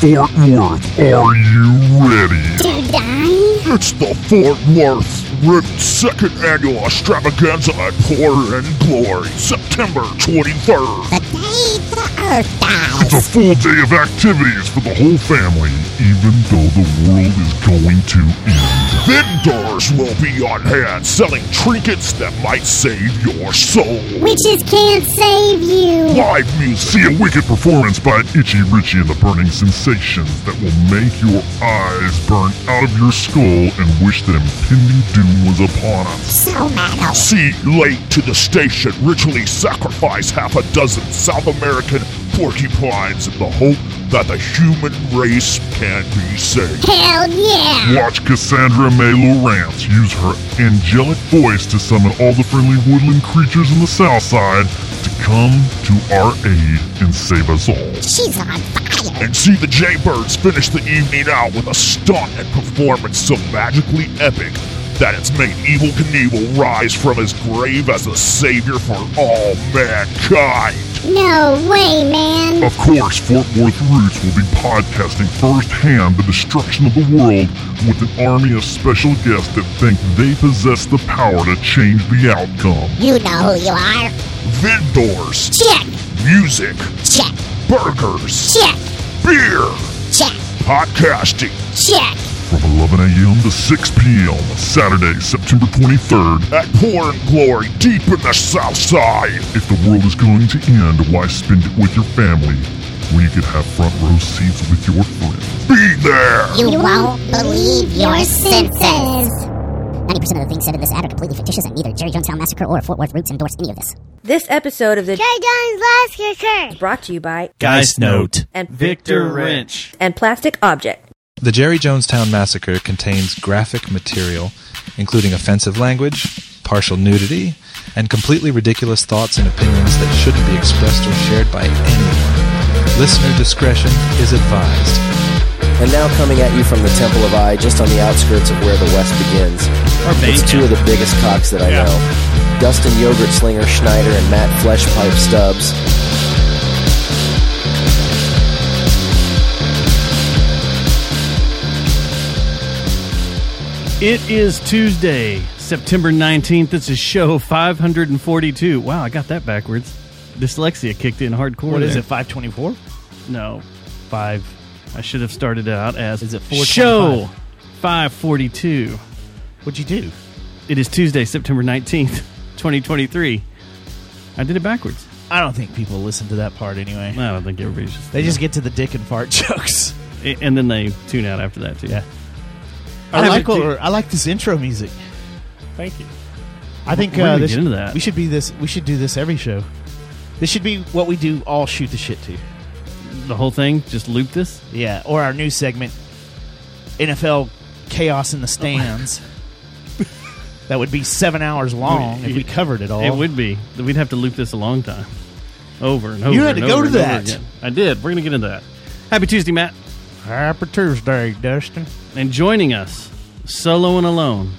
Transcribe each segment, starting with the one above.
Fort Worth. Are you ready? To die? It's the Fort Worth Rip Second Annual Extravaganza at Poor and Glory, September 23rd. The day the earth It's a dies. full day of activities for the whole family, even though the world is going to end. Vendors will be on hand selling trinkets that might save your soul. Witches can't save you. Live music. See a wicked performance by Itchy Richie and the Burning Sensations that will make your eyes burn out of your skull and wish that impending doom was upon us. So metal. See late to the station ritually sacrifice half a dozen South American porcupines in the hope that the human race can be saved. Hell yeah. Watch Cassandra May Lawrence use her angelic voice to summon all the friendly woodland creatures in the South Side to come to our aid and save us all. She's on fire. And see the Jaybirds finish the evening out with a stunt and performance so magically epic that it's made Evil Knievel rise from his grave as a savior for all mankind. No way, man. Of course, Fort Worth Roots will be podcasting firsthand the destruction of the world with an army of special guests that think they possess the power to change the outcome. You know who you are. Vendors, Check, music, check, burgers, check, beer, check, podcasting. check. from 11 a.m. to 6 p.m. Saturday, September 23rd at Poor and Glory, deep in the South Side. If the world is going to end, why spend it with your family when you could have front row seats with your friends? Be there. You won't believe your senses. 90% of the things said in this ad are completely fictitious, and neither Jerry Jonestown Massacre or Fort Worth Roots endorse any of this. This episode of the Jay Jones Last Kicker. brought to you by Geist Note. and Victor Wrench. and Plastic Object. The Jerry Jonestown Massacre contains graphic material, including offensive language, partial nudity, and completely ridiculous thoughts and opinions that shouldn't be expressed or shared by anyone. Listener discretion is advised. And now coming at you from the Temple of I, just on the outskirts of where the West begins. Or It's Mayhem. two of the biggest cocks that I Yeah. know. Dustin Yogurt Slinger Schneider and Matt Fleshpipe Stubbs. It is Tuesday, September 19th. This is show 542. Wow, I got that backwards. Dyslexia kicked in hardcore. What is there. it, 524? No, five. I should have started out as Is it 425? show 542. What'd you do? It is Tuesday, September 19th, 2023. I did it backwards. I don't think people listen to that part anyway. I don't think everybody's just. They just get to the dick and fart jokes. And then they tune out after that, too. Yeah. I I like haven't- what we're- I like this intro music. Thank you. I think We're uh, gonna this, get into that. we should be this. We should do this every show. This should be what we do. All shoot the shit to. The whole thing, just loop this. Yeah, or our new segment, NFL chaos in the stands. that would be seven hours long if we covered it all. It would be. We'd have to loop this a long time. Over and over. You had and to go over to and over that. again. I did. We're going to get into that. Happy Tuesday, Matt. Happy Tuesday, Dustin. And joining us, solo and alone.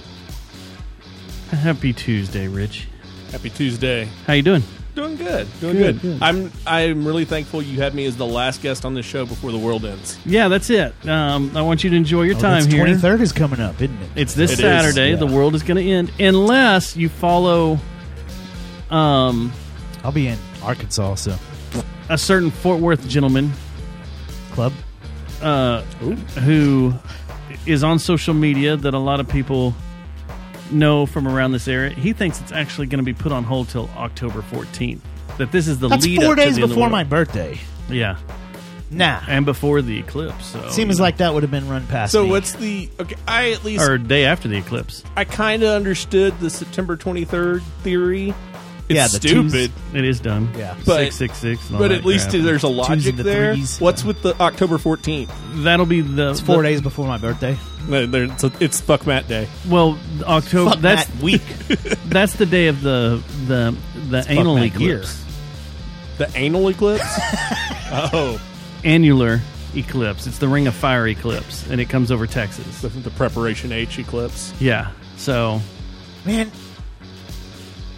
Happy Tuesday, Rich. Happy Tuesday. How you doing? Doing good. Doing Good, good. good. I'm I'm really thankful you had me as the last guest on this show before the world ends. Yeah, that's it. Um, I want you to enjoy your time here. Twenty third Oh, is coming up, isn't it? It's this Oh, It is, Saturday. yeah. The world is going to end unless you follow um, I'll be in Arkansas, so a certain Fort Worth gentleman club. uh, who is on social media that a lot of people know from around this area. He thinks it's actually going to be put on hold till October 14th. That this is the That's lead four up to days the end of the before my world. birthday. yeah, Nah, and before the eclipse. So seems like that would have been run past. So me. what's the okay? I at least or day after the eclipse. I kind of understood the September 23rd theory. It's Yeah, the stupid, Tues- It is done. Yeah. But- six six six. but at least there's a logic and the there. threes. What's with the October 14th? that'll be the It's four the- days before my birthday. No, there- It's, it's fuck Matt Day. Well, October. Fuck that's that week. that's the day of the the the anal that year. eclipse. The anal eclipse. oh, Annular eclipse. It's the Ring of Fire eclipse, and it comes over Texas. the, the preparation H eclipse. Yeah. So Man,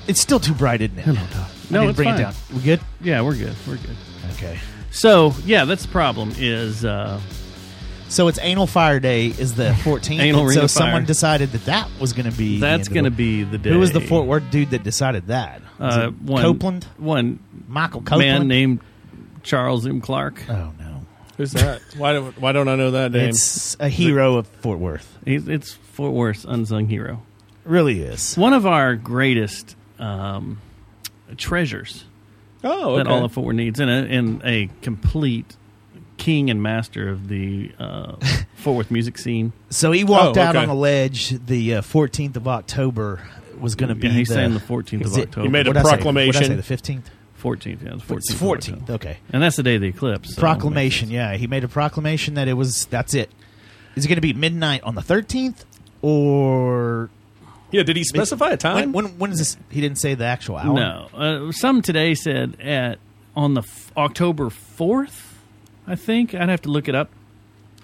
it's still too bright, isn't it? Doc. No, I need to it's bring fine. it down. We good? Yeah, we're good. We're good. Okay. So yeah, that's the problem. Is uh, So it's Anal Fire Day is the 14th. Anal and Ring so of Fire. someone decided that that was going to be. the that's end of going to the- be the day. Who was the Fort Worth dude that decided that? Was Uh, it one, Copeland? One Michael Copeland? man named Charles M. Clark. oh, no. Who's that? why don't Why don't I know that name? It's a hero of Fort Worth. He's, it's Fort Worth's unsung hero. Really is. One of our greatest um, treasures oh, that okay. all of Fort Worth needs, and a, and a complete king and master of the uh, Fort Worth music scene. So he walked Oh, out okay. on a ledge the uh, 14th of October was going to be. Yeah, he's the, saying the 14th of is it- October. He made a what'd I say? proclamation. What'd I say, the 15th? 14th, yeah, the 14th. It's 14th, okay. And that's the day of the eclipse. so- proclamation, yeah. He made a proclamation that it was. That's it. Is it going to be midnight on the 13th? Or. yeah, did he specify a When, time? when, when is this? He didn't say the actual hour. No, uh, some today said at on the f- October fourth. I think I'd have to look it up.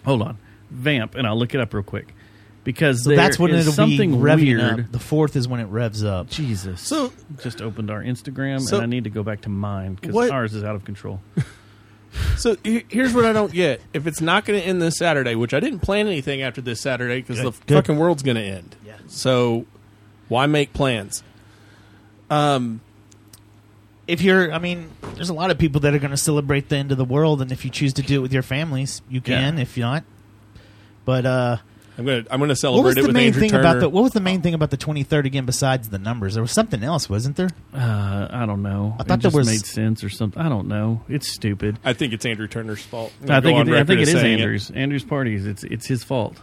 Hold on, vamp, and I'll look it up real quick because So there that's when is it'll something be revving weird. up. The 4th is when it revs up. Jesus, So- just opened our Instagram, So- and I need to go back to mine because What- ours is out of control. So he- here's what I don't get: if it's not going to end this Saturday, which I didn't plan anything after this Saturday because the Good. fucking world's going to end. Yeah. So why make plans? Um, if you're i mean there's a lot of people that are going to celebrate the end of the world and if you choose to do it with your families you can Yeah. if not but uh I'm gonna I'm gonna celebrate what was it the with main Andrew thing Turner. about the what was the main thing about the 23rd again besides the numbers there was something else wasn't there Uh, I don't know. I thought it there just was- made sense or something. I don't know. It's stupid. I think it's Andrew Turner's fault. I'm gonna I go think on it, I record think it as is saying Andrews. Andrews' parties. It's it's his fault.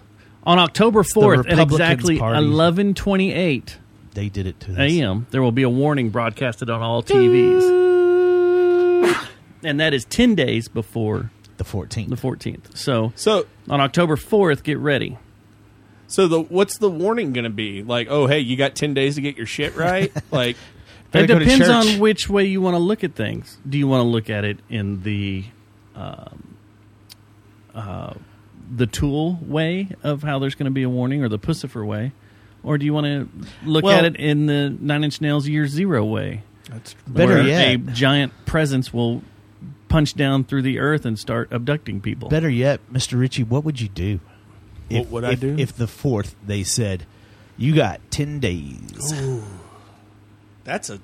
On October fourth at Republicans' exactly party. eleven twenty eight. they did it to us a.m., there will be a warning broadcasted on all TVs. And that is 10 days before the 14th the 14th. So So on October 4th, get ready. so the what's the warning going to be? Like, oh hey, you got ten days to get your shit right. like, Better it go to depends church. on which way you want to look at things. Do you want to look at it in the um, uh, the tool way of how there's going to be a warning, or the pussifer way, or do you want to look Well- at it in the Nine Inch Nails Year Zero way? better where yet a giant presence will punch down through the earth and start abducting people. better yet mr ritchie what would you do What if, would I if- do? if the 4th they said you got 10 days that's a.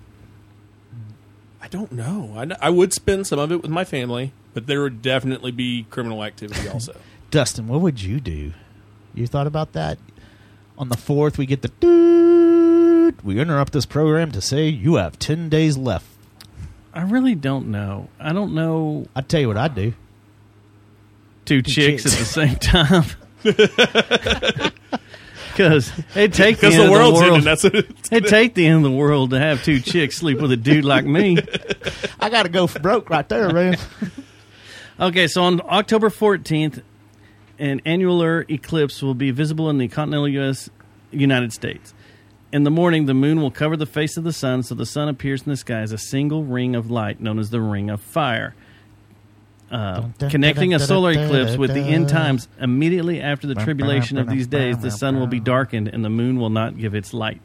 I don't know. I, kn- I would spend some of it with my family, but there would definitely be criminal activity also. Dustin, what would you do? You thought about that? On the fourth, we get the doot. We interrupt this program to say you have ten days left. I really don't know. I don't know I tell you what I do. two chicks chicks. at the same time. Because it takes the, Because end of the world's the ending. world. That's what it's It'd take the end of the world to have two chicks sleep with a dude like me. I gotta go for broke right there, man. Okay, so on October 14th, an annular eclipse will be visible in the continental U.S. United States. In the morning, the moon will cover the face of the sun, so the sun appears in the sky as a single ring of light known as the Ring of Fire. Uh, connecting a solar eclipse with the end times immediately after the tribulation of these days, the sun will be darkened and the moon will not give its light.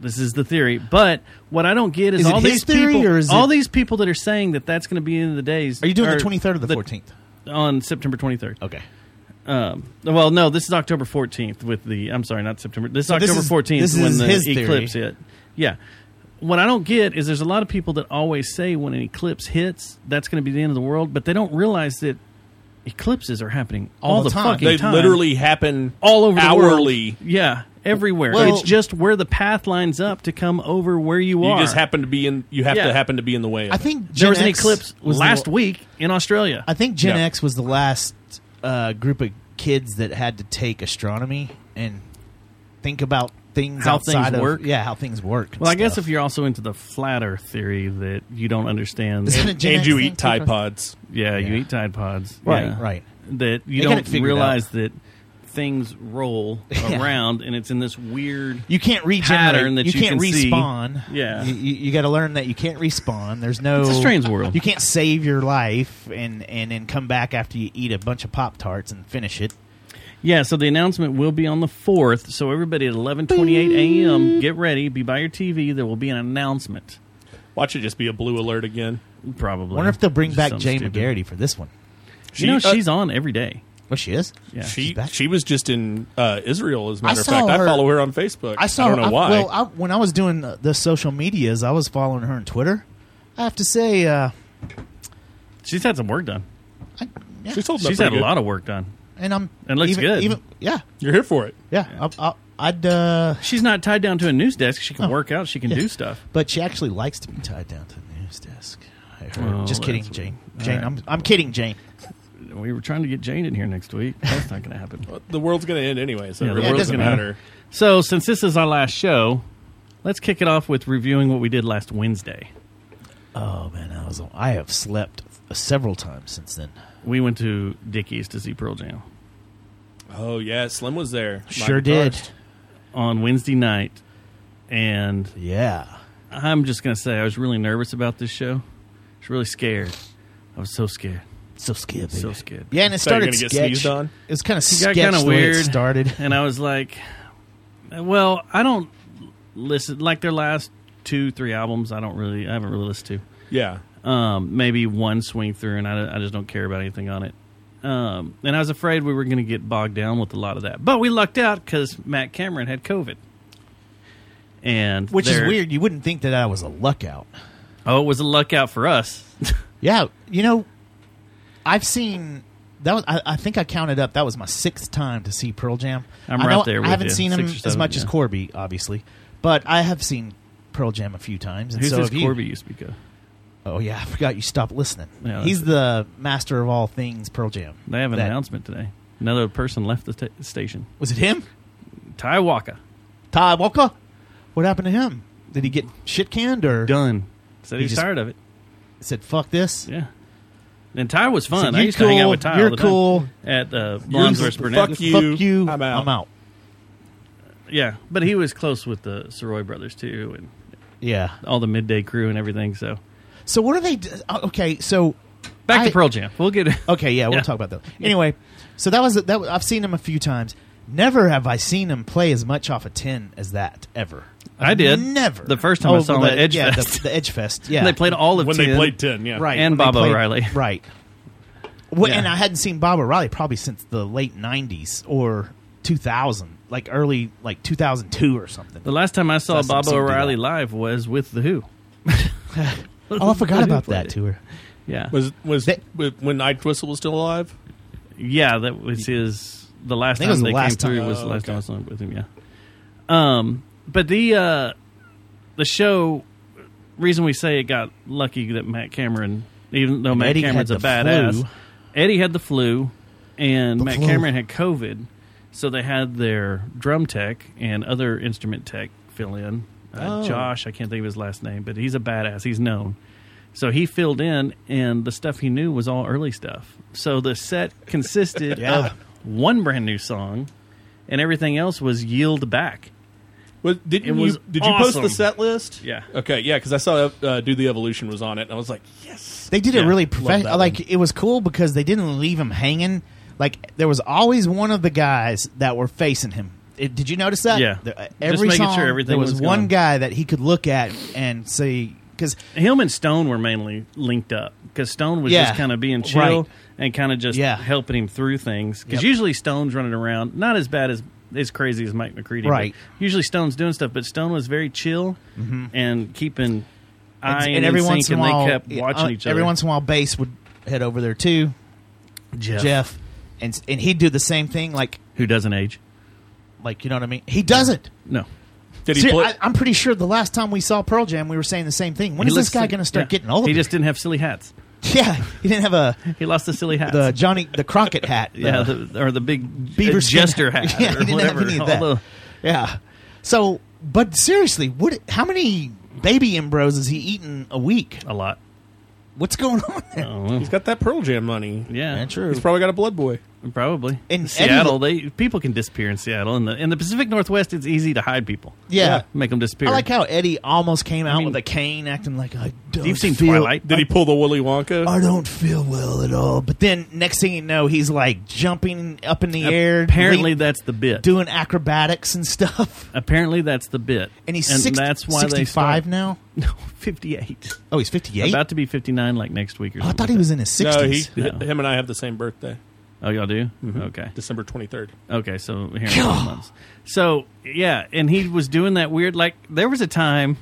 This is the theory, but what I don't get is, Is it all his these theory people, or is all it- these people that are saying that that's going to be the end of the days. Are you doing or the twenty third or the fourteenth? on September 23rd? Okay. Um, well, no, this is October 14th with the. I'm sorry, not September. This is So this October is- 14th this when is the his eclipse theory. hit. Yeah. What I don't get is there's a lot of people that always say when an eclipse hits, that's going to be the end of the world, but they don't realize that eclipses are happening all, All the the, time. fucking they time. literally happen all over hourly. The world. Yeah, everywhere. Well- it's just where the path lines up to come over where you, You are. just happen to be in. You have Yeah. to happen to be in the way. Of I it. think Gen there was an X eclipse was the- last week in Australia. I think Gen Yeah. X was the last uh, group of kids that had to take astronomy and think about things How things outside of work? yeah how things work. and well, I guess stuff. if you're also into the flat Earth theory that you don't understand, Is that a Gen and X you thing eat too, Tide or- Pods. Yeah, you Yeah. eat Tide Pods. Right, Yeah. right. That you They got it don't figured realize that things roll Yeah. around and it's in this weird. You can't regenerate. pattern that you can can't see. respawn. Yeah. you, got to learn that you can't respawn. There's no. It's a strange world. You can't save your life and and then come back after you eat a bunch of pop tarts and finish it. Yeah, so the announcement will be on the 4th. So everybody at 11:28 a.m. get ready, be by your TV, there will be an announcement. Watch it just be a blue alert again. Probably. I wonder if they'll bring Just back something Jay stupid. McGarity for this one. you know, She- uh, she's on every day. Oh, she is. Yeah. She back. she was just in uh, Israel, as a matter of saw fact. I her- follow her on Facebook. I saw. I don't know I- why. Well, I, when I was doing the, the social medias, I was following her on Twitter. I have to say, uh, She's had some work done. I, yeah, She's holding up She's pretty had a good. lot of work done. and I'm. It looks even, good. Even, yeah, You're here for it. yeah. I, I, I'd. Uh, She's not tied down to a news desk. She can work out. She can Oh. yeah. do stuff. But she actually likes to be tied down to the news desk. I heard. Oh, Just kidding, that's- Jane. all Jane, right. I'm, I'm kidding, Jane. We were trying to get Jane in here next week. That's not going to happen. The world's going to end anyway, so Yeah, it the really world's doesn't gonna end. matter. So, since this is our last show, let's kick it off with reviewing what we did last Wednesday. Oh man, I was. I have slept several times since then. We went to Dickie's to see Pearl Jam Oh yeah, Slim was there. Mike sure did. Karst. on Wednesday night, and Yeah. I'm just going to say I was really nervous about this show. I was really scared. I was so scared. So scared, baby. So scared. Yeah, and it So you're started gonna get sketch. sneezed on? It was kind of It got sketch kind the of way weird. It started. and I was like, "Well, I don't listen like their last two, three albums. I don't really, I haven't really listened Yeah, to. Um, maybe one swing through, and I, I just don't care about anything on it. Um, and I was afraid we were going to get bogged down with a lot of that, but we lucked out because Matt Cameron had COVID, and Which is their- weird. You wouldn't think that that was a luck out. Oh, it was a luck out for us. Yeah, you know, I've seen that. Was, I, I think I counted up. That was my sixth time to see Pearl Jam. I'm I right know there with I haven't you, seen him six or as seven, much as yeah. Corby, obviously, but I have seen Pearl Jam a few times. And Who's so this have you. Corby you speak of? Oh yeah, I forgot you stopped listening. Yeah, He's that's the master of all things Pearl Jam. They have an That- announcement today. Another person left the sta station. Was it him? Ty Walker Ty Walker. What happened to him? Did he get shit canned or done. Said he, He was just- tired of it. said fuck this? Yeah. And Ty was fun. So I you used to hang out cool, with Ty. you're all the time cool. at uh, Blondes You're- vs. Burnett. fuck you. Fuck you. I'm out. I'm out. Yeah, but he was close with the Soroy brothers too, and Yeah. all the midday crew and everything. So So what are they? d- uh, Okay, so back I- to Pearl Jam. We'll get Okay, yeah, we'll Yeah. talk about that. Anyway, so that was that. was- I've seen him a few times. Never have I seen him play as much off a ten as that ever. I did. never. Oh, The first time I saw him the- at Edge yeah, Fest. The, the Edge Fest, yeah. They played all of when 10. they played ten, yeah, right and when they Bob played- O'Reilly. right? Well, Yeah. And I hadn't seen Bob O'Reilly probably since the late '90s or 2000, like early like 2002 or something. The last time I saw That's Bob something to do O'Reilly that. live was with the Who. oh, I forgot about that too. tour. Yeah, Was was They- w- when Night Whistle was still alive? yeah, that was his. The last time think it was the they last came through time. was the Oh, last okay. time I saw him with him. Yeah. Um, but the uh, the show reason we say it got lucky that Matt Cameron, even though Matt Eddie Cameron's a had the badass, flu. Eddie had the flu, and The Matt flu. Cameron had COVID, so they had their drum tech and other instrument tech fill in. Uh, Oh. Josh, I can't think of his last name, but he's a badass. He's known. So he filled in, and the stuff he knew was all early stuff. So the set consisted Yeah. of one brand new song, and everything else was yield back. Was, didn't It was you, did you post awesome. the set list? Yeah. Okay. Yeah, because I saw uh, Do the Evolution was on it, and I was like, yes. They did Yeah, it really love that professional. Like it was cool because they didn't leave him hanging. Like there was always one of the guys that were facing him. It- did you notice that? Yeah. The- uh, Just every making song, sure everything there was, was one gone. guy that he could look at and see because Him and Stone were mainly linked up because Stone was Yeah. just kind of being chill Right. and kind of just Yeah. helping him through things. Because Yep. usually Stone's running around, not as bad as as crazy as Mike McCready. but Right. Mm-hmm. Usually Stone's doing stuff, but Stone was very chill and keeping eye and every once in a while, and they kept yeah, watching uh, each Every other. once in a while, bass would head over there too. Jeff, Jeff and and he'd do the same thing. Like who doesn't age? like you know what I mean? He doesn't. No. Did he See, play? I, I'm pretty sure the last time we saw Pearl Jam, we were saying the same thing. When He is this looks- guy going to start yeah. getting older? He just didn't have silly hats. yeah, he didn't have a He lost the silly hats. the Johnny the Crockett hat. the- yeah, the, or the big beaver uh, skin jester hat Yeah, or he didn't whatever. have any of All that. the- yeah. So, but seriously, what? How many baby embros is he eating a week? a lot. What's going on? There? Oh, well. He's got that Pearl Jam money. yeah, That's true. He's probably got a Blood Boy. Probably In any- Seattle, they people can disappear in Seattle. In the in the Pacific Northwest, it's easy to hide people. Yeah. make them disappear. I like how Eddie almost came out mean- with a cane, acting like I don't. You've seen feel- Twilight? Did he pull the Willy Wonka? I don't feel well at all. But then next thing you know, he's like jumping up in the air, Apparently, leap- that's the bit. doing acrobatics and stuff. Apparently, that's the bit. And he's six- that's why they sixty-five start- now. No, fifty-eight. Oh, he's fifty-eight. About to be fifty-nine, like next week or oh, I something. thought he was in his No, he, sixties. No. him and I have the same birthday, Oh, y'all do? Okay. December twenty third. Okay, so here in a couple months. So yeah, and he was doing that weird. Like there was a time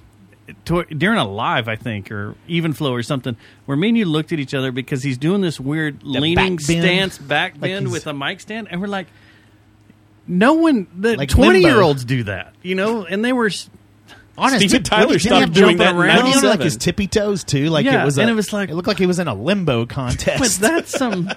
to, during a live, I think, or even flow or something, where me and you looked at each other because he's doing this weird leaning back bend. stance back Like bend he's- with a mic stand, and we're like, no one. The Like twenty limbo. year olds do that, you know, and they were. s- Honestly, Steven Tyler stopped doing that in He have, like 97? his tippy toes too. Like Yeah, it was, a, and it was like- it looked like he was in a limbo But contest. that's some.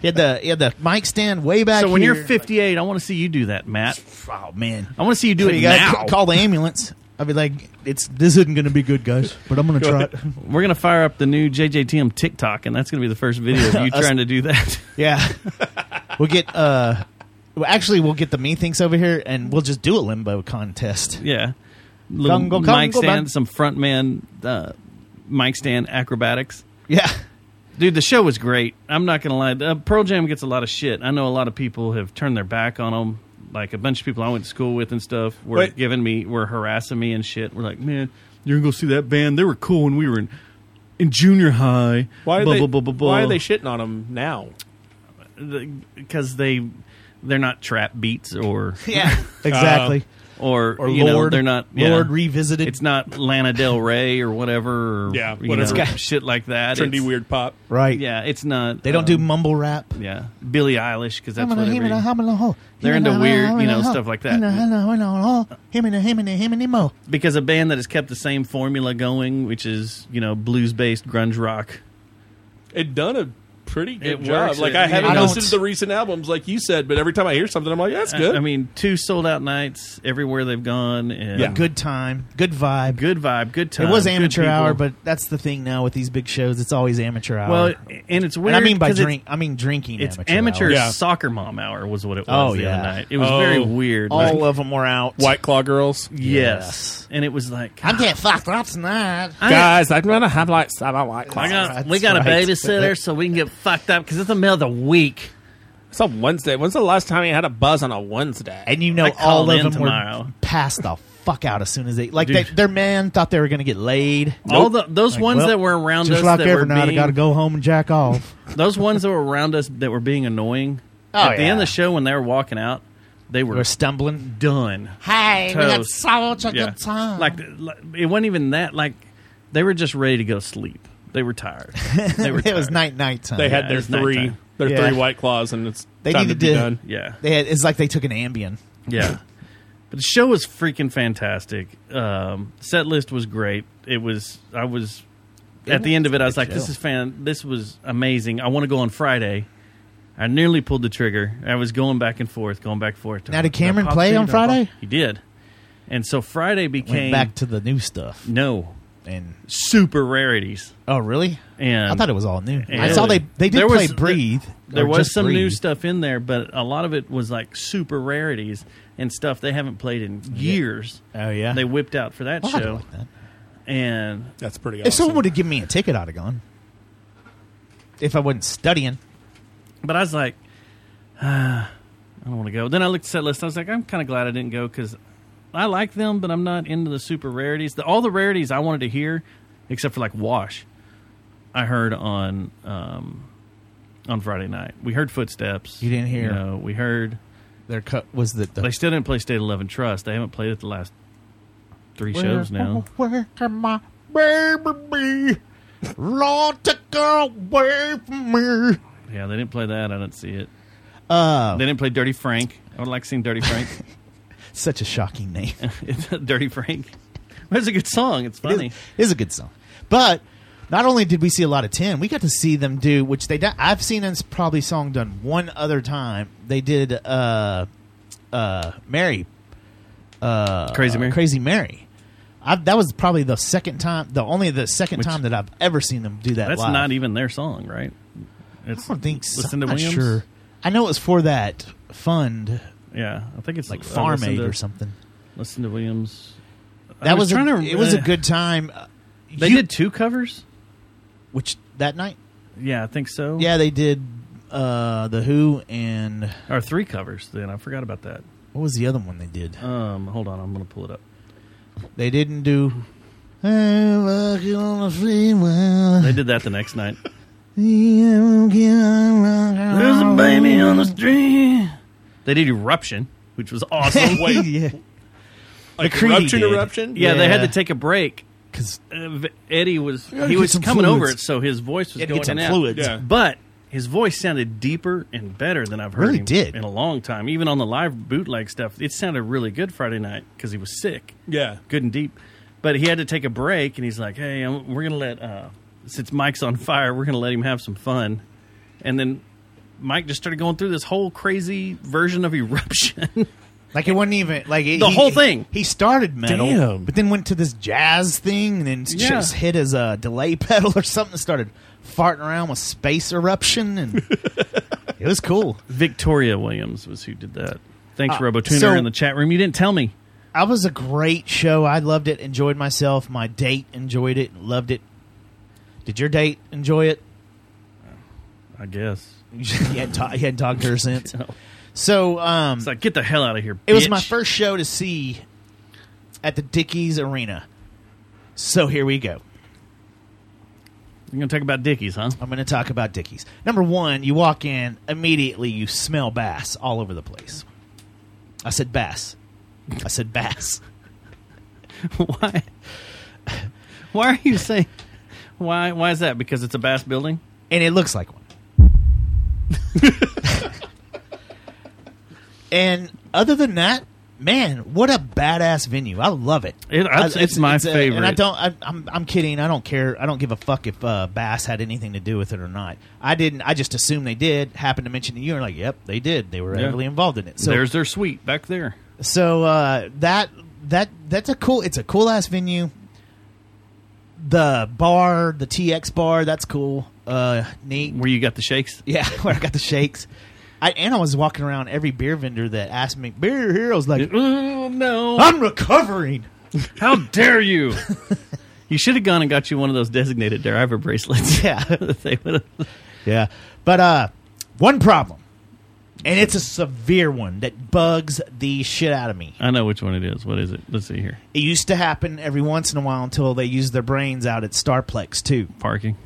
he had the he had the mic stand way back. so when you're here. 58, I want to see you do that, Matt. oh man, I want to see you do So it you now. gotta c- call the ambulance. I'd be like, it's this isn't going to be good, guys, but I'm going to try it. We're gonna fire up the new JJTM TikTok, and that's gonna be the first video of you Us- trying to do that. Yeah, we'll get. uh well, Actually, we'll get the me thinks over here, and we'll just do a limbo contest. Yeah. Little Congo, mic Congo, stand, man. some front man uh, mic stand acrobatics. Yeah, Dude, the show was great. I'm not going to lie. Uh, Pearl Jam gets a lot of shit. I know a lot of people have turned their back on them. Like a bunch of people I went to school with and stuff were Wait. giving me, were harassing me and shit. We're like, man, you're going to go see that band. They were cool when we were in, in junior high. Why are blah, they? blah, blah, blah, blah. Why are they shitting on him now? Because they, they're not trap beats or, yeah, exactly. or, or you Lord, know, they're not. yeah. Lord revisited. It's not Lana Del Rey or whatever. Or, Yeah, you whatever. know, It's got- shit like that. Trendy It's- weird pop. right. Yeah, it's not. they don't um, do mumble rap. Yeah, Billie Eilish because that's Him and a- what. him and a- every- him and a ho. They're Him and into a- weird, him you and a know, ho. stuff like Him and a- that. him and a- him and a ho. Him and a- him and a- him and a mo. Because a band that has kept the same formula going, which is you know blues based grunge rock. It done a pretty good It job. works. Like It- I you haven't know, listened it's- to the recent albums, like you said, but every time I hear something, I'm like, that's I- good. I, mean, two sold out nights everywhere they've gone. And Yeah. Good time, good vibe. good vibe, good time. it was good amateur hour, people. but that's the thing now with these big shows. It's always amateur hour. well, and it's weird. and I mean by 'cause it's- drink, I mean drinking. It's amateur, amateur, hour. Yeah. soccer mom hour was what it was Oh, the yeah. other night. It was Oh. very weird. All Like, of them were out. White Claw girls, yes. and it was like I'm getting fucked up tonight. I- I'm gonna have like I don't like I got, That's we got right. a babysitter so we can get fucked up because it's the middle of the week. It's on Wednesday. When's the last time you had a buzz on a Wednesday? And you know, I all called of in them were tomorrow. passed the fuck out as soon as they like they, Dude. their man thought they were going to get laid. All the those Like, ones well, that were around us Just like that every were night, I being, got to go home and jack off. those ones that were around us that were being annoying. Oh, at the yeah. end of the show when they were walking out, they were we're stumbling. done. Hey, we had Toast. such a Yeah. Like like, it wasn't even that. Like they were just ready to go sleep. They were tired. They were it was tired. night night time. they had Yeah, their it's nighttime. three, their Yeah. three White Claws, and it's They time to needed be to- done. Yeah. They had, it's like they took an Ambien. Yeah. But the show was freaking fantastic. Um, set list was great. It was I was at the end of it I was like this is fan this was amazing. I want to go on Friday. I nearly pulled the trigger. I was going back and forth, going back and forth. Now, did Cameron play on Friday? He did. And so Friday Went became back to the new stuff no and super rarities. oh really? And I thought it was all new. I and- saw they they did There play was- Breathe. There or was just some new Breathe. stuff in there, but a lot of it was like super rarities and stuff they haven't played in years. Oh, yeah? they whipped out for that Oh, I show, like that. and That's pretty. If someone awesome. would have given me a ticket, I'd have gone. If I wasn't studying, but I was like, ah, I don't want to go. Then I looked at the set list. I was like, I'm kind of glad I didn't go because I like them, but I'm not into the super rarities. The, all the rarities I wanted to hear, except for like Wash, I heard on um, on Friday night. We heard footsteps. You didn't hear- know, we heard. their cut was the, the They still didn't play State of Love and Trust. They haven't played it the last three shows now. Where can my baby be? Lord, take her away from me. Yeah, they didn't play that. I didn't see it. Uh, They didn't play Dirty Frank. I would like seeing Dirty Frank. such a shocking name. It Dirty Frank. That's a good song. It's is, funny. it is a good song, but not only did we see a lot of ten, we got to see them do which they done, I've seen this probably song done one other time. They did uh, uh, Mary Crazy uh, Mary. Crazy Mary. I, that was probably the second time, the only the second Which- time that I've ever seen them do that. That's live. not even their song, right? It's I don't think so. Listen to I'm not Williams? sure. I know it was for that fund, Yeah, I think it's like I Farm listened Aid to- or something. Listen to Williams. I That was, a, trying to. it was a uh, good time. Uh, They you- did two covers. which that night. Yeah, I think so. Yeah, they did uh, the Who and or three covers. Then I forgot about that. what was the other one they did? Um, hold on, I'm gonna pull it up. They didn't do. Hey, walking on the freeway. They did that the next night. There's baby on the street. They did eruption, which was awesome. Wait. yeah, Like McCready eruption, did. eruption. yeah, they had Yeah. to take a break. because Uh, v- Eddie was gotta he get was some coming over fluids. it, so his voice was had to going get some out. fluids. Yeah. But his voice sounded deeper and better than I've heard Really him did. in a long time. Even on the live bootleg stuff, it sounded really good Friday night because he was sick, Yeah. good and deep. But he had to take a break, and he's like, "Hey, I'm, we're gonna let uh, since Mike's on fire, we're gonna let him have some fun." And then Mike just started going through this whole crazy version of eruption. Like it wasn't even like it, The he- whole he- thing. He started metal, Damn. but then went to this jazz thing, and then Yeah. just hit his uh, delay pedal or something. and Started farting around with space eruption, and it was cool. Victoria Williams was who did that. Thanks, Ah, RoboTuner, so- in the chat room. You didn't tell me. That was a great show. I loved it. Enjoyed myself. My date enjoyed it. Loved it. Did your date enjoy it? I guess. you hadn't, ta- you hadn't talked to her since. No. So um, It's like, get the hell out of here. It was bitch. my first show to see at the Dickies Arena. So here we go. You're going to talk about Dickies, huh? I'm going to talk about Dickies. Number one, you walk in, immediately you smell bass all over the place. I said bass. I said bass. why? Why are you saying. Why, why is that? Because it's a bass building? And it looks like one. and other than that, man, what a badass venue. I love it. It- I- it's my uh, And I favorite. don't I, I'm I'm kidding. I don't care. I don't give a fuck if uh, Bass had anything to do with it or not. I didn't I just assumed they did. Happened to mention to you and like, "Yep, they did. They were Yeah. heavily involved in it." So There's their suite back there. so uh, that that that's a cool. It's a cool ass venue. The bar, the TX bar, that's cool. Uh, neat. Where you got the shakes? Yeah, where I got the shakes. I, and I was walking around every beer vendor that asked me beer heroes like Oh, no. I'm recovering. How dare you? you should have gone and got you one of those designated driver bracelets. Yeah. they would have. Yeah, but uh, one problem, and it's a severe one that bugs the shit out of me. I know which one it is. What is it? Let's see here. It used to happen every once in a while until they used their brains out at Starplex too, Parking.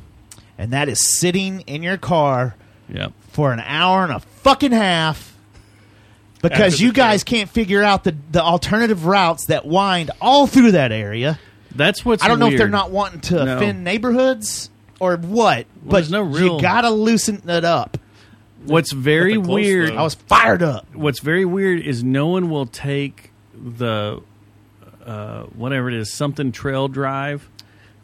and that is sitting in your car Yep. for an hour and a fucking half After because the you guys show. can't figure out the, the alternative routes that wind all through that area. That's what's I don't know if weird. they're not wanting to No. offend neighborhoods or what, but there's no real- you gotta loosen it up. What's very Nothing close, weird. though. I was fired up. what's very weird is no one will take the uh, whatever it is something trail drive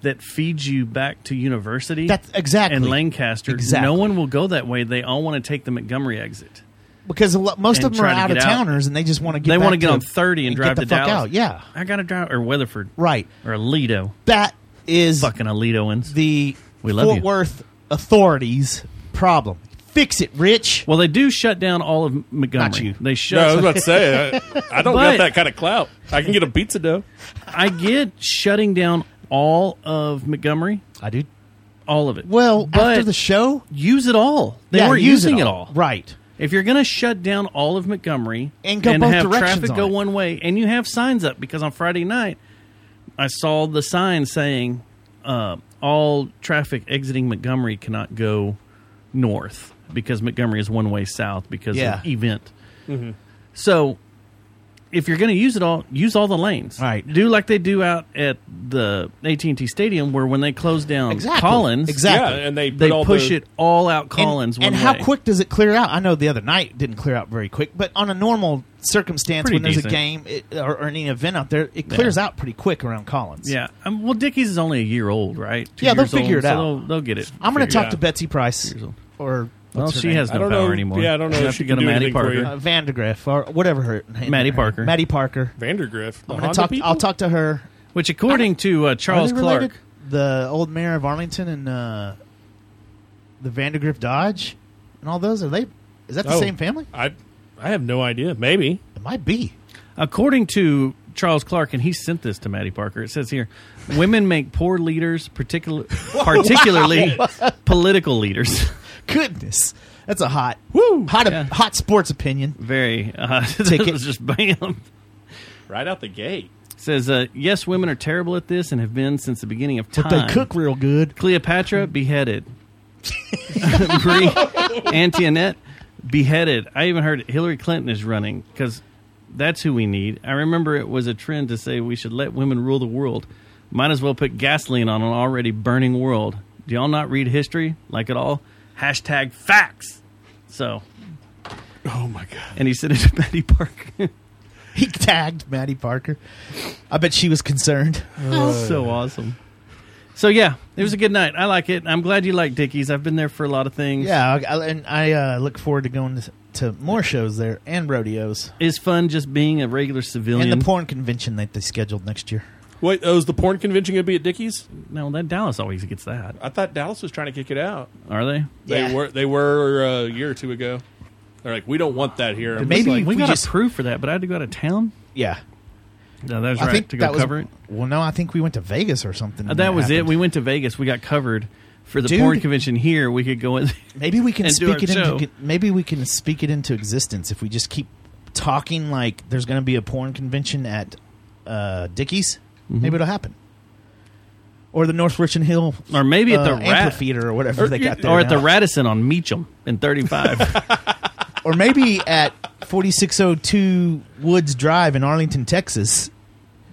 that feeds you back to university That's exactly and lancaster Exactly. no one will go that way they all want to take the montgomery exit because a lot, most and of them are try to out get of out. towners and they just want to get. they want to get on 30 and, drive get to the fuck dallas out. Yeah, i gotta drive or weatherford right. or alito That is fucking alitoans the We love Fort you. Worth authorities' problem. Fix it, Rich. well they do shut down all of montgomery Not you. they No, I was shut about to say, I, I don't But- got that kind of clout. I can get a pizza dough. i get shutting down all of montgomery I do. all of it Well, but after the show, use it all they yeah, weren't use using it all Right. If you're going to shut down all of Montgomery And go both have directions traffic on go it. one way, and you have signs up because on Friday night I saw the sign saying uh, all traffic exiting Montgomery cannot go north because Montgomery is one way south because Yeah. Mm-hmm. of event. So if you're going to use it all, use all the lanes. Right. Do like they do out at the AT&T Stadium, where when they close down Exactly. Collins, Exactly. Yeah, and they, put they all push the- it all out And- Collins. And, one how way. quick does it clear out? I know the other night didn't clear out very quick, but on a normal circumstance, Pretty when there's decent. a game it, or, or any event out there, it clears out pretty quick around Collins. Yeah. Um, well, Dickies is only a year old, right? Two Yeah, they'll years old, figure it so out. They'll, they'll get it. I'm going figured to talk out. to Betsy Price Years old. or Well, what's her she name? has no I don't power know. anymore. Yeah, I don't know She'll if have she to go can to do Maddie anything for Parker. you. uh, Vandergriff or whatever her name Maddie her- Parker. Maddie Parker. Vandergriff. I'm Honda gonna talk. people? I'll talk to her. Which, according to uh, Charles Are they related? Clark, the old mayor of Arlington, and uh, the Vandergriff Dodge, and all those are they Is that the Oh, same family? I I have no idea. Maybe. It might be. According to Charles Clark, and he sent this to Maddie Parker, it says here women make poor leaders, particular, particularly political leaders. Goodness, that's a hot, woo, hot, Yeah. hot sports opinion. Very. Uh, Take that it. was just bam. Right out the gate. Says, uh, yes, women are terrible at this and have been since the beginning of time. But they cook real good. Cleopatra beheaded. Marie Antoinette beheaded. I even heard Hillary Clinton is running because that's who we need. I remember it was a trend to say we should let women rule the world. Might as well put gasoline on an already burning world. Do y'all not read history like at all? Hashtag facts. So, Oh my god. and he sent it to Betty Park. He tagged Maddie Parker. I bet she was concerned. so awesome. So yeah, it was a good night. I like it. I'm glad you like Dickies. I've been there for a lot of things. Yeah, I, I- and I uh, look forward to going to, to more shows there and rodeos It's fun just being a regular civilian. and the porn convention that they scheduled next year. Wait, oh, is the porn convention going to be at Dickies? No, that Dallas always gets that. I thought Dallas was trying to kick it out. Are they? They Yeah. were they were uh, a year or two ago. They're like, we don't want that here. I'm Maybe just like, If we we got just- a proof for that, but I had to go out of town. Yeah, No, that was I right think to go that cover was. it. Well, no, I think we went to Vegas or something. Uh, when that was it. happened. We went to Vegas. We got covered for the Dude. porn convention here. We could go in. Maybe we can and do speak it our show. into maybe we can speak it into existence if we just keep talking like there's going to be a porn convention at uh, Dickies. Mm-hmm. Maybe it'll happen. Or the North Richmond Hill, Or maybe at the uh, Rat- amphitheater, or whatever Or they you- got there, or at the now. Radisson on Meacham in 35. or maybe at 4602 Woods Drive in Arlington, Texas.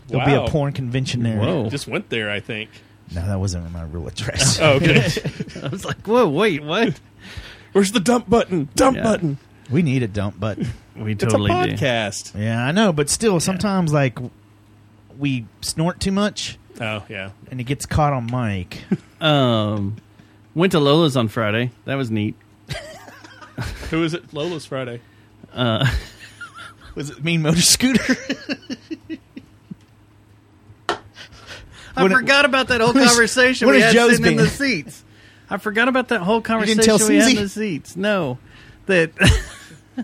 There'll Wow. be a porn convention there. Whoa. just went there. I think. No, that wasn't my real address. Oh, okay. I was like, whoa, wait, what? Where's the dump button? Dump Yeah. button. we need a dump, but We It's totally a do. podcast. yeah, I know. But still, sometimes like we snort too much, Oh yeah. and it gets caught on mic. Um, went to Lola's on Friday. That was neat. Who is it? Lola's Friday. Was it Mean Motor Scooter? I When- forgot about that whole What is- conversation what we is had Joe's sitting in being? the seats. I forgot about that whole conversation didn't tell we had in Susie? the seats. No, that.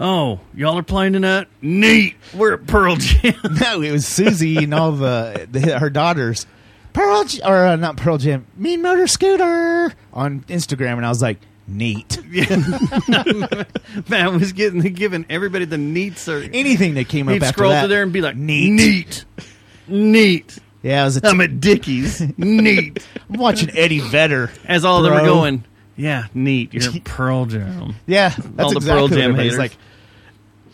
oh, y'all are playing tonight. Neat. We're at Pearl Jam. no, it was Susie and all the, the her daughters. Pearl J- or uh, not Pearl Jam, Mean Motor Scooter on Instagram, and I was like, neat. Man, I was getting giving everybody the neat sir. Anything that came He'd up after scroll that, through there and be like, neat. neat, neat. Yeah, it was a t- I'm at Dickies. neat. I'm watching Eddie Vedder As all of them were Bro. going. Yeah, neat. You're at Pearl Jam. Yeah, that's All the exactly Pearl what Jam everybody's haters. like.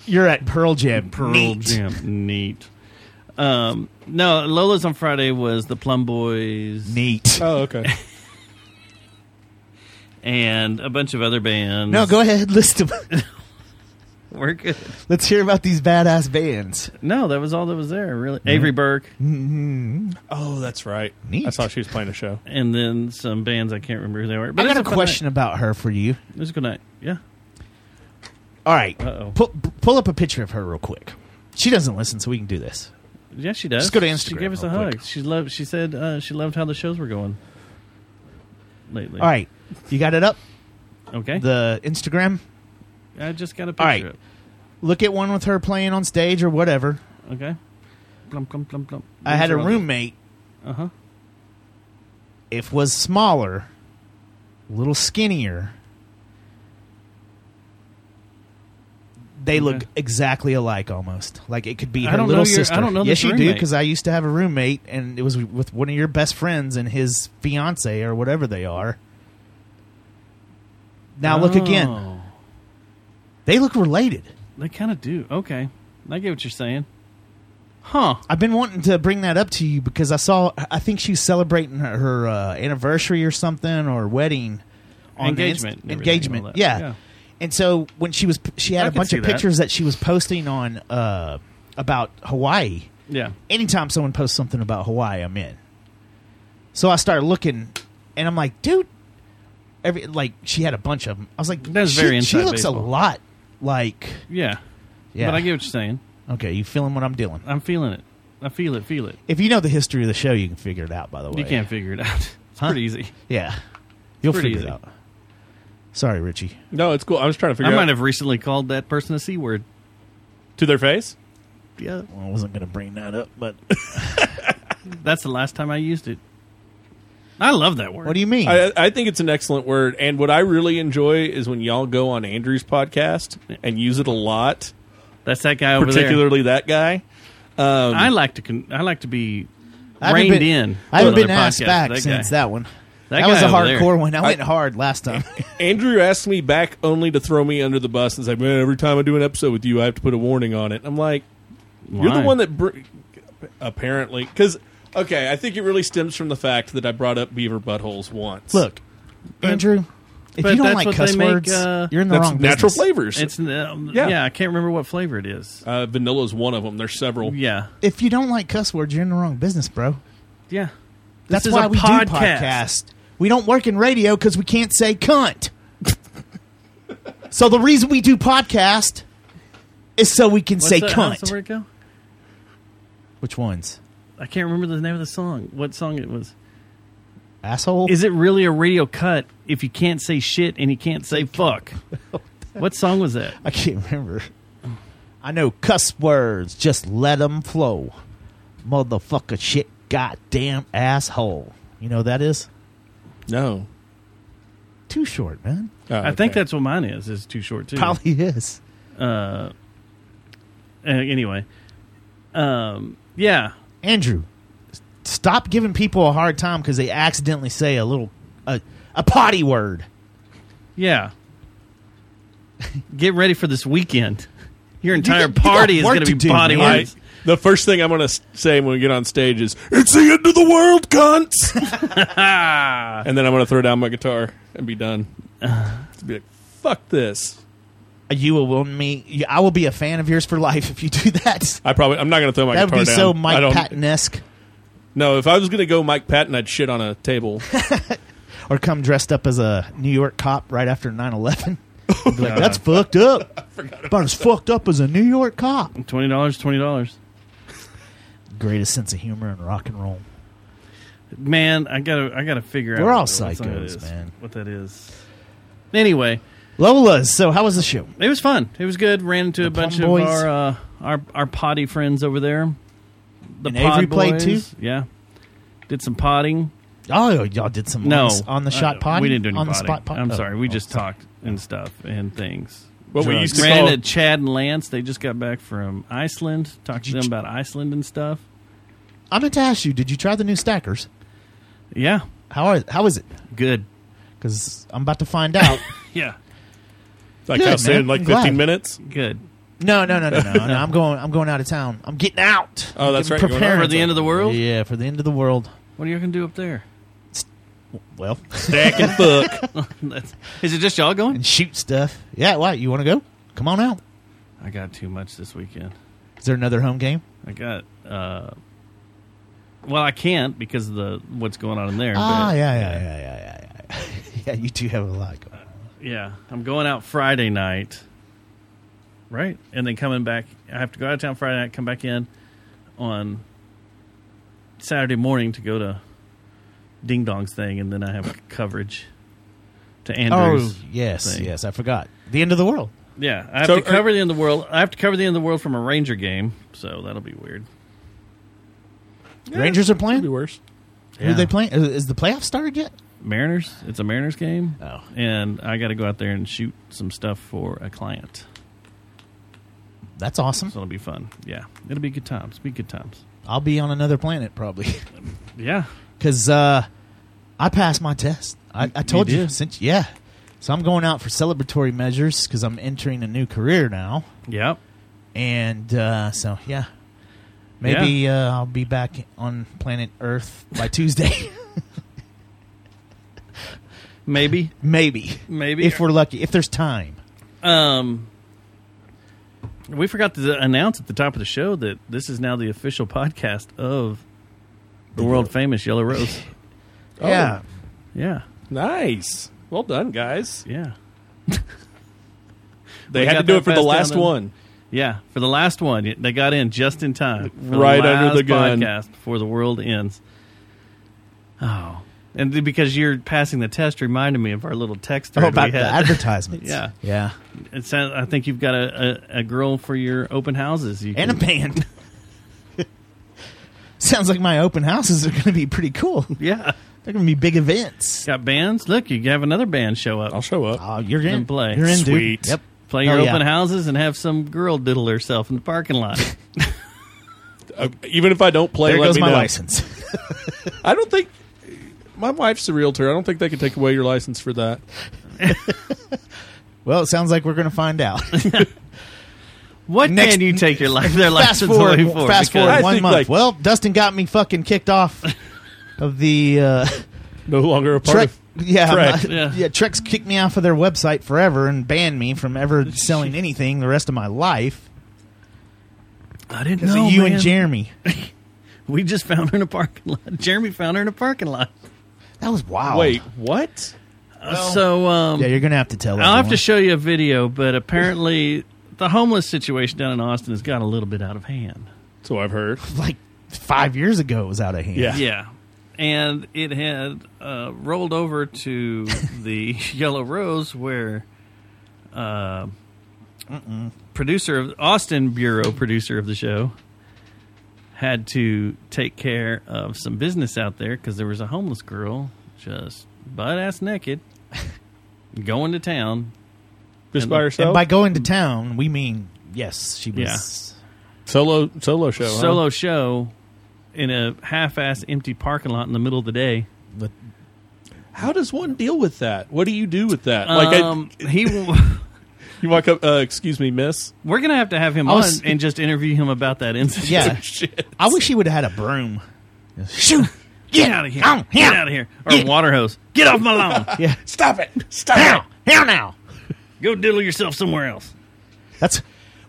You're at Pearl Jam. Pearl neat. Jam. Neat. Um, no, Lola's on Friday was the Plum Boys Neat. Oh okay. and a bunch of other bands. no, go ahead, list them. We're good. Let's hear about these badass bands. No, that was all that was there, really. Avery Burke oh, that's right. Neat. I saw she was playing a show. and then some bands I can't remember who they were. But I it's got a fun question about her for you. night. It was a good night. Yeah. All right, Uh-oh. pull, pull up a picture of her real quick. She doesn't listen, so we can do this. Yeah, she does. Just go to She Instagram gave us a real hug. quick. She loved she said uh, she loved how the shows were going lately. All right, you got it up Okay. the Instagram. I just got a picture All right. of it. Look at one with her playing on stage or whatever. Okay. Plum, plum, plum, plum. I had a roommate. Uh huh. If was smaller, a little skinnier. They look Okay. exactly alike, almost. Like it could be I her don't little know your- I sister. don't know yes, this you do, roommate. because I used to have a roommate, and it was with one of your best friends and his fiance or whatever they are. Now look again. Oh. They look related. They kind of do. Okay. I get what you're saying. Huh. I've been wanting to bring that up to you because I saw. I think she's celebrating her, her uh, anniversary or something or wedding the Inst- Engagement and everything, all engagement, that. yeah. Yeah. And so when she was, she had I a can bunch see of that. pictures that. she was posting on uh, about Hawaii. Yeah. Anytime someone posts something about Hawaii, I'm in. So I started looking, and I'm like, dude, every like she had a bunch of them. I was like, That's she, very she inside looks a baseball. lot like. Yeah. Yeah. But I get what you're saying. okay, you feeling what I'm dealing? I'm feeling it. I feel it. Feel it. If you know the history of the show, you can figure it out. By the way, You can't figure it out. It's Huh? pretty easy. Yeah. You'll Pretty figure easy. it out. Sorry, Richie. No, it's cool. I was trying to I figure might out have recently called that person a c word. to their face. Yeah, Well, I wasn't going to bring that up, but that's the last time I used it. I love that word. what do you mean? I, I think it's an excellent word. And what I really enjoy is when y'all go on Andrew's podcast and use it a lot, That's that guy over there. particularly that guy. I like to. Con- I like to be I haven't reined been, in. I haven't with been other asked podcasts. back That since guy. that one. That That, was guy a over there. hardcore one. I went hard last time. Andrew asked me back only to throw me under the bus and say, "Man, every time I do an episode with you, I have to put a warning on it." I'm like, "You're Why? the one that br- apparently because." Okay, I think it really stems from the fact that I brought up beaver buttholes once. Look, Andrew, if but you don't that's like what cuss they make, words, uh, you're in the that's wrong natural business. flavors. It's um, yeah. Yeah. I can't remember what flavor it is. uh, vanilla is one of them. There's several. Yeah, If you don't like cuss words, you're in the wrong business, bro. yeah. That's is why a we podcast. do podcast. We don't work in radio because we can't say cunt. so the reason we do podcast is so we can What's say that- how's the cunt. word go? Which ones? I can't remember the name of the song. What song it was? Asshole. Is it really a radio cut if you can't say shit and you can't say fuck? what song was that? I can't remember. I know cuss words. Just let them flow. Motherfucker, shit, goddamn asshole. You know what that is No, too short, man. Oh, I think okay. that's what mine is. Is too short too. Probably is. Uh, anyway, um, yeah. Andrew, s- stop giving people a hard time because they accidentally say a little a, a potty word. Yeah. Get ready for this weekend. Your entire got- you got party is work going to to be do, body man. words. The first thing I'm going to say when we get on stage is, "It's the end of the world, cunts," and then I'm going to throw down my guitar and be done. Just be like, "Fuck this." You will own me. you- I will be a fan of yours for life if you do that. I probably I'm not going to throw my That would guitar be down. so I Mike don't- Patton esque. No, if I was going to go Mike Patton, I'd shit on a table. Or come dressed up as a New York cop right after 9 11. like, that's fucked up. But as fucked up as a New York cop. Twenty dollars, twenty dollars. Greatest sense of humor in rock and roll. Man, I gotta, I gotta figure out. We're all what song that psychos, is, man. What that is. Anyway, Lola's. So, how was the show? it was fun. It was good. Ran into a Plum bunch of Boys. our, uh, our our potty friends over there. The And pod Avery played too? boys. Yeah, did some potting. Oh, y'all did some No, on the, on the shot Uh, pod. We didn't do any on the potting. spot pod. I'm Oh, sorry, we oh, just sorry. talked and stuff and things. What we Drugs. used to ran call- into Chad and Lance. They just got back from Iceland. Talked to them about Iceland and stuff. I meant to ask you. Did you try the new stackers? Yeah, How are how is it? good. Because I'm about to find out. Yeah, like Good, I man. said, in like I'm 15 glad. minutes. good. no, no, no, no, no, no. I'm going. I'm going out of town. I'm getting out. Oh, I'm that's right, getting you're going prepared. out. For the end of the world? Yeah, for the end of the world. What are you gonna do up there? Well, Stack and fuck. That's- Is it just y'all going? and shoot stuff. Yeah. Why? You want to go? Come on out. I got too much this weekend. Is there another home game? I got. uh Well, I can't because of the what's going on in there. Ah, but, yeah, yeah, yeah, yeah, yeah, yeah. yeah, you do have a lot. Going on. yeah. I'm going out Friday night, right, and then coming back. I have to go out of town Friday night, come back in on Saturday morning to go to Ding Dong's thing, and then I have coverage to Andrews. Oh, yes, uh, thing. yes. I forgot. The end of the world. Yeah, I have So, to cover the end of the world. I have to cover the end of the world from a Ranger game, so that'll be weird. Rangers are Could playing. be worse. Who are they playing? Is, is the playoff started yet? Mariners. It's a Mariners game. Oh. And I got to go out there and shoot some stuff for a client. That's awesome. So it'll be fun. Yeah. It'll be good times. Be good times. I'll be on another planet probably. Yeah. because uh, I passed my test. I, I told you, did? since yeah. So I'm going out for celebratory measures because I'm entering a new career now, Yep. and uh, so yeah, maybe Uh, I'll be back on planet Earth by Tuesday. Maybe. maybe, Maybe. if we're lucky, if there's time. Um, we forgot to announce at the top of the show that this is now the official podcast of the world famous Yellow Rose. Oh, Yeah, Yeah. Nice. Well done, guys. Yeah. They We had to got do that it for the fast last down in- one. Yeah, for the last one, they got in just in time. For Right the under last the gun. Podcast before the world ends. Oh, And th- because you're passing the test reminded me of our little text Oh, thread about we the had. advertisements. Yeah. yeah, It sounds, I think you've got a, a, a girl for your open houses. You and a can- band. Sounds like my open houses are going to be pretty cool. yeah, They're going to be big events. got bands. Look, you have another band show up. I'll show up. Oh, you're in. And play. You're in, dude. Sweet. Yep. Play your Hell yeah. open houses and have some girl diddle herself in the parking lot. Uh, even if I don't play, There let goes me my know. license. I don't think my wife's a realtor. I don't think they can take away your license for that. well, it sounds like we're going to find out. what Next- can you take your life their fast license forward, away for? Because- fast forward I one think, month. like- well, Dustin got me fucking kicked off of the uh, No longer a part Trek. of. Yeah, Trek. my- Yeah. yeah. Trex kicked me off of their website forever and banned me from ever selling anything the rest of my life. I didn't Because know of you man. and Jeremy. We just found her in a parking lot. Jeremy found her in a parking lot. That was wild. Wait, what? so um, Yeah, you're gonna have to tell. I'll have everyone. to show you a video, but apparently the homeless situation down in Austin has got a little bit out of hand. So I've heard. like five years ago. It was out of hand. Yeah. Yeah. And it had uh, rolled over to the Yellow Rose where uh, producer of Austin Bureau producer of the show had to take care of some business out there because there was a homeless girl just butt ass naked going to town. Just And- by And herself. by going to town, we mean yes, she was. solo solo show. huh? solo show in a half-ass empty parking lot in the middle of the day. But How does one deal with that? What do you do with that? Like, um, he, I, you walk up. Uh, excuse me, miss. we're gonna have to have him I was- on and just interview him about that incident. yeah, I wish he would have had a broom. Shoot! get out of here! Come Get here. out of here! Or a water hose. Get off my lawn! Yeah, Stop it! Stop now, here now. Go diddle yourself somewhere else. That's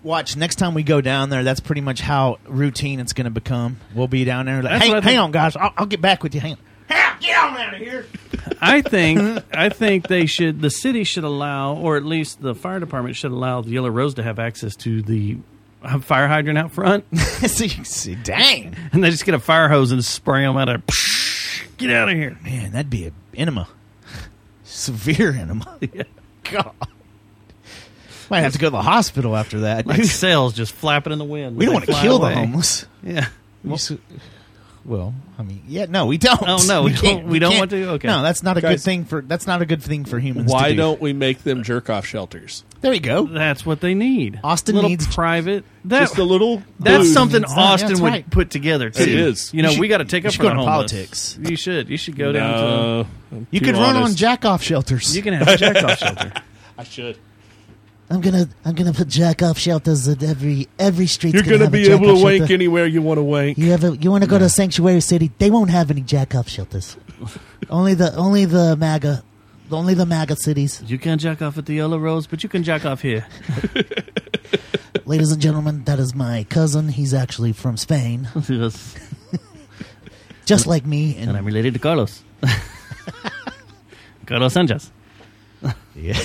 watch. Next time we go down there, that's pretty much how routine it's going to become. We'll be down there. Like, That's hey, what I hang think- on, guys. I'll, I'll get back with you. Hang on. I think I think they should. The city should allow, or at least the fire department should allow the Yellow Rose to have access to the uh, fire hydrant out front, see, see, dang, and they just get a fire hose and spray them out of. Get out of here! man, that'd be an enema, severe enema. God, might have to go to the hospital after that. Like sails just flapping in the wind. we don't want to kill the homeless. Yeah. You s- well, I mean, yeah, no, we don't. Oh, no, we don't- can't- we don't can't- want to? Okay. no, that's not a good Guys. thing for. That's not a good thing for humans. to Why do. don't we make them jerk off shelters? There we go. That's what they need. Austin little needs- private. That, Just a little. that's booth. something It's not- yeah, Austin that's would right. put together. Too. It is. You know, You should- we got to take you up should for go the into homeless. politics. You should. You should go down to. No, I'm You too could run on honest. jack off shelters. You can have a jack off shelter. I should. I'm gonna I'm gonna put jack off shelters at every every street. You're gonna be able to wank anywhere you want to wank. You ever you want to go to Sanctuary City? They won't have any jack off shelters. only the only the MAGA, only the MAGA cities. You can jack off at the Yellow Rose, but you can jack off here. Ladies and gentlemen, that is my cousin. He's actually from Spain, yes. just like me. And And I'm related to Carlos. Carlos Sanchez. Yeah.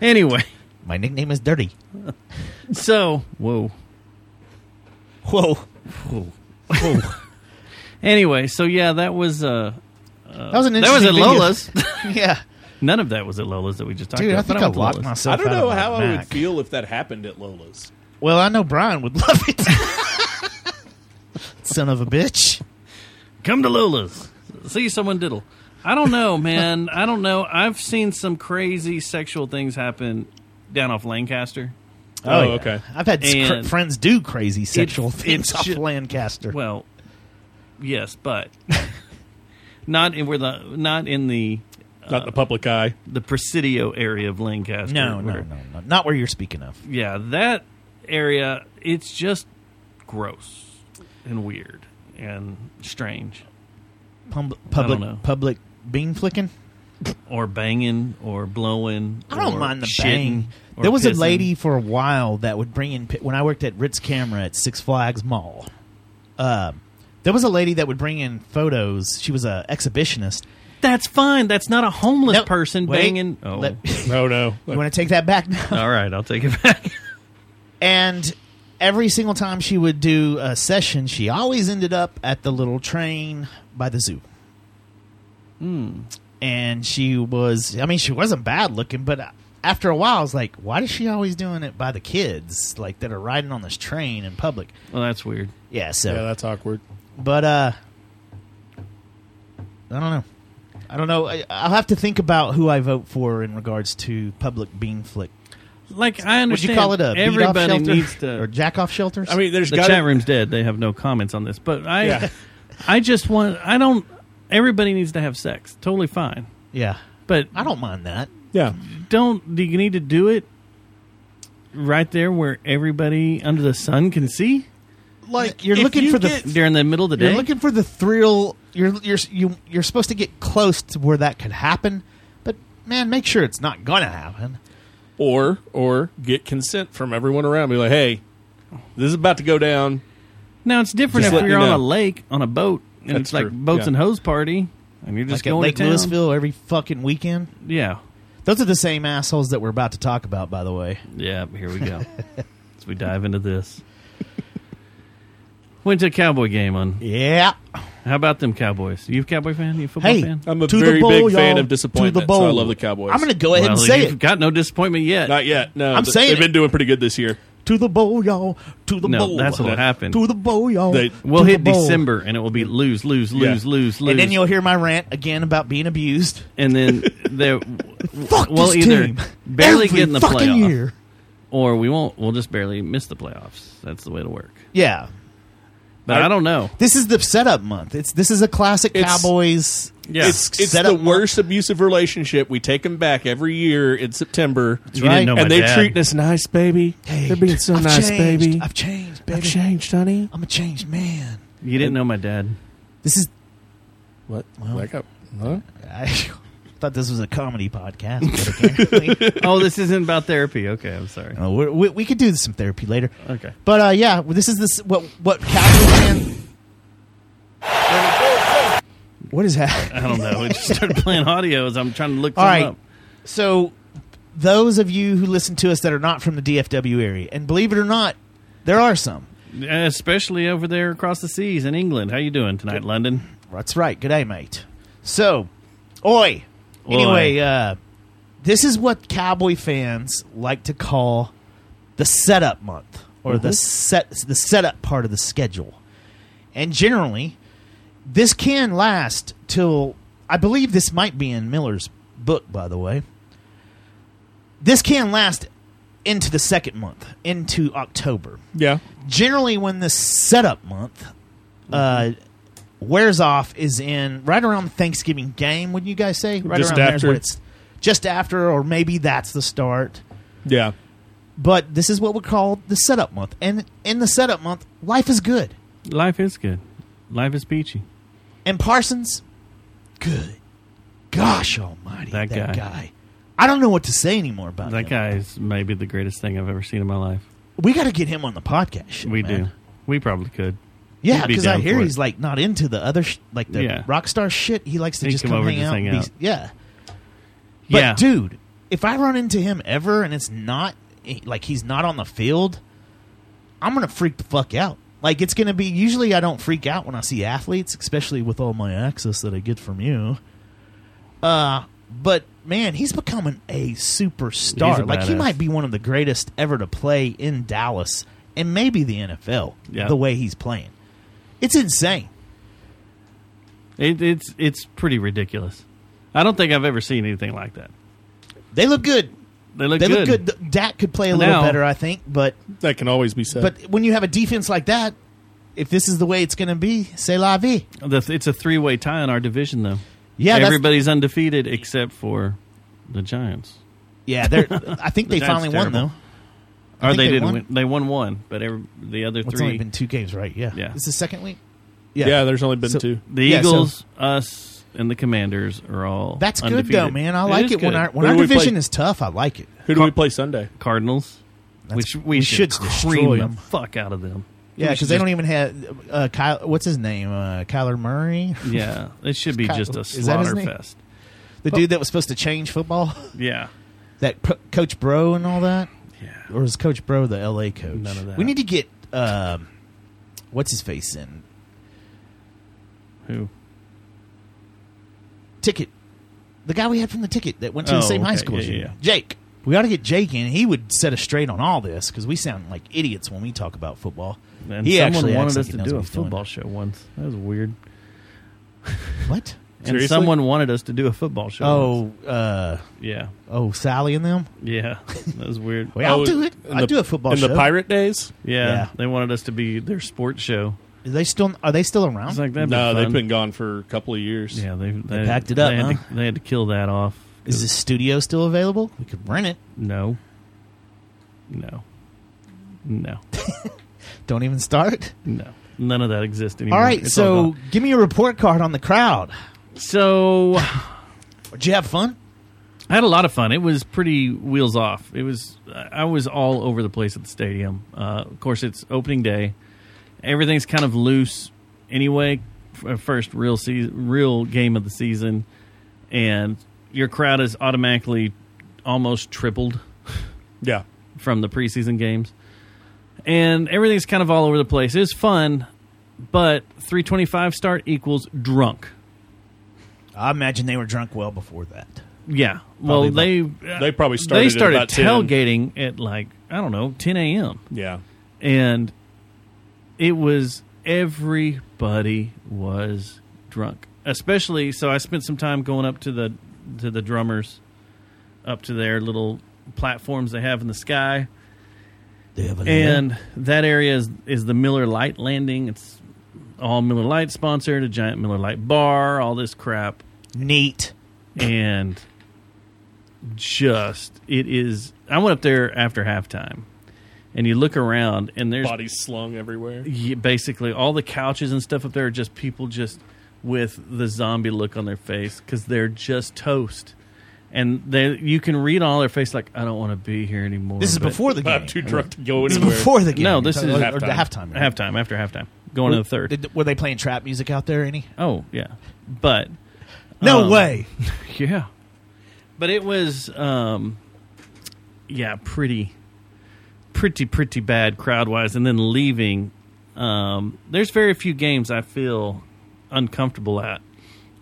Anyway, My nickname is Dirty. so whoa. Whoa. Anyway, so yeah, that was uh, That was an that was interesting at video. Lola's. yeah. None of that was at Lola's that we just talked Dude, about. I but think I went to locked Lola's. myself I don't out know of my how I would Mac. feel if that happened at Lola's. Well, I know Brian would love it. Son of a bitch. Come to Lula's. See someone diddle. I don't know, man. I don't know. I've seen some crazy sexual things happen down off Lancaster. Oh, yeah. okay. I've had s- cr- And- friends do crazy sexual it things off should- Lancaster. Well, yes, but not in where the not in the Not in the public eye. the Presidio area of Lancaster. no, no, where- no, no. Not where you're speaking of. Yeah, that area. It's just gross and weird and strange, Pub- know. public, public bean flicking. or banging, or blowing. I don't or mind the shitting, bang. or There was a pissing. lady for a while that would bring in pi- when I worked at Ritz Camera at Six Flags Mall. Uh, there was a lady that would bring in photos. She was a exhibitionist. That's fine. That's not a homeless Nope. person Wait. banging. Oh, Let- No, no. you want to take that back now? all right. I'll take it back. And every single time she would do a session, she always ended up at the little train by the zoo. Hmm. and she was i mean she wasn't bad looking but after a while i was like why is she always doing it by the kids like that are riding on this train in public Well, that's weird. yeah so Yeah, that's awkward. but uh i don't know i don't know I, i'll have to think about who i vote for in regards to public bean flick Like I understand. would you call it a beat off everybody shelter needs to or jack off shelters I mean, there's the got chat room's dead. They have no comments on this, but I, Yeah. I just want. I don't. Everybody needs to have sex. Totally fine, yeah but i don't mind that Yeah, don't. Do you need to do it right there where everybody under the sun can see like you're if looking you for the get- during the middle of the You're day? looking for the thrill. You're you're you, you're supposed to get close to where that could happen, but man, make sure it's not gonna happen. or or get consent from everyone around. Be like, hey, this is about to go down. now it's different Just if let you're me on know. a lake on a boat and That's it's like true. boats Yeah. and hose party, and you're just like at going Lake to town. Louisville every fucking weekend. Yeah, Those are the same assholes that we're about to talk about, by the way. Yeah, here we go. As we dive into this. Went to a cowboy game on. Yeah. How about them Cowboys? You a cowboy fan? You a football Hey, fan? I'm a to the very bowl, big fan y'all. of disappointment, To the bowl. so I love the Cowboys. I'm gonna go ahead well, and say you've it. got no disappointment yet. Not yet. No, I'm th- saying they've been it. doing pretty good this year. To the bowl, y'all. To the No, bowl. that's what'll happen. To the bowl, y'all. They- To we'll the hit bowl. December, and it will be lose, lose, Yeah. lose, lose, lose, and then you'll hear my rant again about being abused. and then there, Fuck we'll this either team. barely Every get in the fucking playoff, year. or we won't. We'll just barely miss the playoffs. That's the way to work. Yeah. But I, don't know. This is the setup month. It's this is a classic It's- Cowboys. Yeah, It's, it's Set the up- worst abusive relationship. We take them back every year in September. you didn't know my and they're dad. treating us nice, baby. they're being so I've nice, changed. baby. I've changed, baby. I've changed, honey. I'm a changed man. you didn't know my dad. This is. What? Well- Back up. Huh? I thought this was a comedy podcast. But okay. Oh, this isn't about therapy. Okay, I'm sorry. Uh, we we, we could do some therapy later. Okay. But uh, yeah, well, this is this what what Cowboys fan. What is that? I don't know. It just started playing audio as I'm trying to look All something right. up. So, those of you who listen to us that are not from the DFW area, and believe it or not, there are some. especially over there across the seas in England. How you doing tonight, London? That's right. Good day, mate. So, oi. Anyway, uh, this is what cowboy fans like to call the setup month or the set the setup part of the schedule. And generally, this can last till I believe this might be in Miller's book, by the way. This can last into the second month, into October Yeah. generally when the setup month uh, wears off is in right around the Thanksgiving game. Would you guys say right Just around there is after. when it's just after, or maybe that's the start. Yeah. But this is what we call the setup month, and in the setup month, life is good. Life is good. Life is peachy. And Parsons, good, gosh Almighty, That that, guy. guy. I don't know what to say anymore about That him. guy is maybe the greatest thing I've ever seen in my life. We got to get him on the podcast. show, We man. do. We probably could. Yeah, He'd be because down I hear for it. he's like not into the other, sh- like the Yeah. rock star shit. He likes to He'd just come come, over hang and just out. and hang be- out. yeah, but yeah, dude, if I run into him ever and it's not like he's not on the field, I'm gonna freak the fuck out. Like it's gonna be. Usually, I don't freak out when I see athletes, especially with all my access that I get from you. Uh, but man, he's becoming a superstar. He's a like he badass. might be one of the greatest ever to play in Dallas and maybe the NFL. Yeah. The way he's playing, it's insane. it, it's it's pretty ridiculous. I don't think I've ever seen anything like that. They look good. They look They good. look good. Th- Dak could play a little Now- better, I think, but That can always be uh, said. But when you have a defense like that, if this is the way it's going to be, say la vie. The- It's a three way tie in our division, though. Yeah, that's- everybody's undefeated except for the Giants. Yeah, they're, I think The Giants they finally are won terrible. though. Or I think they, they didn't won. win. They won one, but every, the other It's three. only been two games, right? Yeah, Yeah. It's the second week. yeah. there's only been So- two. The Yeah, so- Eagles, us, and the Commanders are all that's good undefeated. though, man. I like is it, when good. our when Who our do we play? division is tough. I like it. Who do we play Sunday? Cardinals, which we, we should, should cream destroy the 'em. fuck out of them. Yeah, We should because they just- don't even have uh, Kyle. What's his name? Uh, Kyler Murray, Yeah, it should be Kyle- just a is that his slaughter name? fest. the dude that was supposed to change football, Yeah, that pro- Coach Bro and all that, yeah. or is Coach Bro the L.A. coach? None of that. We need to get um, what's his face in Who? ticket, the guy we had from the ticket that went to Oh, the same high okay. school as Yeah, you, yeah, yeah. Jake. We ought to get Jake in. He would set us straight on all this because we sound like idiots when we talk about football. And he someone actually wanted acts us like he to knows do what a he's doing. football show once. That was weird. What? And Seriously? someone wanted us to do a football show. once. Oh, uh, yeah, oh, Sally and them. yeah, that was weird. Well, I'll Oh, do it. in I the- will do a football in show. the pirate days. Yeah, Yeah. they wanted us to be their sports show. Are they still are they still around? It's like that. no, fun. they've been gone for a couple of years. Yeah, they, they, packed it up, They had, huh? to, they had to kill that off. Is the studio still available? We could rent it. No, no, no, Don't even start. no. None of that exists anymore. All right, It's all so gone. give me a report card on the crowd. so Did you have fun? I had a lot of fun. It was pretty wheels off. It was I was all over the place at the stadium. Uh, of course, it's opening day. Everything's kind of loose anyway. f- uh, First real season, real game of the season, and your crowd is automatically almost tripled yeah. from the preseason games. And everything's kind of all over the place. It was fun, but 325 start equals drunk. I imagine they were drunk well before that. Yeah. Well, they uh, They probably started they at started about 10. tailgating at like I don't know 10 a.m. Yeah. and it was everybody was drunk. Especially so, I spent some time going up to the to the drummers, up to their little platforms they have in the sky. They have a and that area is is the Miller Light landing. It's all Miller Light sponsored, a giant Miller Light bar, all this crap, neat. and just it is. I went up there after halftime, and you look around, and there's Bodies slung everywhere. yeah, basically all the couches and stuff up there are just people just with the zombie look on their face because they're just toast. And they, you can read all their face like, I don't want to be here anymore. This is but- before the game. I'm too drunk to go This is anywhere. before the game. No, this You're is talking- or the halftime. halftime. right? halftime, after halftime, going to the third. Did- were they playing trap music out there? Any? Oh yeah, but No Um, way. yeah, but it was um, yeah, pretty, pretty, pretty bad crowd wise. And then leaving, um, there's very few games I feel uncomfortable at,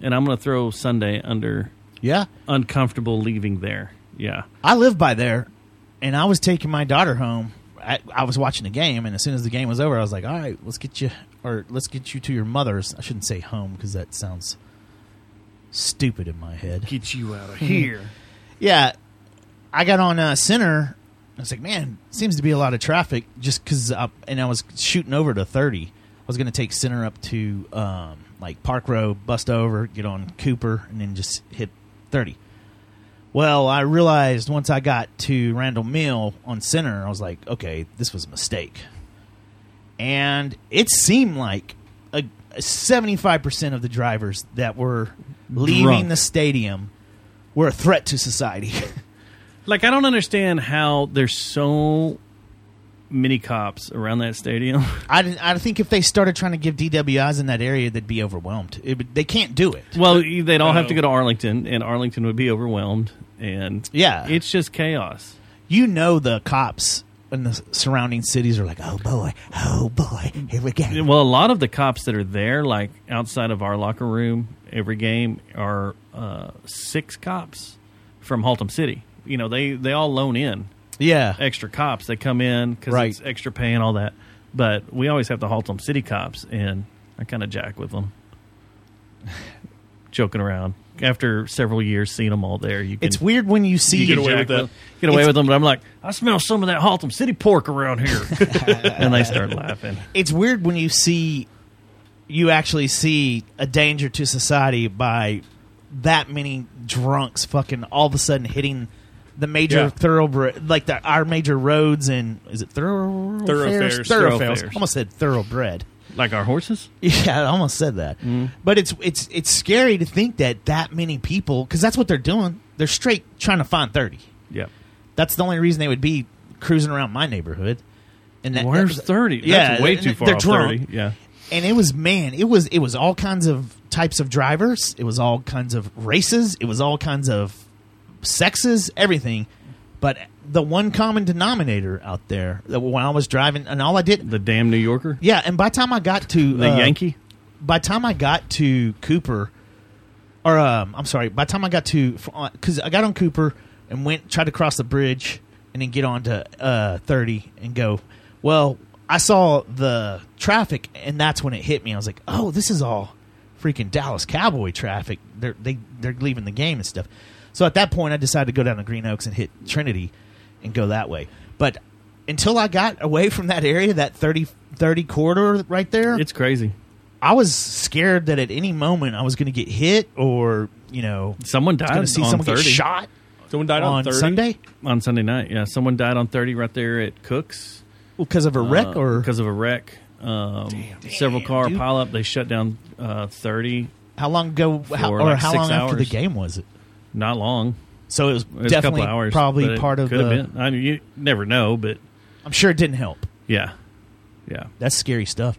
and I'm gonna throw Sunday under Yeah, uncomfortable leaving there. Yeah, I live by there, and I was taking my daughter home. I, I was watching the game, and as soon as the game was over, I was like, "All right, let's get you, or let's get you to your mother's." I shouldn't say home because that sounds stupid in my head. get you out of here. Yeah, I got on uh, center. I was like, man, seems to be a lot of traffic just because. And I was shooting over to thirty. I was going to take center up to um, like Park Road, bust over, get on Cooper, and then just hit thirty. Well, I realized once I got to Randall Mill on center, I was like, okay, this was a mistake. And it seemed like a seventy-five percent of the drivers that were leaving Drunk. the stadium were a threat to society. Like I don't understand how there's so many cops around that stadium. I, didn't- I think if they started trying to give DWIs in that area, they'd be overwhelmed. It, would- they can't do it. Well, you- they'd all have to go to Arlington, and Arlington would be overwhelmed, and Yeah. it's just chaos. You know, the cops in the surrounding cities are like, oh boy, oh boy, here we go. Well, a lot of the cops that are there, like outside of our locker room, every game are uh, six cops from Haltom City. You know, they they all loan in Yeah. extra cops. They come in because Right. it's extra pay and all that. But we always have the Haltom City cops, and I kind of jack with them, joking around. After several years seeing them all there, you can It's weird when you see. get away Jack with that. with- Get away It's- with them. But I'm like, I smell some of that Haltom City pork around here, and they start laughing. It's weird when you see. You actually see a danger to society by that many drunks fucking all of a sudden hitting the major Yeah. thoroughbred, like the, our major roads and is it thoroughfares? Thoroughfares. Thoroughfares. Thoroughfares. Almost said thoroughbred. Like our horses. Yeah, I almost said that. Mm-hmm. But it's it's it's scary to think that that many people because that's what they're doing. They're straight trying to find thirty. Yeah. That's the only reason they would be cruising around my neighborhood. And that, Where's that- thirty? That's Yeah, way they- too far. they're off drunk. Thirty. Yeah. And it was man, it was it was all kinds of types of drivers. It was all kinds of races. It was all kinds of sexes. Everything. But the one common denominator out there that when I was driving and all I did, The damn New Yorker. yeah. And by the time I got to The uh, Yankee. by the time I got to Cooper, or um, I'm sorry. By the time I got to, because I got on Cooper and went tried to cross the bridge and then get on to uh, 30 and go. Well, I saw the traffic and that's when it hit me. I was like, oh, this is all freaking Dallas Cowboy traffic. They're they they're leaving the game and stuff. So at that point, I decided to go down to Green Oaks and hit Trinity and go that way. But until I got away from that area, that 30, 30 corridor right there, It's crazy. I was scared that at any moment I was going to get hit or you know Someone I died was going to see on someone 30. get shot Someone died on, on 30. Sunday on Sunday night. Yeah, someone died on 30 right there at Cook's because of a wreck or because Uh, of a wreck. Um, several car dude. pileup. They shut down uh, 30. how long ago how, For or like how six long after the hours. game was it? Not long. So it was, It was definitely a couple hours. but probably it part of could the. Have been. I mean, you never know, but I'm sure it didn't help. yeah, yeah. That's scary stuff.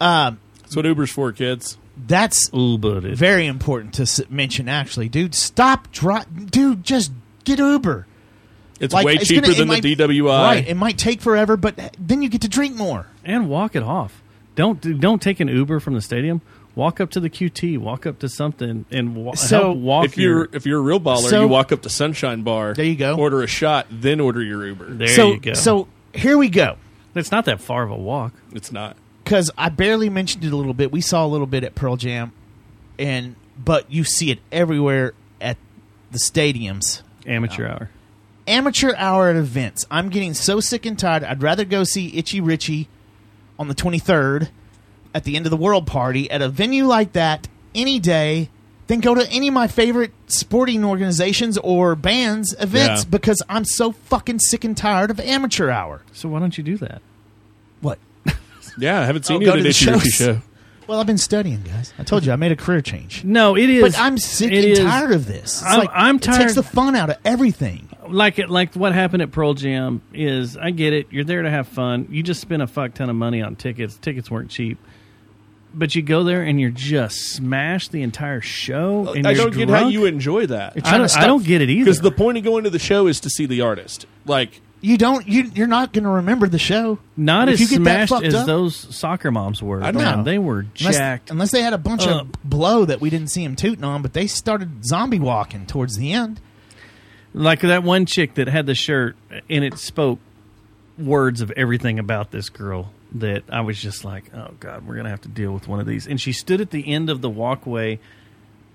Um, That's what Uber's for, kids. that's Ooh, but it, very important to s- mention. Actually, dude, stop. Dri- dude, just get Uber. It's Like, way it's cheaper gonna- it than might- the DWI. Right, it might take forever, but uh, then you get to drink more. and walk it off. Don't do- don't take an Uber from the stadium. Walk up to the QT. Walk up to something and wa- So- help walk if you're your- if you're a real baller, So- you walk up to Sunshine Bar. There you go. Order a shot, then order your Uber. There so, you go. so here we go. it's not that far of a walk. It's not. because I barely mentioned it a little bit. We saw a little bit at Pearl Jam, and but you see it everywhere at the stadiums. Amateur hour. Amateur hour at events. I'm getting so sick and tired. I'd rather go see Itchy Richie on the 23rd at the end of the world party at a venue like that any day than go to any of my favorite sporting organizations or bands events Yeah. because I'm so fucking sick and tired of amateur hour. So why don't you do that? What? Yeah, I haven't seen Oh, you go at to an the Itchy Ricky shows. show. Well, I've been studying, guys. I told you I made a career change. No, it is. But I'm sick it and is- tired of this. It's I'm- like, I'm It tired- takes the fun out of everything. like it like what happened at Pearl Jam is I get it. You're there to have fun. You just spent a fuck ton of money on tickets. Tickets weren't cheap. But you go there and you're just smashed the entire show. And Uh, I you're don't get how drunk. you enjoy that. trying I, to don't- I stop- don't get it either. Because the point of going to the show is to see the artist. Like, You don't. You you're not going to remember the show. not If as you get smashed that fucked as up- those soccer moms were. I don't man. know. They were Unless, jacked. Uh, unless they had a bunch up. of blow that we didn't see him tooting on, but they started zombie walking towards the end. like that one chick that had the shirt and it spoke words of everything about this girl that I was just like, oh god, we're gonna have to deal with one of these. And she stood at the end of the walkway,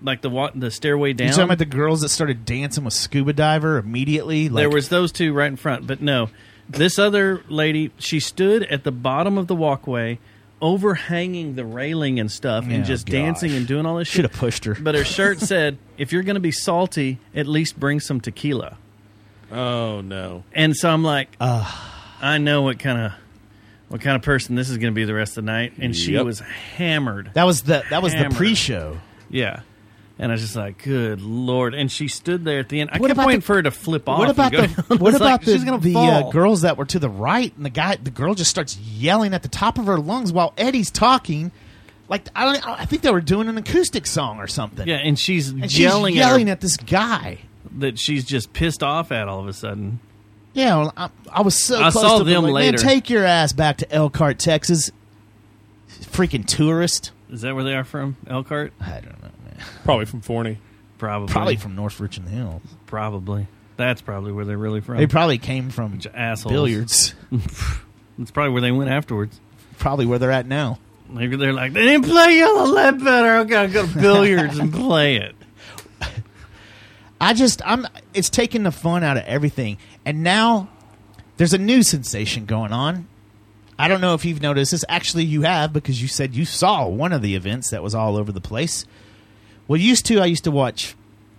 like the wa- the stairway down. You talking about the girls that started dancing with scuba diver immediately? Like, there was those two right in front, but no, this other lady, she stood at the bottom of the walkway. Overhanging the railing and stuff, Yeah, and just Oh, gosh. dancing and doing all this shit. Shoulda pushed her. But her shirt said, "If you're going to be salty, at least bring some tequila." oh no, And so I'm like, I know what kind of what kind of person this is going to be the rest of the night. And she Yep. was hammered. that was the that was Hammered. the pre-show. yeah. And I was just like, good lord! And she stood there at the end. I What kept about waiting the- for her to flip off. What and about go the down. what It's like, about the, she's gonna the fall. uh, girls that were to the right and the guy the girl just starts yelling at the top of her lungs while Eddie's talking, like I don't I think they were doing an acoustic song or something. Yeah, and she's and she's yelling, at, yelling, her at this guy. that she's just pissed off at all of a sudden. Yeah, well, I, I was so I close saw to being them like, later. Man, take your ass back to Elkhart, Texas. Freaking tourist. Is that where they are from? Elkhart, I don't know, man. probably from Forney. probably, Probably from North Virginia Hills. probably. That's probably where they're really from. They probably came from assholes. billiards. It's probably where they went afterwards. Probably where they're at now. Maybe they're like, they didn't play Yellow Lead better. I gotta go to billiards and play it. I just I'm it's taking the fun out of everything. And now there's a new sensation going on. I don't know if you've noticed this. Actually, you have because you said you saw one of the events that was all over the place. Well, used to I used to watch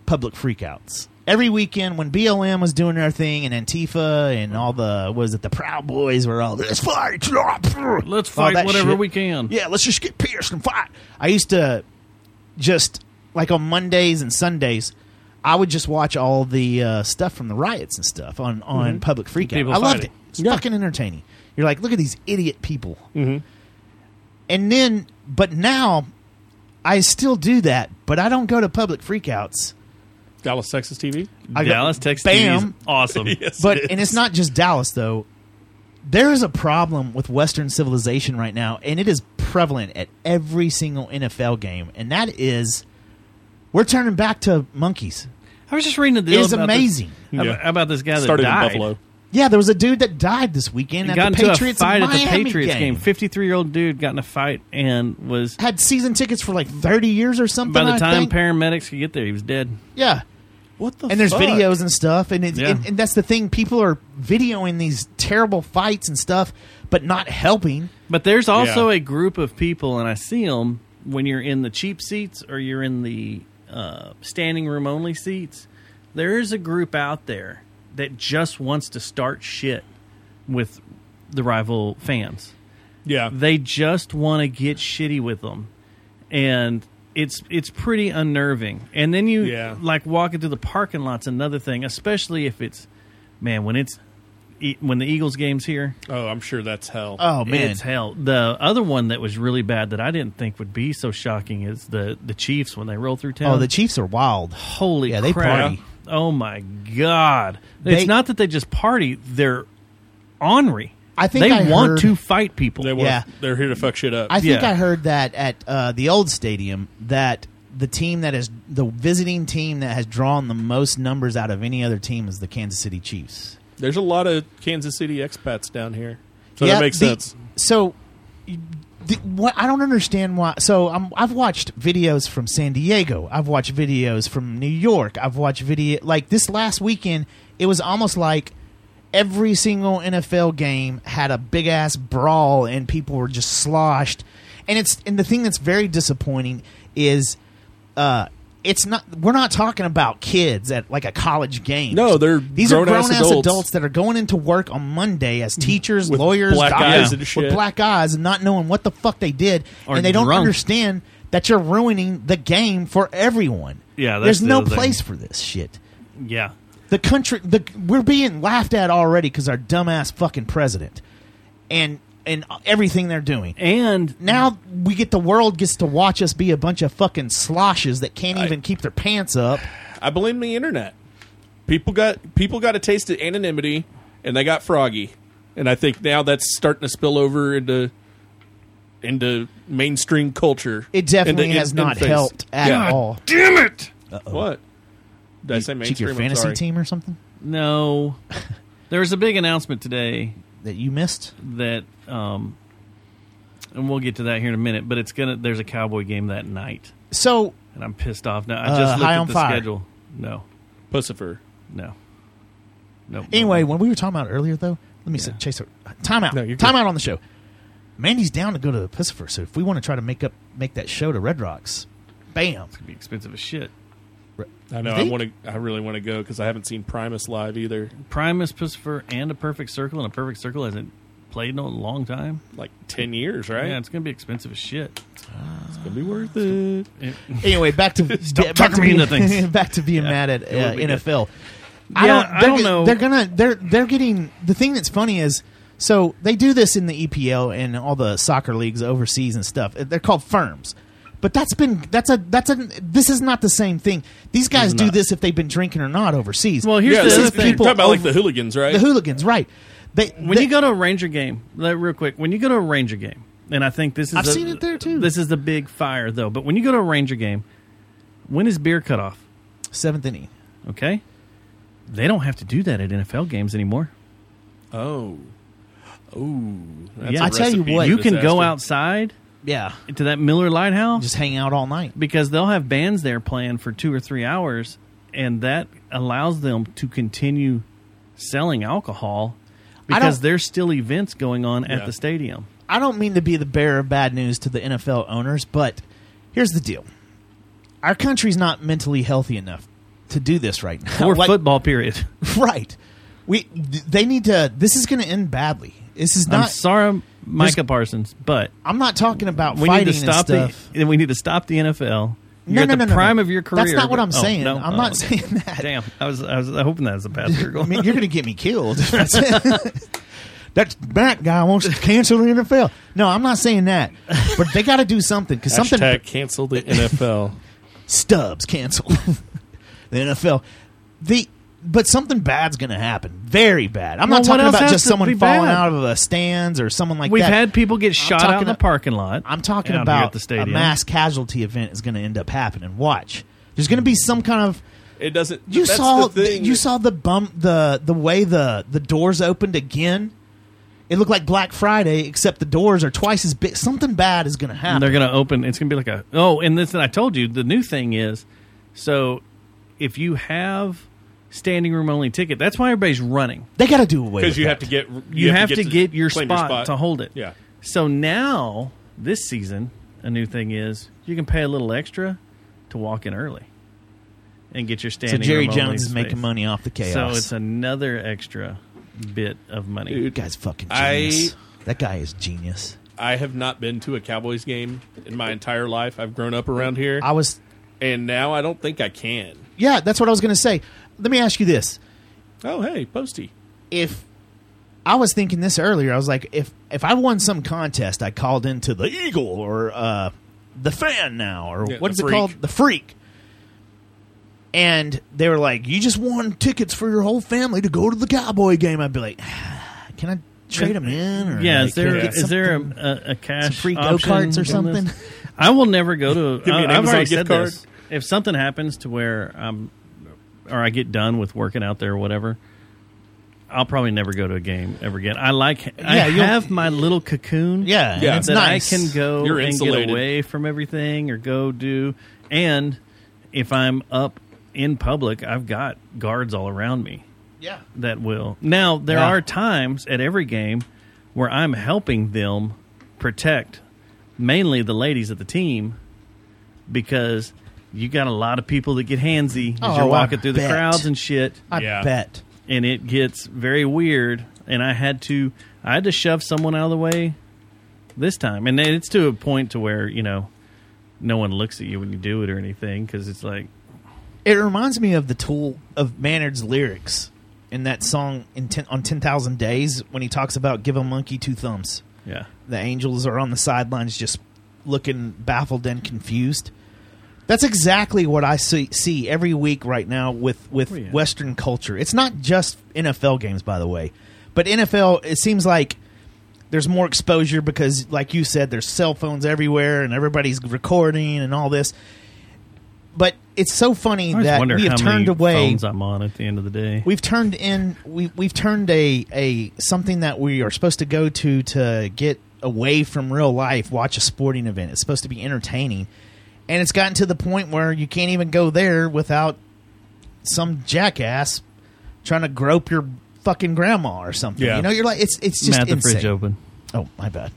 public freakouts. Every weekend when BLM was doing their thing and Antifa and all the what was it the Proud Boys were all let's fight, Let's All fight that whatever shit. we can. Yeah, let's just get pierced and fight. I used to just like on Mondays and Sundays, I would just watch all the uh, stuff from the riots and stuff on on public freakout. Mm-hmm. People I loved fighting. it. It's fucking entertaining. You're like, look at these idiot people. Mm-hmm. And then, but now, I still do that, but I don't go to public freakouts. Dallas, Texas TV. I go- Dallas, Texas. Bam. TV's awesome. But and it's not just Dallas though. There is a problem with Western civilization right now, and it is prevalent at every single NFL game, and that is We're turning back to monkeys. I was just reading the deal It is about this- amazing. ab- Yeah. about this guy that Started died. in Buffalo. Yeah, there was a dude that died this weekend He at got the into Patriots a fight and at the Miami Patriots game. game. Fifty-three-year-old dude got in a fight and was. Had season tickets for like thirty years or something. By I the time think. paramedics could get there, he was dead. yeah, What the? and there's fuck? videos and stuff, and, it's, Yeah. and and that's the thing. People are videoing these terrible fights and stuff, but not helping. But there's also Yeah. a group of people, and I see them when you're in the cheap seats or you're in the uh, standing room only seats. There is a group out there that just wants to start shit with the rival fans. Yeah. They just want to get shitty with them, and it's it's pretty unnerving. And then you Yeah. like walking through the parking lot's another thing, especially if it's man when it's e- when the Eagles game's here. Oh, I'm sure that's hell. Oh man, It's hell. The other one that was really bad that I didn't think would be so shocking is the the Chiefs when they roll through town. oh the Chiefs are wild. holy Yeah, they crap. party. Oh my god. They- it's not that they just party, they're ornery. I think they I want heard- to fight people. they want. yeah. They're here to fuck shit up. I think Yeah. I heard that at uh, the old stadium that the team that is the visiting team that has drawn the most numbers out of any other team is the Kansas City Chiefs. there's a lot of Kansas City expats down here, so Yeah, that makes the- sense. So, you- the, what I don't understand why. So I'm, I've watched videos from San Diego. I've watched videos from New York. I've watched video like this last weekend. It was almost like every single NFL game had a big ass brawl and people were just sloshed. And it's and the thing that's very disappointing is. Uh, it's not. We're not talking about kids at like a college game. No, they're these are grown-ass grown ass adults. adults that are going into work on Monday as teachers, With lawyers, black doctors, eyes and with shit. black eyes and not knowing what the fuck they did, Or and they don't drunk. understand that you're ruining the game for everyone. Yeah, that's there's the no other thing. place for this shit. yeah. The country, the we're being laughed at already because our dumbass fucking president, and and everything they're doing. And now we get the world gets to watch us be a bunch of fucking sloshes that can't I- even keep their pants up. I blame the internet. People got people got a taste of anonymity, and they got froggy, and I think now that's starting to spill over into into mainstream culture. It definitely Into- has in- not in face. helped at Yeah. all. Damn it! What? Did I say Check mainstream? your I'm fantasy sorry. team or something no there was a big announcement today that you missed. that um and we'll get to that here in a minute, but it's gonna there's a cowboy game that night. So And I'm pissed off now. I Uh, just looked High at on the Fire. schedule. No. Pussifer. No. No. Anyway, when we were talking about it earlier, though, let me Yeah. s chase uh, a timeout. No, you're good. timeout on the show. Mandy's down to go to the Pacific, so if we want to try to make up make that show to Red Rocks, bam. it'd be expensive as shit. I know. I They- want to. I really want to go because I haven't seen Primus live either. Primus, Pussifer, and a Perfect Circle, and a Perfect Circle hasn't played in a long time. Like ten years, right? Yeah, it's gonna be expensive as shit. it's gonna be worth it. Anyway, back to back talking to me being, into things. back to being mad at uh, it would be good. NFL. Yeah, they're I don't ge- know. They're gonna they're they're getting the thing that's funny is so they do this in the EPL and all the soccer leagues overseas and stuff. Uh, They're called firms. But that's been that's a that's a this is not the same thing. These guys do not. this if they've been drinking or not overseas. Well, here's yeah, the this other is- thing. You're talking about like over- the hooligans, right? the hooligans, right? They When they- you go to a Ranger game, like, real quick, when you go to a Ranger game, and I think this is I've the- seen it there, too. This is the big fire though. But when you go to a Ranger game, when is beer cut off? seventh inning, Okay, they don't have to do that at NFL games anymore. oh, oh. that's Yeah. a I tell you recipe what- for you can go disaster. outside yeah, to that Miller Lighthouse. just hang out all night. because they'll have bands there playing for two or three hours, and that allows them to continue selling alcohol I because don't- there's still events going on Yeah. at the stadium. I don't mean to be the bearer of bad news to the NFL owners, but here's the deal: our country's not mentally healthy enough to do this right now. Or Like- football period. right? We th- they need to. This is going to end badly. This is I'm not. sorry, Micah Parsons, but I'm not talking about we need fighting to stop and the stuff. and we need to stop the NFL. You're no, at no, the no, no, prime no. of your career. That's not what but- I'm oh, saying. no, I'm oh, not okay. saying that. Damn, I was I was hoping that was a bad circle. I mean, you're going to get me killed. That that guy wants to cancel the NFL. No, I'm not saying that, but they got to do something because something Hashtag cancel the NFL. Stubbs canceled the NFL. The but something bad's going to happen, very bad. I'm Well, not what talking else about has just to someone be falling bad? out of a stands or someone like We've that. had people get shot out talking in the a- parking lot. I'm out talking here about at the stadium. a mass casualty event is going to end up happening. Watch. There's going to Mm. be some kind of It doesn't. you that's saw the thing you that- saw the bump the the way the the doors opened again. It looked like Black Friday, except the doors are twice as big. Something bad is going to happen. And they're going to open. It's going to be like a oh, and this. And I told you the new thing is so if you have standing room only ticket, that's why everybody's running. they got to do away because with you that. have to get you, You, have, to, get, your, spot claim to hold it. Yeah. So now this season, a new thing is you can pay a little extra to walk in early and get your So standing. Jerry room only Jones is space. making money off the chaos. So it's another extra bit of money. Dude. That guy's fucking I- genius. that guy is genius. I have not been to a Cowboys game in my entire life. I've grown up around here, I was and now I don't think I can. yeah, that's what I was going to say. Let me ask you this: Oh, hey, Posty. If I was thinking this earlier, I was like, if if I won some contest, I called into the Eagle or uh, the Fan now, or Yeah, what the is it Freak. called, the Freak, and they were like, "You just won tickets for your whole family to go to the Cowboy game." I'd be like, "Ah, "Can I trade them in?" Or Yeah, like, is can I there get is there a, uh, something?" a, a some cash free go option karts or on this? something? I will never go to. Give me an I, have Amazon already gift said this. If something happens to where I'm, or I get done with working out there or whatever, I'll probably never go to a game ever again. I like. I Yeah, you'll- have my little cocoon. Yeah, and Yeah. it's that nice. I can go You're and insulated. get away from everything or go do. And if I'm up in public, I've got guards all around me Yeah. that will. Now there Yeah. are times at every game where I'm helping them protect mainly the ladies of the team because you got a lot of people that get handsy as Oh, you're I walking through the bet. crowds and shit I Yeah. bet. and it gets very weird and I had to I had to shove someone out of the way this time and it's to a point to where you know no one looks at you when you do it or anything cuz it's like It reminds me of the tool of Maynard's lyrics in that song in ten, on 10,000 Days when he talks about give a monkey two thumbs. yeah The angels are on the sidelines just looking baffled and confused. That's exactly what I see, see every week right now with, with Oh, yeah. Western culture. It's not just NFL games, by the way, but NFL, it seems like there's more exposure because, like you said, there's cell phones everywhere and everybody's recording and all this. But it's so funny I always that wonder we have how turned many away phones I'm on at the end of the day. we've turned in we we've turned a a something that we are supposed to go to to get away from real life watch a sporting event it's supposed to be entertaining and it's gotten to the point where you can't even go there without some jackass trying to grope your fucking grandma or something Yeah. you know you're like it's it's just Matt, the insane. fridge open. oh my bad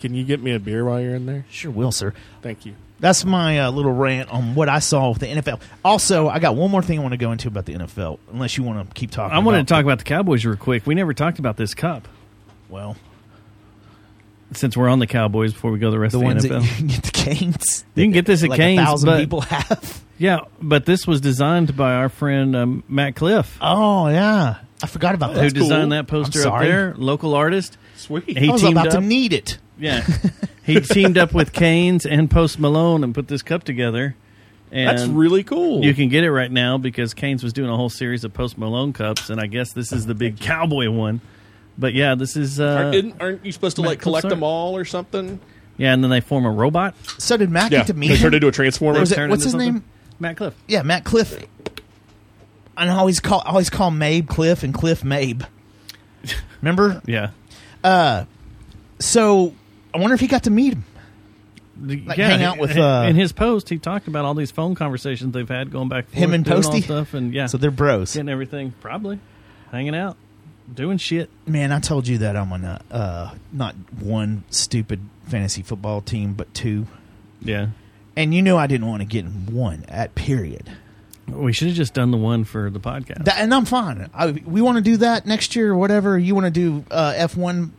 Can you get me a beer while you're in there? sure will sir Thank you. that's my uh, little rant on what I saw with the NFL. Also, I got one more thing I want to go into about the NFL. Unless you want to keep talking, I wanted to about- talk about the Cowboys real quick. We never talked about this cup Well, since we're on the Cowboys before we go to the rest the of the ones NFL. that you can get the canes. You can get this at like Cane's, a thousand but- people have. yeah, but this was designed by our friend um, Matt Cliff, Oh yeah, I forgot about that. who cool. designed that Oh, I'm poster up sorry. there. Local artist. Sweet. He I was teamed about to up. need it. yeah, he teamed up with Canes and Post Malone and put this cup together. And That's really cool. You can get it right now because Canes was doing a whole series of Post Malone cups, and I guess this is the big cowboy one. But yeah, this is Aren't, uh, didn't- aren't you supposed to Matt, like collect I'm them sorry. all or something? yeah, and then they form a robot. So did Matt get to meet they him? turned into a transformer. Was it- Turn what's into his something. name? Matt Cliff. yeah, Matt Cliff. And I always call I always call Mabe Cliff and Cliff Mabe. Remember? Yeah. So I wonder if he got to meet him. Like hang out with, uh, in his post, he talked about all these phone conversations they've had going back. and Him forth, and doing all Posty? stuff, and yeah, So they're bros. getting everything probably hanging out, doing shit. Man, I told you that I'm on a uh, not one stupid fantasy football team, but two. Yeah, And you knew I didn't want to get in one at period. we should have just done the one for the podcast. That, and I'm fine. I, we want to do that next year or whatever. You want to do uh, F1?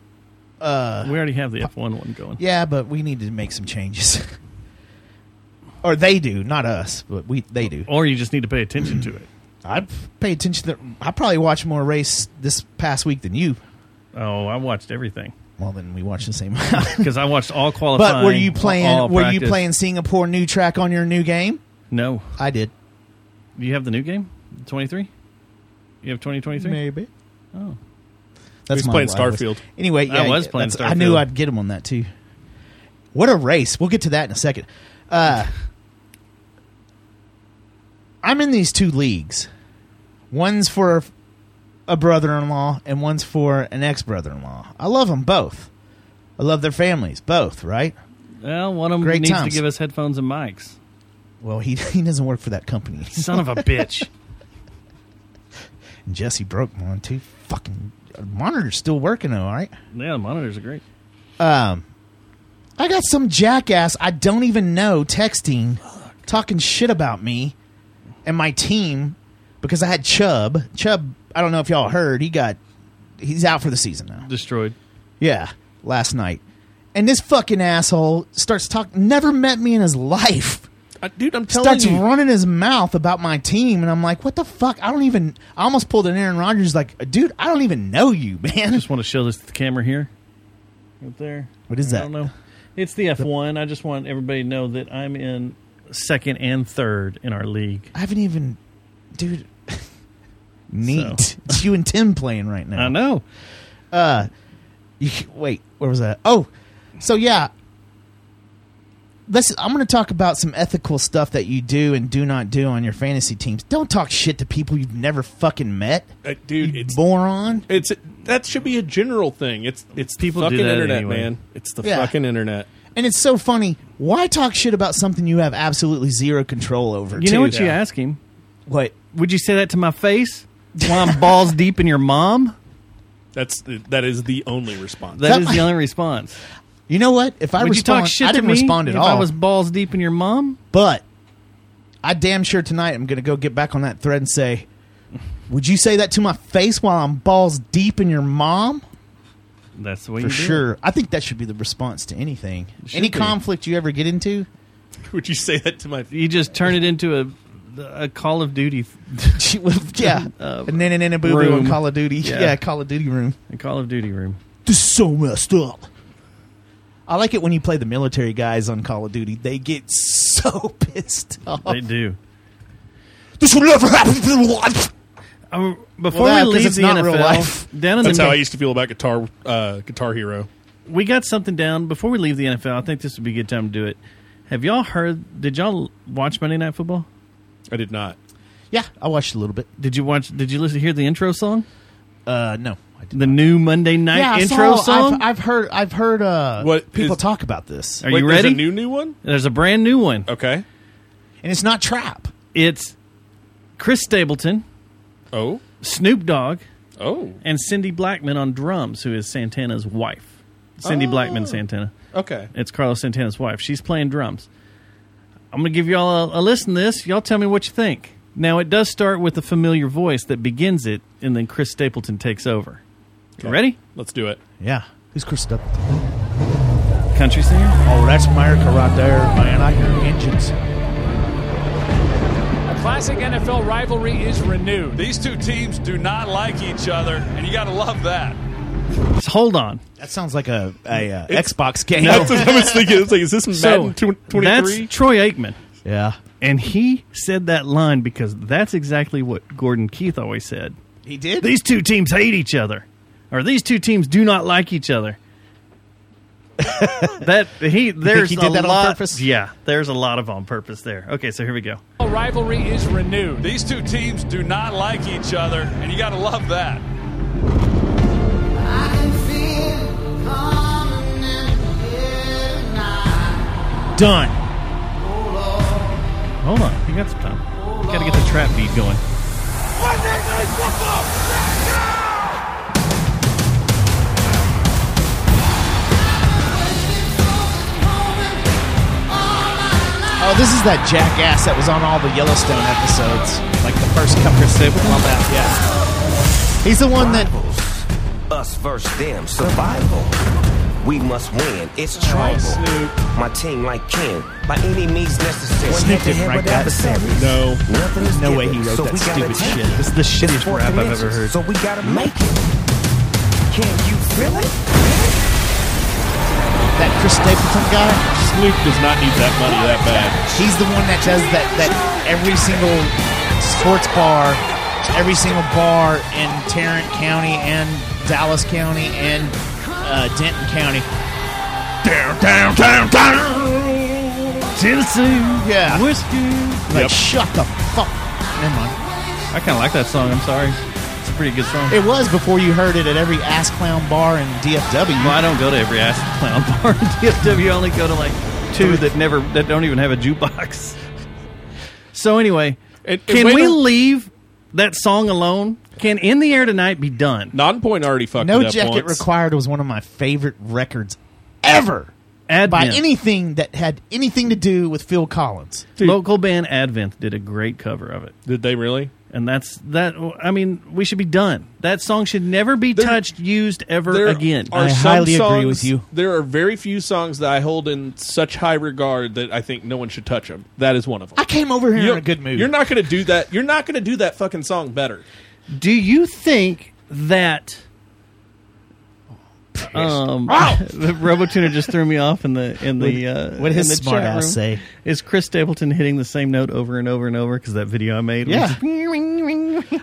we already have the F one one going. Uh, Yeah, but we need to make some changes. or they do, not us, but we they do. Or you just need to pay attention to it. I pay attention. To, I probably watched more race this past week than you. Oh, I watched everything Well, then we watched the same. because I watched all qualifying. but were you all playing? Were you practice. playing Singapore new track on your new game? No, I did. do you have the new game twenty three? You have twenty twenty three. Maybe. Oh, That's He was my playing wild west. Starfield. Anyway, yeah, I was playing that's- I knew Starfield. I'd get him on that too. What a race! We'll get to that in a second. Uh, I'm in these two leagues. One's for a brother-in-law and one's for an ex-brother-in-law. I love them both. I love their families, both, right? Well, one of them Great needs times. to give us headphones and mics. Well, he he doesn't work for that company. Son of a bitch. And Jesse broke one too. Fucking monitor's still working though, all right? Yeah, the monitors are great. Um, I got some jackass I don't even know texting, talking shit about me and my team because I had Chubb. Chubb, I don't know if y'all heard, he got he's out for the season now. Destroyed. Yeah, last night. And this fucking asshole starts talking. Never met me in his life. Uh, dude, I'm telling Starts you. running his mouth about my team, and I'm like, "What the fuck? I don't even." I almost pulled an Aaron Rodgers, like, "Dude, I don't even know you, man." Just want to show this to the camera here. Right there. What is I don't that? know. It's the F1. I just want everybody to know that I'm in second and third in our league. I haven't even, dude. Neat. It's you and Tim playing right now. I know. You- wait, where was that? Oh, so yeah. Let's, I'm going to talk about some ethical stuff that you do and do not do on your fantasy teams. Don't talk shit to people you've never fucking met, Uh, dude, you it's moron. it's that should be a general thing. It's it's People the do fucking that internet, anyway. man. It's the Yeah. fucking internet. And it's so funny. Why talk shit about something you have absolutely zero control over? You too? know what you ask him? What? Would you say that to my face? While I'm balls deep in your mom? That's that is the only response. That That is might- the only response. You know what? If I Would you respond, talk shit I to didn't me respond at if all. I was balls deep in your mom? But I damn sure tonight I'm going to go get back on that thread and say, "Would you say that to my face while I'm balls deep in your mom?" That's the way For you do it. sure. I think that should be the response to anything. should Any be. conflict you ever get into, Would you say that to my You just turn it into a a Call of Duty, she would, yeah. Uh, and then and then a boo boo room. in Call of Duty. Yeah. Yeah. Call of Duty room. a Call of Duty room. This is so messed up. I like it when you play the military guys on Call of Duty. They get so pissed off. They do. This will never happen in life. Uh, before that, 'cause we leave it's the not real life. NFL, down in That's the how I used to feel about guitar uh, Guitar Hero. we got something down before we leave the NFL. I think this would be a good time to do it. Have y'all heard? Did y'all watch Monday Night Football? I did not. Yeah, I watched a little bit. Did you watch? Did you listen hear the intro song? Uh, no, I didn't. The new Monday Night I intro saw- song. I've, I've heard. I've heard uh, What people is- talk about this, Are Wait, you there's ready? A new Oh. new one. There's a brand new one. Okay. and it's not trap. It's Chris Stapleton, Oh. Snoop Dogg, Oh. and Cindy Blackman on drums, who is Santana's wife. Cindy Oh. Blackman Santana. Okay. It's Carlos Santana's wife. She's playing drums. I'm going to give y'all a, a listen to this. Y'all tell me what you think. Now, it does start with a familiar voice that begins it, and then Chris Stapleton takes over. You Ready? Let's do it. Yeah, who's Chris Stapleton? Country singer? Oh, that's America right there, man. I hear engines. Classic NFL rivalry is renewed. These two teams do not like each other, and you got to love that. Just hold on. That sounds like a, a uh, Xbox game. That's what I was thinking. It's like, is this Madden that's 23? Troy Aikman. yeah, And he said that line because that's exactly what Gordon Keith always said. he did. These two teams hate each other, or these two teams do not like each other. that he there's he did a that on lot, purpose? Yeah, there's a lot of on purpose there. Okay, so here we go. Rivalry is renewed. These two teams do not like each other, and you got to love that. Done. Hold on, you got some time. Got to get the trap beat going. Oh, this is that jackass that was on all the Yellowstone episodes, like the first couple. Chris Stapleton. Yeah, he's the one that. Us versus them, survival. We must win. It's tribal. My team like Ken, by any means necessary. Snoop didn't write that. No, nothing is No way he given, wrote so that we gotta stupid take shit. it. This is the It's shittiest four rap I've ever dimensions, heard. So we gotta make it. Can you feel it? That Chris Stapleton guy. Snoop does not need that money that bad. He's the one that does that that every single sports bar, every single bar in Tarrant County and Dallas County and uh, Denton County. Down, down, down, down. Tennessee, Yeah. whiskey. Like, shut the fuck Never mind. I kind of like that song. I'm sorry. It's a pretty good song. It was before you heard it at every ass clown bar in DFW. Well, I don't go to every ass clown bar in DFW. I only go to like two that never that don't even have a jukebox. So anyway, And- and can wait we on- leave that song alone? Can in the air tonight be done? Non-point already fucked No it up Jacket once. Required was one of my favorite records ever by Advent. anything that had anything to do with Phil Collins. Local band Advent did a great cover of it, Did they really? and that's that. I mean, we should be done. That song should never be touched, used ever again. Are I some highly agree with songs- you. There are very few songs that I hold in such high regard that I think no one should touch them. That is one of them. I came over here You're- in a good mood. You're not going to do that. You're not going to do that fucking song better. Do you think that? Um, the RoboTuner just threw me off in the in the uh, what did his in the smart chat ass room. say? Is Chris Stapleton hitting the same note over and over and over? Because that video I made, was- Yeah.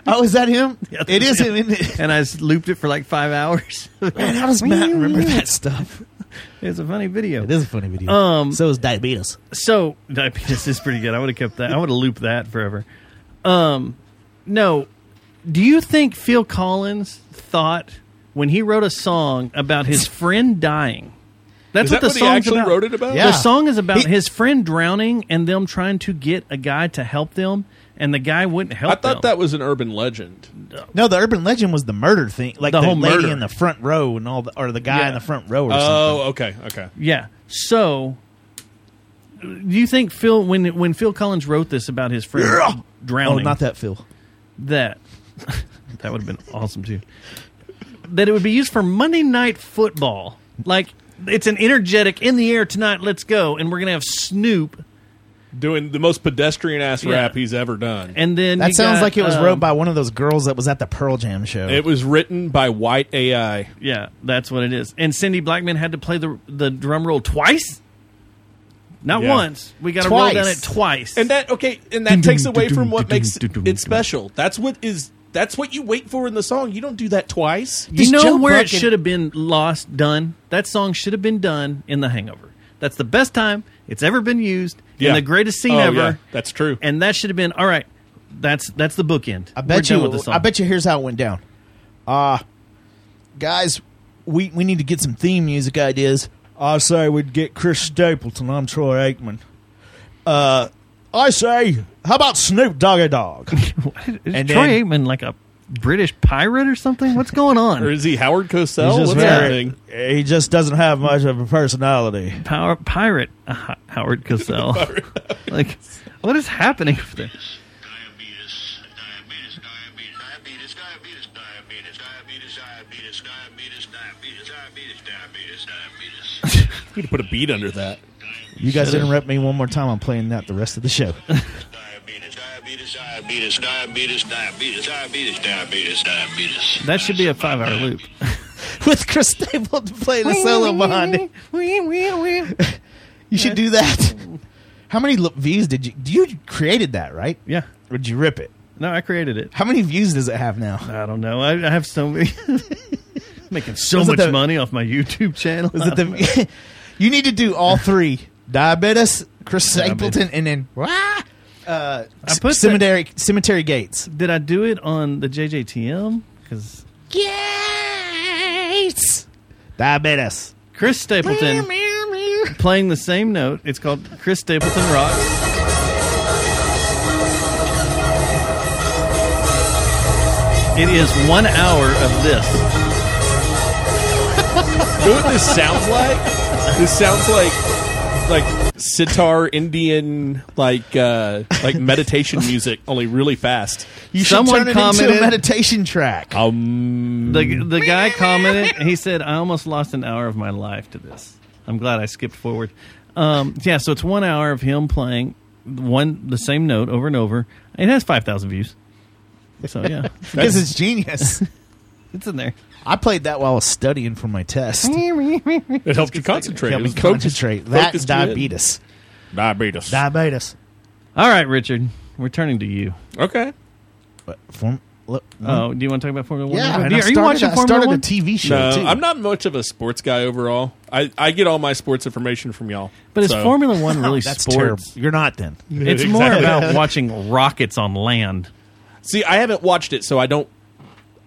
oh, is that him? Yeah, it that's is him. him. Isn't it? and I just looped it for like five hours. Man, how does Matt remember that stuff? it's a funny video. It is a funny video. Um, so is diabetes. so diabetes is pretty good. I would have kept that. I would have looped that forever. Um, no, do you think Phil Collins thought when he wrote a song about his friend dying? That's Is that what the what he song's actually about. wrote it about? Yeah. The song is about He- his friend drowning and them trying to get a guy to help them, and the guy wouldn't help. I thought them. that was an urban legend. No, the urban legend was the murder thing, like The the, whole lady murder. in the front row and all, the, or the guy Yeah. in the front row or something. Oh, okay, okay. Yeah. So, do you think Phil when when Phil Collins wrote this about his friend Oh, drowning? not that Phil. that that would have been awesome too. That it would be used for Monday night football. Like it's an energetic in the air tonight. Let's go, and we're gonna have Snoop, Doing the most pedestrian ass Yeah. rap he's ever done. and then That you sounds got, like it was um, wrote by one of those girls that was at the Pearl Jam show. it was written by white AI. Yeah, that's what it is. And Cindy Blackman had to play the the drum roll twice, not Yeah. once. We got to roll down Twice. it twice. And that okay, and that takes away from what makes it special. That's what is that's what you wait for in the song. You don't do that twice. Do you Does know Joe where Buck it and- should have been lost, done? That song should have been done in The Hangover. That's the best time it's ever been used Yeah. in the greatest scene Oh, ever. yeah. That's true. And that should have been all right. That's that's the bookend. I bet We're you. Done with the song. I bet you. Here's how it went down. Uh guys, we we need to get some theme music ideas. I say we'd get Chris Stapleton. I'm Troy Aikman. Uh, I say, how about Snoop Doggy Oh, Dog? Is and Troy then- Aikman like a British pirate or something? What's going Or on? is he Howard He's Cosell? just What's very- happening? He just doesn't have much of a personality. Power, pirate uh, Howard Cosell. like, what is happening over there? Diabetes, diabetes, diabetes, diabetes, diabetes, diabetes, diabetes, diabetes, diabetes, diabetes, diabetes, diabetes. You could put a beat under that. You guys interrupt me one more time. I'm playing that the rest of the show. Diabetes, diabetes, diabetes, diabetes, diabetes, diabetes, diabetes, diabetes. That should be a five-hour loop. With Chris Stapleton playing a solo behind it. You should do that. How many lo- views did you? You created that, right? yeah. Or did you rip it? No, I created it. How many views does it have now? I don't know. I, I have so many. making so Was it much the- money off my YouTube channel. Is it the? you need to do all three: diabetes, Chris Diabetes. Stapleton, and then wah, uh, I put cemetery cemetery gates. Did I do it on the JJTM? Because Gates. Diabetes. Chris Stapleton playing the same note. It's called Chris Stapleton Rocks. It is one hour of this. You know what this sounds like? This sounds like like sitar Indian like uh like meditation music, only really fast. You Someone should turn it commented- into a meditation track. The Mm. the guy commented. He said, "I almost lost an hour of my life to this. I'm glad I skipped forward." Um, yeah, so it's one hour of him playing one the same note over and over. It has five thousand views. So yeah, This is genius. it's in there. I played that while I was studying for my test. It helped you concentrate. Help It me was focused- concentrate. That's focused you in. diabetes. Diabetes. Diabetes. All right, Richard, we're turning to you. okay. But form, Look, Uh, Oh, do you want to talk about Formula One? Hmm? Yeah, real quick? and are I you started- watching I Formula started a One? TV show, No, too. I'm not much of a sports guy overall. I, I get all my sports information from y'all. But is so- Formula One really That's sports? terrible. You're not then. It's more Exactly. about watching rockets on land. See, I haven't watched it, so I don't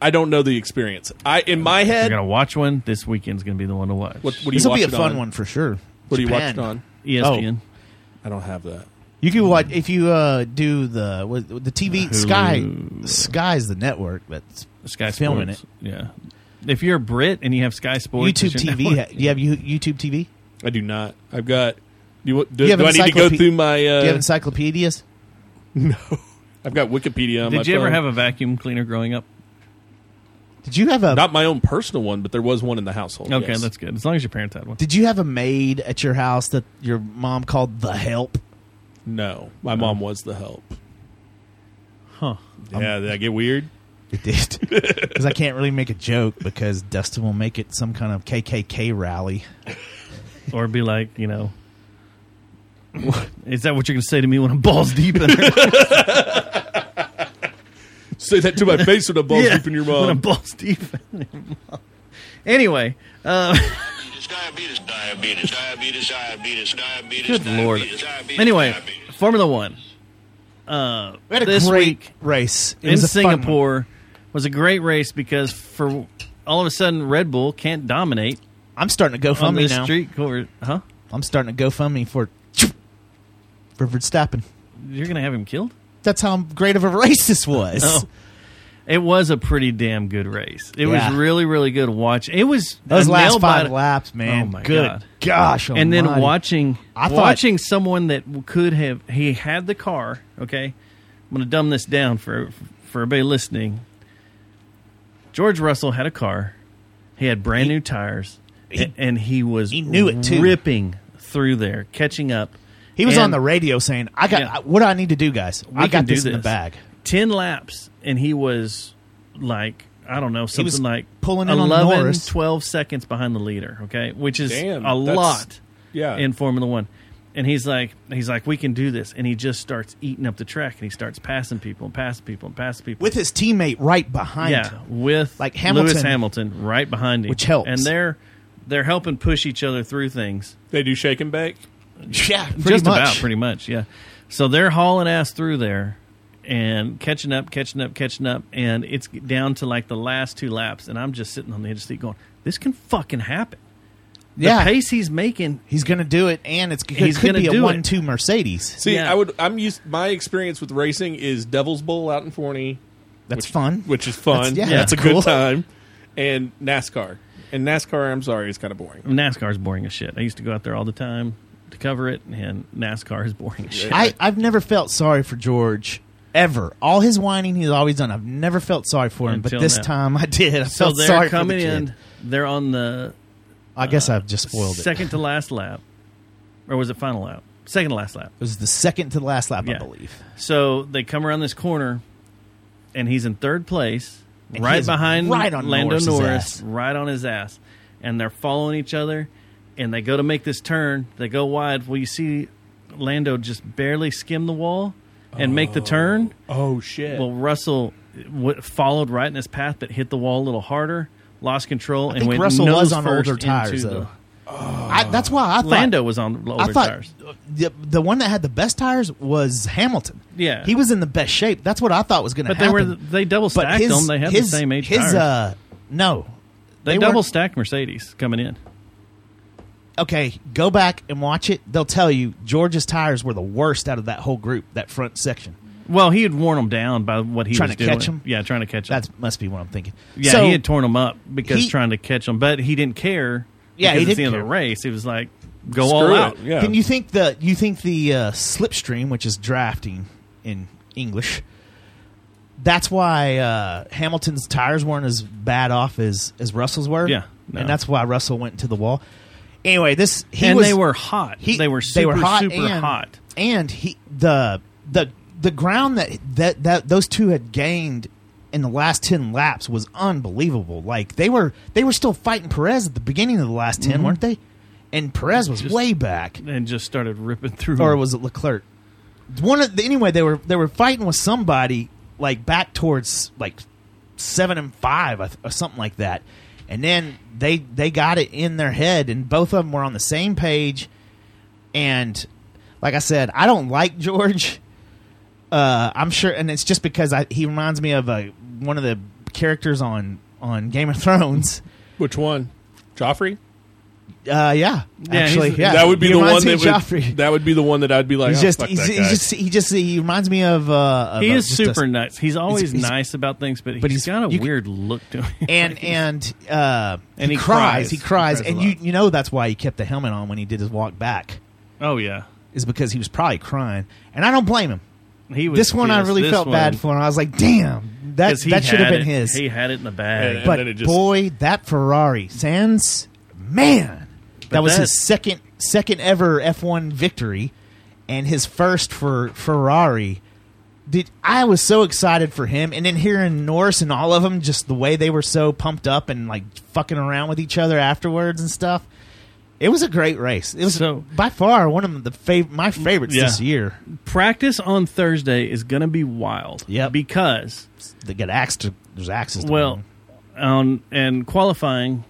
I don't know the experience. I in my You're head, gonna watch one. This weekend's gonna be the one to watch. E what, what do you This will be a watch it fun on? one for sure. What do you watch Japan. it on? Oh. ESPN. I don't have that. You can watch if you uh, do the what- the TV Sky. Sky's the network that's Sky filming Sports. Yeah. If you're a Brit and you have Sky Sports, it. YouTube it's your TV. network. Do you have you- YouTube TV? I do not. I've got. Do, do, you have do I need to go encyclope- through my? do Uh, you have encyclopedias? I've got Wikipedia. On my Did you ever phone. have a vacuum cleaner growing up? Did you have a Not my own personal one, but there was one in the household. Okay, yes. that's good. As long as your parents had one. Did you have a maid at your house that your mom called the help? no. My mom was the help. Oh. Huh. Yeah, did I get weird? It did because I can't really make a joke because Dustin will make it some kind of KKK rally. Or be like, you know, is that what you're gonna say to me when I'm balls deep in her? Say that to my face when I balls Yeah, deep in your When I'm mom. balls deep. in your mom. anyway, uh, Diabetes, diabetes, diabetes, diabetes, diabetes. good lord. diabetes, diabetes, Anyway, diabetes. Formula One. Uh, We had a this great week race It in was a fun one. Singapore was a great race because for all of a sudden Red Bull can't dominate I'm starting to go on GoFundMe this now. street course. Huh? I'm starting to GoFundMe for for Verstappen. You're gonna have him killed? That's how great of a race this was. Oh. It was a pretty damn good race. It Yeah. was really, really good to watch. It was Those a last nail five biter- laps, man. Oh my Good God. gosh. and then almighty. watching I thought- watching someone that w- could have he had the car okay i'm gonna dumb this down for for everybody listening george russell had a car he had brand new tires a- and he was he knew it, too. ripping through there catching up He was And on the radio saying, "I got Yeah. what do I need to do, guys. we I can got do this, in the bag." 10 laps and he was like i don't know something was like pulling in on 11 Norris. 12 seconds behind the leader okay which is Damn, a that's- lot yeah. in Formula One. And he's like, he's like, we can do this. And he just starts eating up the track, and he starts passing people and passing people and passing people. With his teammate right behind yeah, him. with Like Hamilton. Lewis Hamilton right behind him, Which helps. And they're they're helping push each other through things. They do shake and bake. Yeah, pretty just much. about, pretty much, yeah. So they're hauling ass through there and catching up, catching up, catching up, and it's down to like the last two laps, and I'm just sitting on the edge of the seat going, this can fucking happen. yeah. The pace he's making He's going to do it, and it's, it He's could gonna be a do it. one-two Mercedes. See, Yeah. I would. I'm used. My experience with racing is Devil's Bowl out in Forney, That's fun. which is fun. That's- yeah, that's a cool. good time. And NASCAR. And NASCAR, I'm sorry, is kind of boring. NASCAR's boring as shit. I used to go out there all the time to cover it, and NASCAR is boring as shit. I, I've never felt sorry for George ever. All his whining he's always done. I've never felt sorry for him, Until but this now. time I did. I so felt they're sorry coming for the in. kid. They're on the I guess I've just spoiled it. second to last lap, or was it final lap? Second to last lap. It was the second to the last lap, I Yeah. believe. So they come around this corner, and he's in third place, And he right is behind right on Lando Norris's Norris, ass. right on his ass. And they're following each other, and they go to make this turn. They go wide. Well, you see Lando just barely skim the wall and make the turn. Oh shit! Well, Russell w- followed right in his path, but hit the wall a little harder, lost control, think and went Russell nose was on first older tires, into though. the- I, that's why I thought Lando was on older I thought tires. the, the one that had the best tires was Hamilton. Yeah. he was in the best shape. That's what I thought was going to But they happen. were they double But stacked his- them. They had his- the same age His tires. uh, no, they they double weren't- stacked Mercedes coming in. okay, go back and watch it. They'll tell you George's tires were the worst out of that whole group, that front section. Well, he had worn them down by what he Trying was to doing. catch 'em? Yeah, trying to catch them. That must be what I'm thinking. yeah, So- he had torn them up because he- trying to catch them, but he didn't care. Yeah, he because it's the didn't end of the care. race. He was like, go Screw all it. out. Yeah. Can you think the you think the uh, slipstream, which is drafting in English, that's why uh, Hamilton's tires weren't as bad off as as Russell's were. Yeah, no. and that's why Russell went to the wall. Anyway, this he and was, they were hot. he- they were super super and, hot. and he the the the ground that that that those two had gained in the last 10 laps was unbelievable like they were they were still fighting perez at the beginning of the last 10 weren't they and perez was Just- way back and just started ripping through. or Hmm. them. was it Leclerc? One of the, anyway, they were they were fighting with somebody like back towards like seven and five I th- or something like that. And then they they got it in their head, and both of them were on the same page. And like I said, I don't like George. Uh, I'm sure, and it's just because I, he reminds me of a, one of the characters on on Game of Thrones. Which one, Joffrey? Uh, yeah, actually, he's- yeah. that would be He the reminds one me that of Joffrey. would, that would be the one that I'd be like, He's oh, just, fuck he's, that he's guy. just, he just, he reminds me of. Uh, of He a- is just a- super nice. He's always he's- he's- nice about things, but, but he's he's- got a you can- weird look to him. and and uh, And he, he cries. cries, he He cries, cries a and lot. you you know that's why he kept the helmet on when he did his walk back oh yeah, is because he was probably crying, and I don't blame him. he was. this one I yes, really this felt one- bad for, and I was like, damn, that 'cause he that should have had been it. his. He had it in the bag. but boy, that Ferrari Sands, man, that was that- his second second ever F one victory, and his first for Ferrari. Did I was so excited for him, and then hearing Norris and all of them, just the way they were so pumped up and like fucking around with each other afterwards and stuff. It was a great race. It was So- by far one of the fav- my favorites Yeah. this year. practice on Thursday is going to be wild. Yeah, because They got axe to there's axes. To well, win. on and qualifying,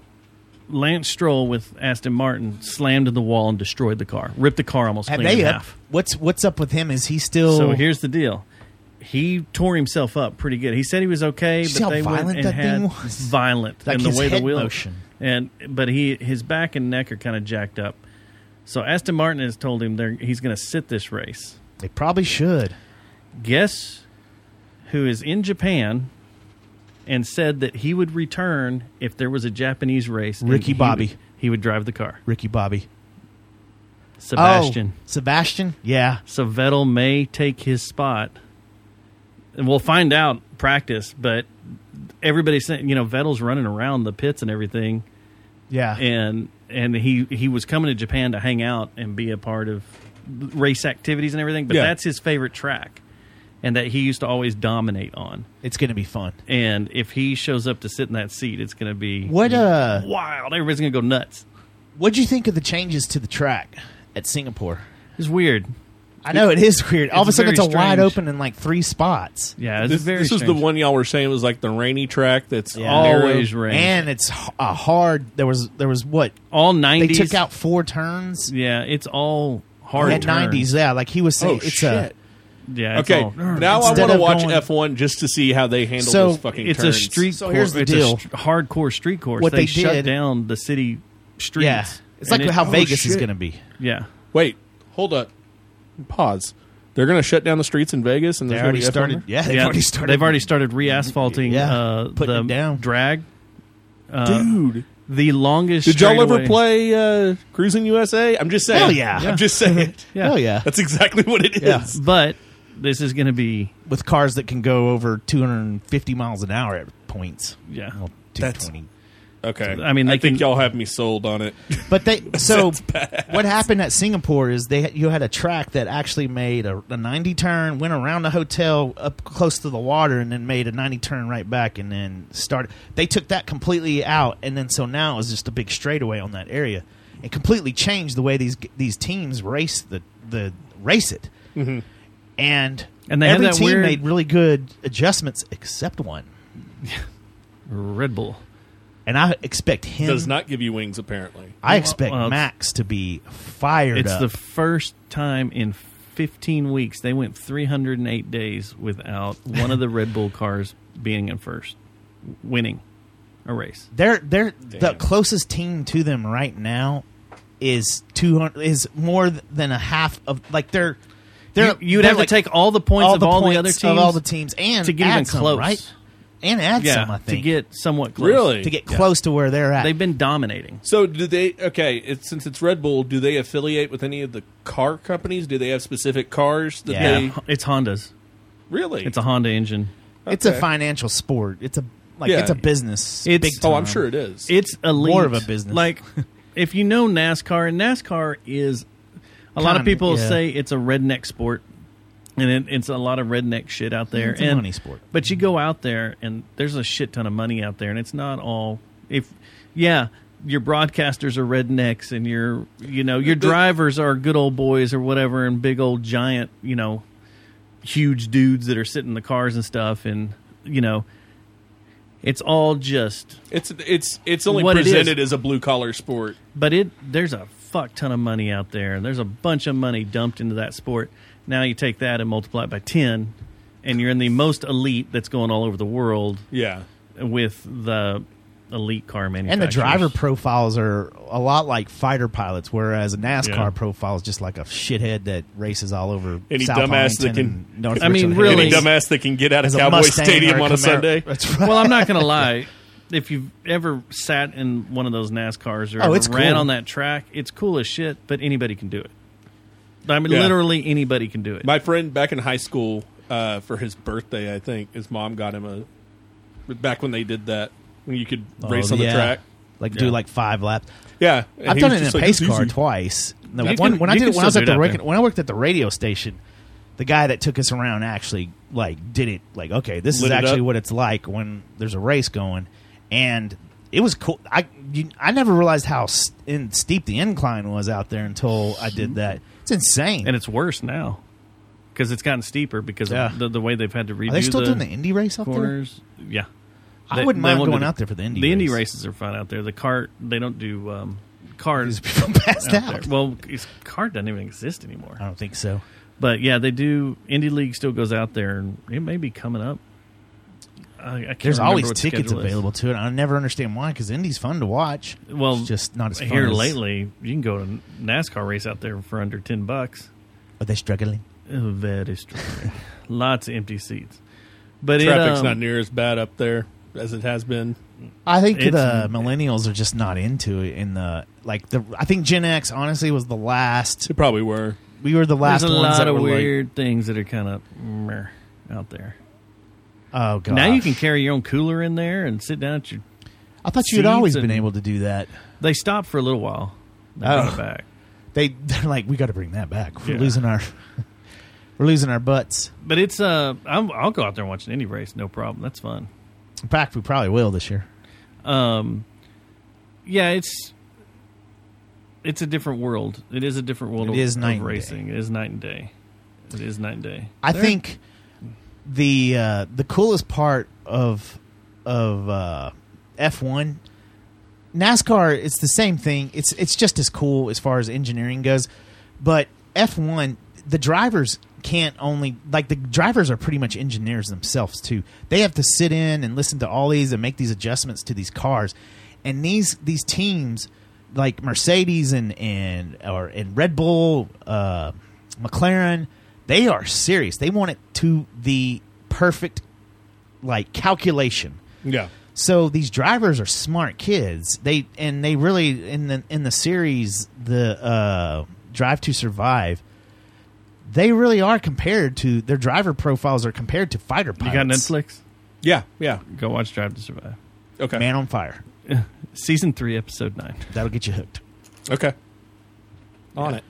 Lance Stroll with Aston Martin slammed in the wall and destroyed the car, ripped the car almost Have clean in they Oh. up- half. What's what's up with him? Is he still? So here's the deal. He tore himself up pretty good. He said he was okay, Did you see but how they went violent and that had thing was? violent Like and the his way head the wheel motion. and but he his back and neck are kind of jacked up. So Aston Martin has told him they're, he's going to sit this race. they probably should. Guess who is in Japan and said that he would return if there was a Japanese race. and Ricky he Bobby. Oh, would- he would drive the car. Ricky Bobby. Sebastian. Oh, Sebastian. Yeah. So Vettel may take his spot. And we'll find out practice, but everybody's saying, you know, Vettel's running around the pits and everything Yeah. and and he he was coming to Japan to hang out and be a part of race activities and everything, but Yeah. that's his favorite track and that he used to always dominate on. It's going to be fun. And if he shows up to sit in that seat, it's going to be What uh wild. Everybody's going to go nuts. what'd you think of the changes to the track at Singapore? It's weird. I know it is weird. All of a It's sudden it's a very wide strange. open in like three spots. Yeah, it's This, very this is the strange. one y'all were saying was like the rainy track that's narrow. always rain. And it's h- a hard there was there was what? all 90s. They took out four turns. Yeah, it's all hard. At nineties, turns. yeah, like he was saying Oh, it's shit. a Yeah. It's Okay, all- now I Instead want to of watch going- F one just to see how they handle So, those fucking. it's turns. a street. So cour- here's the it's a deal. st- hardcore street course. What they, they shut did- down the city streets. Yeah. It's And like it- how oh, Vegas is shit. gonna be. Yeah. Wait, hold up, pause. They're going to shut down the streets in Vegas, and They there's gonna already be F1 there? started yeah, they've Yeah, already started They've already started re-asphalting. Yeah, uh, putting the it down. drag. Uh, Dude, the longest. did y'all ever straightaway- play uh, Cruising USA? I'm just saying. Hell yeah. I'm just saying. Yeah. Hell Oh, yeah. That's exactly what it is. Yeah. But this is going to be. With cars that can go over two hundred and fifty miles an hour at points. Yeah. Well, two twenty. Okay. I mean, they I think can- y'all have me sold on it. But they so what happened at Singapore is they you had a track that actually made a, a ninety turn, went around the hotel up close to the water, and then made a ninety turn right back, and then started. They took that completely out, and then so now it's just a big straightaway on that area. It completely changed the way these these teams race the the race it, Mm-hmm. and And they have every that team weird- made really good adjustments except one, Red Bull. and I expect him. Does not give you wings, apparently. I expect Well, it's- Max to be fired It's up. the first time in 15 weeks they went 308 days without one of the Red Bull cars being in first, winning a race. They're they're the Damn. closest team to them right now is two hundred is more th- than a half of like they're they're You- you'd they're have to like take all the points of all the points other of all teams the teams and to get add even some, close. right and add some I to think get somewhat close. Really? to get Yeah. close to where they're at. They've been dominating. So do they? Okay, it's, since it's Red Bull, do they affiliate with any of the car companies? Do they have specific cars that Yeah. they It's Honda's. really? It's a Honda engine. It's a okay. financial sport. It's a like Yeah. it's a business. It's- big oh, I'm time. sure it is. It's elite. More of a business. Like, if you know NASCAR, and NASCAR is a lot of Kinda, people yeah. say it's a redneck sport, and it, it's a lot of redneck shit out there. It's a and, money sport. But you go out there, and there's a shit ton of money out there, and it's not all if yeah. Your broadcasters are rednecks, and your you know your The- drivers are good old boys or whatever, and big old giant you know huge dudes that are sitting in the cars and stuff, and you know It's all just It's it's it's only What it is. presented as a blue collar sport. But it there's a fuck ton of money out there. There's a bunch of money dumped into that sport. Now you take that and multiply it by ten, and you're in the most elite that's going all over the world. Yeah, with the elite car manufacturers And the driver profiles are a lot like fighter pilots, whereas a NASCAR profile is just like a shithead that races all over. Any South dumbass that Arlington can, and North Richland Hills. any dumbass that can get out of As a Cowboy Mustang or Stadium on a Camaro. Sunday. That's Well, I'm not going to lie. If you've ever sat in one of those NASCARs or Oh, ever it's ran cool. on that track, it's cool as shit. But anybody can do it. I mean, Yeah. literally anybody can do it. My friend back in high school, uh, for his birthday, I think his mom got him a. Back when they did that, when you could Oh, race on the yeah. track, Like Yeah. do like five laps. Yeah, and I've he done was it in a just like, pace "It's car easy." twice. No, You one, can- when I you did can when I was still at the do it out ra- when I worked at the radio station, the guy that took us around actually like did it. Like, okay, this Lit is it actually up. what it's like when there's a race going, and it was cool. I you, I never realized how s in, steep the incline was out there until I did that. It's insane. and it's worse now because it's gotten steeper because Yeah. of the, the way they've had to redo. Are they still the doing the Indy race out there? corners. Yeah, I wouldn't mind won't do going out there for the Indy The Indy race. races are fun out there. The cart they don't do um, cars. passed out. Well, it's, cart doesn't even exist anymore. I don't think so. But yeah, they do. Indy League still goes out there, and it may be coming up. I, I can't There's remember always what the tickets schedule is. available to it. I never understand why because Indy's fun to watch. Well, It's just not as fun here as- lately. You can go to a NASCAR race out there for under ten bucks. Are they struggling? Oh, Very strong. Lots of empty seats. But it, traffic's um, not near as bad up there as it has been. I think It's- the millennials are just not into it. In the like the, I think Gen X honestly was the last. They probably were. We were the last There's a lot ones that of were like- weird things that are kind of meh, out there. oh god! Now you can carry your own cooler in there and sit down at your. I thought you had seats always been and- able to do that. They stopped for a little while. They Oh. brought it back. They they're like we got to bring that back. We're Yeah. losing our we're losing our butts. But it's uh, I'm, I'll go out there and watch an indie race, no problem. That's fun. In fact, we probably will this year. Um, yeah, it's it's a different world. It is a different world. It of, is night of and day. racing. It is night and day. It is night and day. I There- think the uh, the coolest part of of uh, F one NASCAR it's the same thing. It's it's just as cool as far as engineering goes, but F one the drivers can't only like the drivers are pretty much engineers themselves too. They have to sit in and listen to all these and make these adjustments to these cars, and these these teams like Mercedes and and or and Red Bull, uh, McLaren, they are serious. They want it to the perfect like calculation. Yeah. So these drivers are smart kids. They and they really in the in the series the uh, Drive to Survive. They really are compared to their driver profiles are compared to fighter you pilots. got Netflix. Yeah, yeah. Go watch Drive to Survive. Okay. Man on Fire. Season three, episode nine. That'll get you hooked. Okay. On it.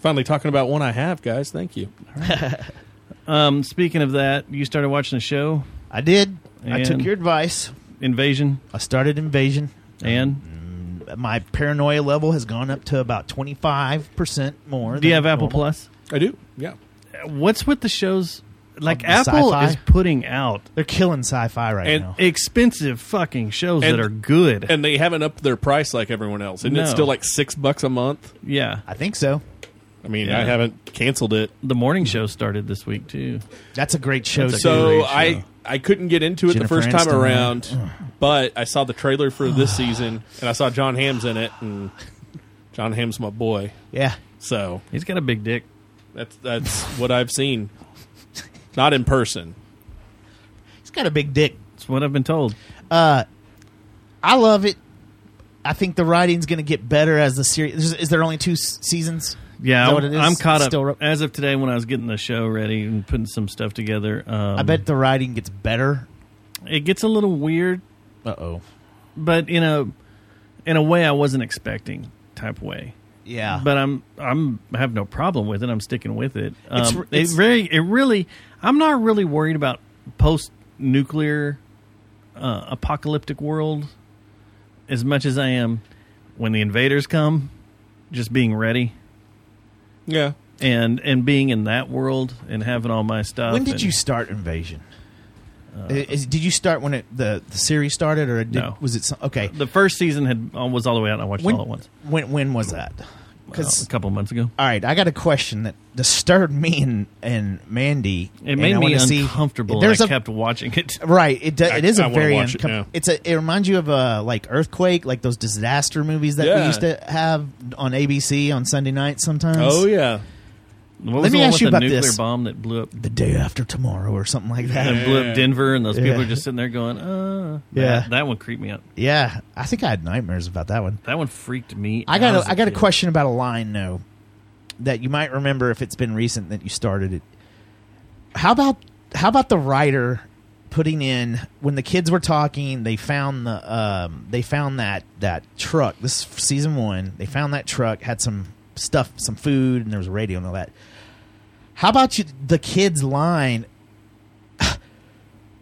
Finally talking about one I have, guys. Thank you. Um, speaking of that, you started watching the show. I did. I And- took your advice. Invasion. I started Invasion. And My paranoia level has gone up to about twenty five percent more. do you than have Apple normal. Plus? I do. Yeah. What's with the shows? Like Uh, Apple sci-fi? is putting out They're killing sci-fi right And- now. expensive fucking shows And- that are good. And they haven't upped their price like everyone else. And it's No. still like six bucks a month. yeah, I think so. I mean, Yeah. I haven't canceled it. the morning show started this week too. That's a great show. That's a too. So great show. I I couldn't get into it Jennifer the first time Aniston, right? around, but I saw the trailer for this season and I saw John Hamm's in it and John Hamm's my boy. yeah, So He's got a big dick. that's that's what I've seen. Not in person. he's got a big dick. That's what I've been told. I love it. I think the writing's going to get better as the series. Is, is there only two s- seasons? Is Yeah, that what it is? I'm caught up Still ro- as of today when I was getting the show ready and putting some stuff together. Um, I bet the writing gets better. it gets a little weird, Uh oh. but in a in a way I wasn't expecting type way. Yeah, But I'm I'm I have no problem with it. I'm sticking with it. Um, It's- it's- it really it really I'm not really worried about post nuclear uh, apocalyptic world as much as I am when the invaders come, just being ready. Yeah. uh, and and being in that world and having all my stuff. when did and you start Invasion? Is- did you start when it, the, the series started, or did, No. was it some, okay? The first season had uh, was all the way out. and I watched When- all at once. When when was that? Because Well, a couple months ago. all right, I got a question that disturbed me and, and Mandy. It and made I me wanna see- uncomfortable. There's and I a- kept watching it. Right, it do, it is I a wanna very watch it uncom- now. it's a it reminds you of a like earthquake, like those disaster movies that we Yeah. used to have on ABC on Sunday night sometimes. Oh, Oh, yeah. What Let was me the one ask with you the about nuclear this. bomb that blew up the day after tomorrow or something like that. and blew up Denver, and those people Yeah. are just sitting there going, "Uh, Yeah. That, that one creeped me out. Yeah, I think I had nightmares about that one. That one freaked me. I got out as a, I got a kid. question about a line though that you might remember if it's been recent that you started it. How about how about the writer putting in when the kids were talking, they found the um, they found that that truck. This is season one, they found that truck had some stuff, some food, and there was a radio and all that. How about you, the kids' line?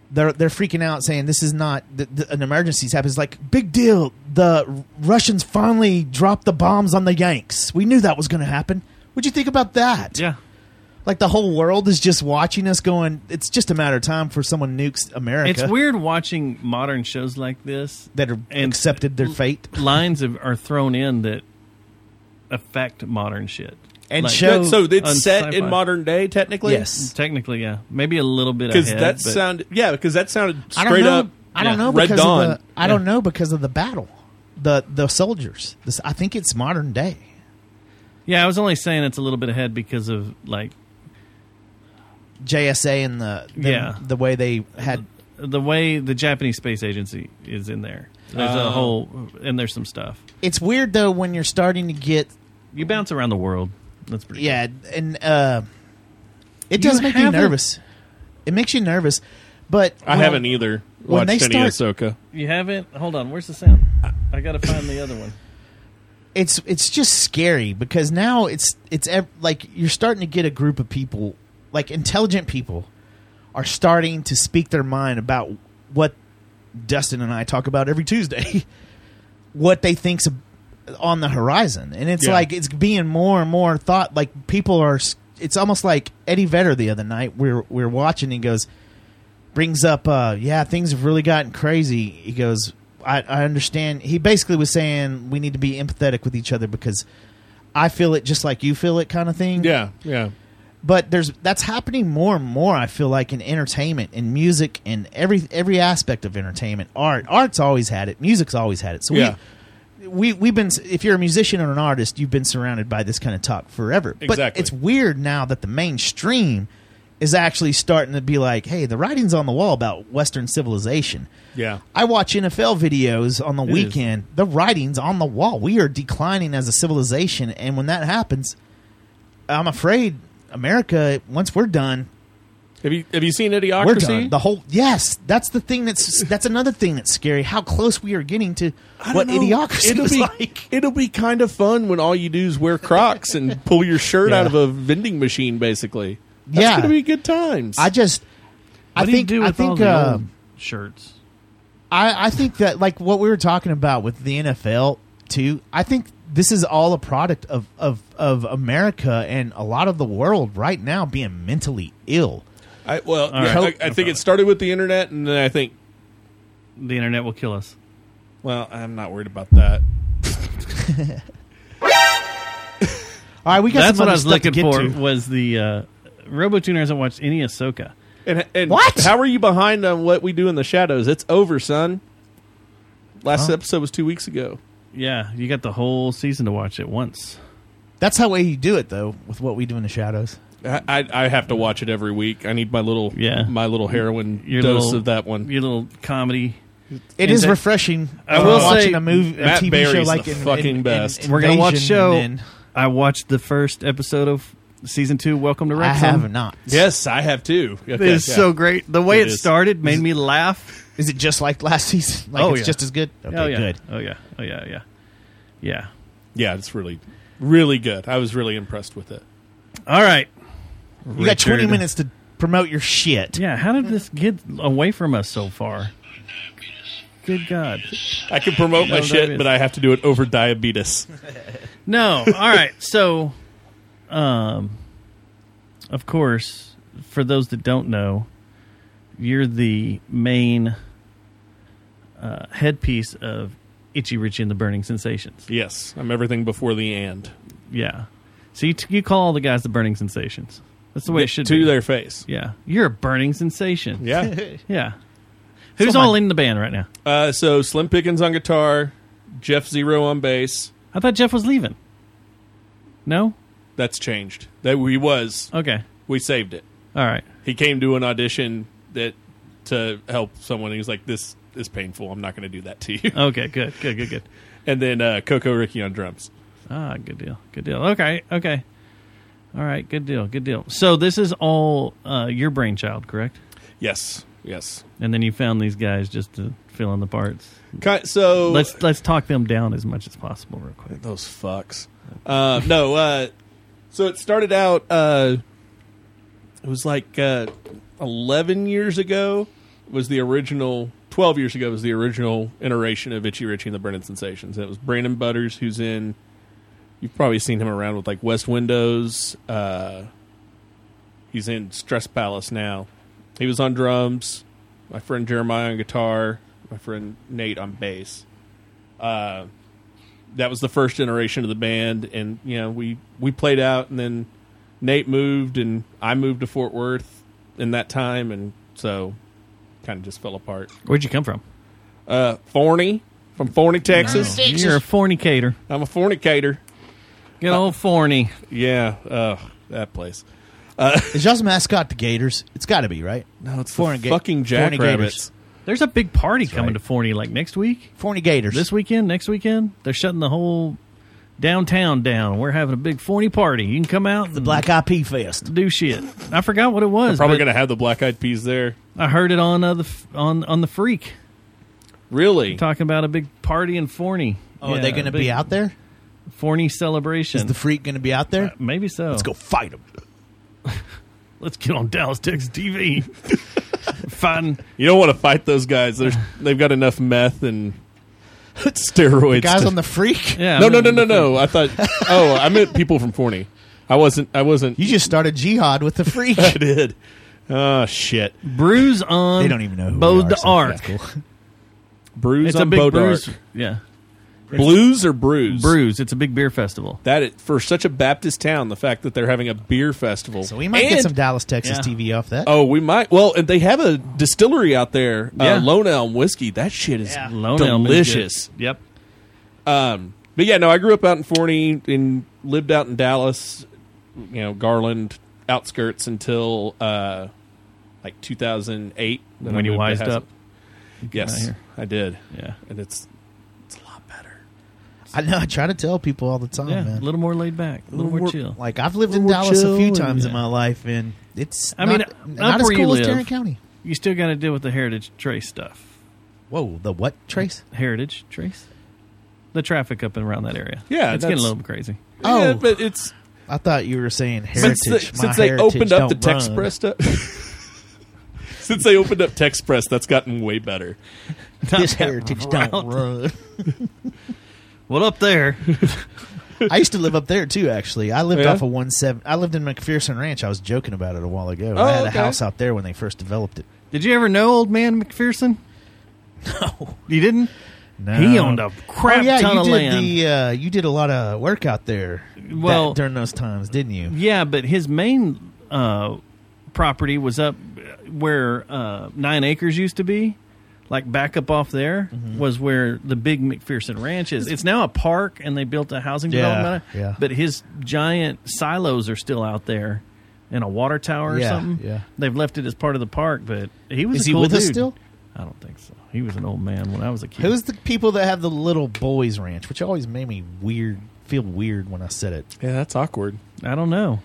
They're they're freaking out, saying this is not th- th- an emergency's happens. Like big deal, the Russians finally dropped the bombs on the Yanks. We knew that was going to happen. What'd you think about that? Yeah, like the whole world is just watching us, going. It's just a matter of time for someone nukes America. It's weird watching modern shows like this that are accepted their fate. Lines of, are thrown in that affect modern shit And Like- Yeah, so on it's set in sci-fi. modern day, technically. technically, yeah, maybe a little bit because ahead. that but- sounded yeah because that sounded I don't straight know. up. I don't yeah, know Red because Dawn. of the, I don't know because of the battle, the the soldiers. This, I think it's modern day. yeah, I was only saying it's a little bit ahead because of like JSA and the, the Yeah. the way they had the way the Japanese space agency is in there. There's Oh. a whole and there's some stuff. It's weird though when you're starting to get You bounce around the world. That's pretty. yeah, and uh, it You does make you haven't- nervous. It makes you nervous, but I when- haven't either watched when they any start- Ahsoka. You haven't? Hold on. Where's the sound? I gotta find the other one. It's it's just scary because now it's it's ev- like you're starting to get a group of people, like intelligent people, are starting to speak their mind about what Dustin and I talk about every Tuesday, what they think's ab- on the horizon, and it's Yeah. like it's being more and more thought. Like people are, s- it's almost like Eddie Vedder the other night. We're we're watching. He goes, brings up, uh, yeah, things have really gotten crazy. He goes, I, I understand. He basically was saying we need to be empathetic with each other because I feel it just like you feel it, kind of thing. Yeah, yeah. But there's that's happening more and more. I feel like in entertainment, in music, in every every aspect of entertainment, art. Art's always had it. Music's always had it. So Yeah. we, we we've been. If you're a musician or an artist, you've been surrounded by this kind of talk forever. But Exactly. it's weird now that the mainstream is actually starting to be like, hey, the writing's on the wall about Western civilization. Yeah. I watch NFL videos on the It is. weekend. The writing's on the wall. We are declining as a civilization, and when that happens, I'm afraid America. Once we're done, Have you have you seen Idiocracy? we're done. The whole yes, that's the thing. That's that's another thing that's scary. How close we are getting to I what don't know. idiocracy it'll is be, like. It'll be kind of fun when all you do is wear Crocs and pull your shirt Yeah. out of a vending machine, basically. That's Yeah. gonna be good times. I just, I What do you think, do I with all think, the uh, old shirts? I, I think that like what we were talking about with the NFL too. I think this is all a product of of of America and a lot of the world right now being mentally ill. I, well, All yeah, right. I, I think it started with the internet, and then I think the internet will kill us. Well, I'm not worried about that. All right, we got That's some what other I was stuff looking to get for. to. Was the uh, RoboTuner hasn't watched any Ahsoka. And, and What? How are you behind on what we do in the shadows? It's over, son. Last episode was two weeks ago. Yeah, you got the whole season to watch at once. That's how way you do it though, with what we do in the shadows. I, I, I have to watch it every week. I need my little Yeah. my little heroin Your dose little- of that one. Your little comedy. It It is is refreshing I uh, will watching say a movie, a Matt TV show Berry's like the in- in- fucking in- best. in- We're gonna watch Invasion show. and- I watched the first episode of season two. Welcome to Rexham. I have not. Yes, I have too. It is so great. The way it, is. started made me laugh. Is it just like last season? Like oh, it's yeah. just as good. Okay, oh, yeah. good. Oh yeah. Oh yeah. Yeah. Yeah. Yeah, it's really really good. I was really impressed with it. All right. You got twenty minutes to promote your shit. Yeah. How did this get away from us so far? Good God. I can promote my No, shit, diabetes. but I have to do it over diabetes. No. All right. So, um, of course, for those that don't know, you're the main uh, headpiece of Itchy Richie and the Burning Sensations. Yes, I'm everything before the and. Yeah. So you, t- you call all the guys the Burning Sensations. That's the way it should to be. their face. Yeah. You're a burning sensation. Yeah. yeah. Who's all in the band right now? Uh, so Slim Pickens on guitar, Jeff Zero on bass. I thought Jeff was leaving. No, that's changed. That we was okay. We saved it. All right. He came to an audition that to help someone. He was like, "This is painful. I'm not going to do that to you." Okay, good, good, good, good. and then uh, Coco Ricky on drums. Ah, good deal. Good deal. Okay. Okay. All right. Good deal. Good deal. So this is all uh, your brainchild, correct? Yes. Yes. And then you found these guys just to fill in the parts. Ki- so- let's let's talk them down as much as possible, real quick. Those fucks. Uh, no. Uh, so it started out. Uh, it was like uh, eleven years ago. Was the original twelve years ago? Was the original iteration of Itchy Richie and the Burning Sensations? And it was Brandon Butters, who's in. You've probably seen him around with like West Windows. Uh, he's in Stress Palace now. He was on drums. My friend Jeremiah on guitar. My friend Nate on bass. Uh, that was the first generation of the band and you know we we played out and then Nate moved and I moved to Fort Worth in that time and so kind of just fell apart. Where'd you come from? Uh Forney from Forney, Texas. You're a fornicator. I'm a fornicator. Good old Forney. Yeah, uh, that place. Uh, Is y'all's mascot the Gators? It's got to be right. No, it's foreign fucking jackrabbits. There's a big party coming to Forney like next week. Forney Gators. This weekend, next weekend, they're shutting the whole downtown down. We're having a big Forney party. You can come out. The Black IP Fest. Do shit. I forgot what it was. Probably but going to have the black eyed peas there. I heard it on uh, the f- on on the Freak Really? talking about a big party in Forney. Oh, are they going to be out there? Forney celebration. Is the freak going to be out there? Maybe so. Let's go fight them. Let's get on Dallas Texas TV. Fun. You don't want to fight those guys. There's, they've got enough meth and steroids. The guys to- on the freak. Yeah. no, no, no, no, no. I thought. Oh, I meant people from Forney. I wasn't. I wasn't. You just started jihad with the freak. I did. Oh shit. Bruise on. They don't even know who we Bode are, the so Ark. that's cool. Bruise It's a on big Bodark. bruise. Yeah. Blues or brews? Bruise. It's a big beer festival. That is, for such a Baptist town, the fact that they're having a beer festival. So we might And- get some Dallas, Texas Yeah. TV off that. Oh, we might. Well, and they have a distillery out there, Yeah. uh, Lone Elm whiskey. That shit is Yeah. Elm is good. delicious. Yep. Um, but yeah, no, I grew up out in Forney and lived out in Dallas, you know, Garland outskirts until uh, like 2008. Then I When you moved to wised Hazel- up. out of Yes, here. I did. Yeah. And it's it's a lot better. I know. I try to tell people all the time, yeah. Oh, man. A little more laid back. A little, more, chill. Like I've lived in more Dallas a chill few and- times in my life, and it's I not, mean, up not as where you cool as live. Tarrant County. you still got to deal with the heritage trace stuff. Whoa, the what trace? Heritage trace. The traffic up and around that area. Yeah, It's getting that's- a little crazy. Oh. yeah, but it's I thought you were saying heritage. since, they, my since they heritage, opened up the don't run. TechSpress stuff. since they opened up TechSpress, that's gotten way better. This heritage don't run. Well, up there. I used to live up there too. Actually, I lived Yeah? off of one seven. I lived in McPherson Ranch. I was joking about it a while ago. Oh, I had a okay. house out there when they first developed it. Did you ever know old man McPherson? No. You didn't? No. He owned a crap oh, yeah, ton you of did land. The, uh, you did a lot of work out there. that- Well- during those times, didn't you? Yeah, but his main uh, property was up where uh, Nine Acres used to be. Like back up off there was where the big McPherson Ranch is. It's now a park, and they built a housing Yeah, development. on it. yeah. But his giant silos are still out there, and a water tower or Yeah, something. yeah. They've left it as part of the park, but he was. a Is he cool with us dude. still? I don't think so. He was an old man when I was a kid. Who's the people that have the little boys ranch, which always made me weird, feel weird when I said it. Yeah, that's awkward. I don't know.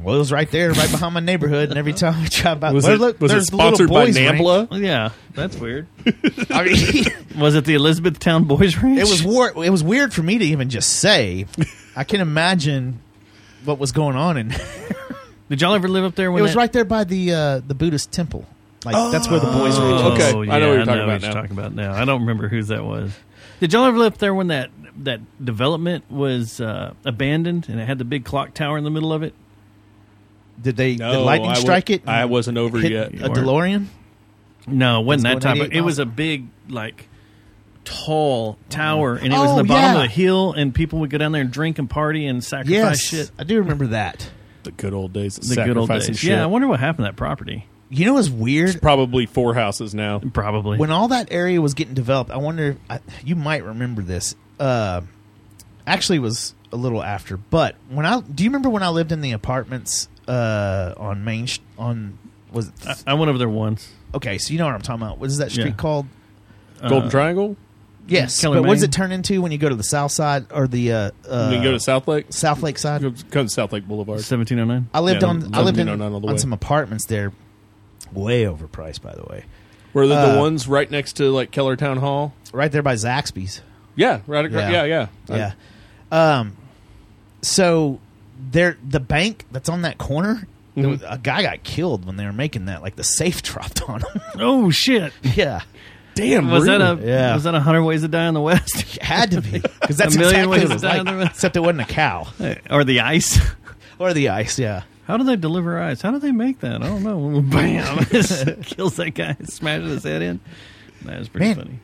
Well, it was right there, right behind my neighborhood, and every time I drive by, Was well, it, look, was it there's the little sponsored by boys ranch. Nambla? Well, yeah, that's weird. I mean, was it the Elizabethtown Boys Ranch? it was war- It was weird for me to even just say. I can imagine what was going on, and it Did y'all ever live up there when was that- right there by the uh, the Buddhist temple. Like that's where the boys ranch. Oh, is. okay. I know what you're talking about you're now. talking about now. I don't remember whose that was. Did y'all ever live up there when that that development was uh, abandoned and it had the big clock tower in the middle of it? Did they? No, did lightning I wa- strike it? I wasn't over Hit yet. A DeLorean. No, it wasn't It's that time. going But 88 it was a miles. big, like, tall tower, and it was in Oh, the bottom yeah. of a hill, and people would go down there and drink and party and sacrifice Yes, shit. I do remember that. The good old days. Of The good old sacrificing days. Shit. Yeah, I wonder what happened to that property. You know what's weird? probably four houses now. Probably. when all that area was getting developed, I wonder. I, you might remember this. Uh, actually, it was a little after, but when I do you remember when I lived in the apartments uh, on Main Sh- on was it- Uh, I, I went over there once. okay, so you know what I'm talking about. What is that street Yeah. called? Golden Uh, Triangle. Yes, Keller but what does Main? it turn into when you go to the south side or the uh, uh, you can go to South Lake. South Lake side? Go go to South Lake Boulevard. 1709. I lived Yeah, on I lived in 1709 all the on way. some apartments there, way overpriced by the way, Were they the Uh, ones right next to like Keller Town Hall? right there by Zaxby's. Yeah, right. Across, yeah, Yeah. yeah, Yeah. Um, so there, the bank that's on that corner, there Mm-hmm. was- a guy got killed when they were making that. Like the safe dropped on him. Oh shit! yeah, Damn, Was that a really? Yeah. was that a hundred ways to die in the West had to be because that's A million exactly ways what it was to die like, on the road. Except it wasn't a cow or the ice? or the ice. Yeah. How do they deliver ice? How do they make that? I don't know. Bam! Kills that guy. Smashes his head in. That was pretty Man. funny.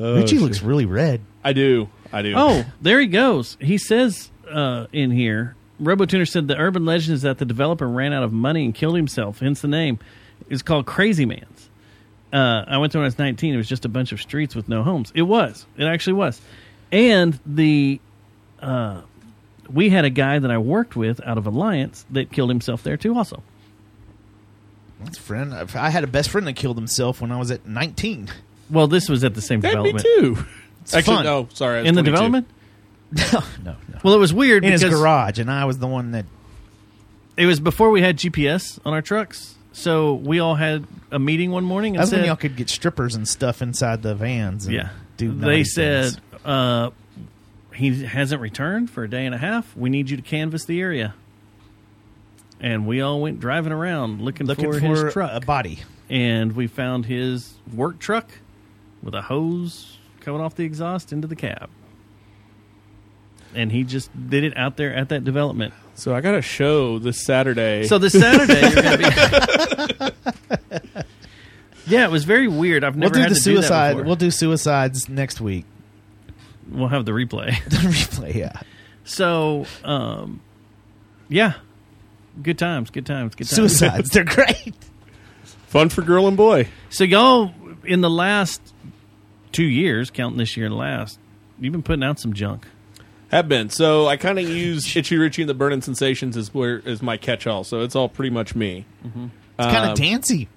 Oh, Richie shit. looks really red. I do. I do. Oh, there he goes. He says uh, in here, RoboTuner said the urban legend is that the developer ran out of money and killed himself. Hence the name. It's called Crazy Man's. Uh, I went to when I was 19. It was just a bunch of streets with no homes. It was. It actually was. And the uh, we had a guy that I worked with out of Alliance that killed himself there too. Also, That's a friend. I I had a best friend that killed himself when I was at nineteen. well, this was at the same That'd be development too. It's Actually, fun. no. Sorry. I was in the 22. development. No, no. Well, it was weird In his because garage, and I was the one that. it was before we had GPS on our trucks. So we all had a meeting one morning. And That's said, when y'all could get strippers and stuff inside the vans. And Yeah. do they naughty said things. uh, he hasn't returned for a day and a half. We need you to canvass the area. And we all went driving around looking, looking for, for, his a truck. body. and we found his work truck with a hose coming off the exhaust into the cab. And he just did it out there at that development. So I got a show this Saturday. So this Saturday, you're gonna be. yeah, it was very weird. I've never we'll do had the to suicide. Do that we'll before. do suicides next week. we'll have the replay. The replay, yeah. So, um, yeah, good times, good times, good times. Suicides, they're great. fun for girl and boy. So y'all, in the last two years, counting this year and last, you've been putting out some junk. Have been. So I kind of use Itchy Richie and the Burning Sensations as where is my catch-all. So it's all pretty much me. It's kind Um, of dancy.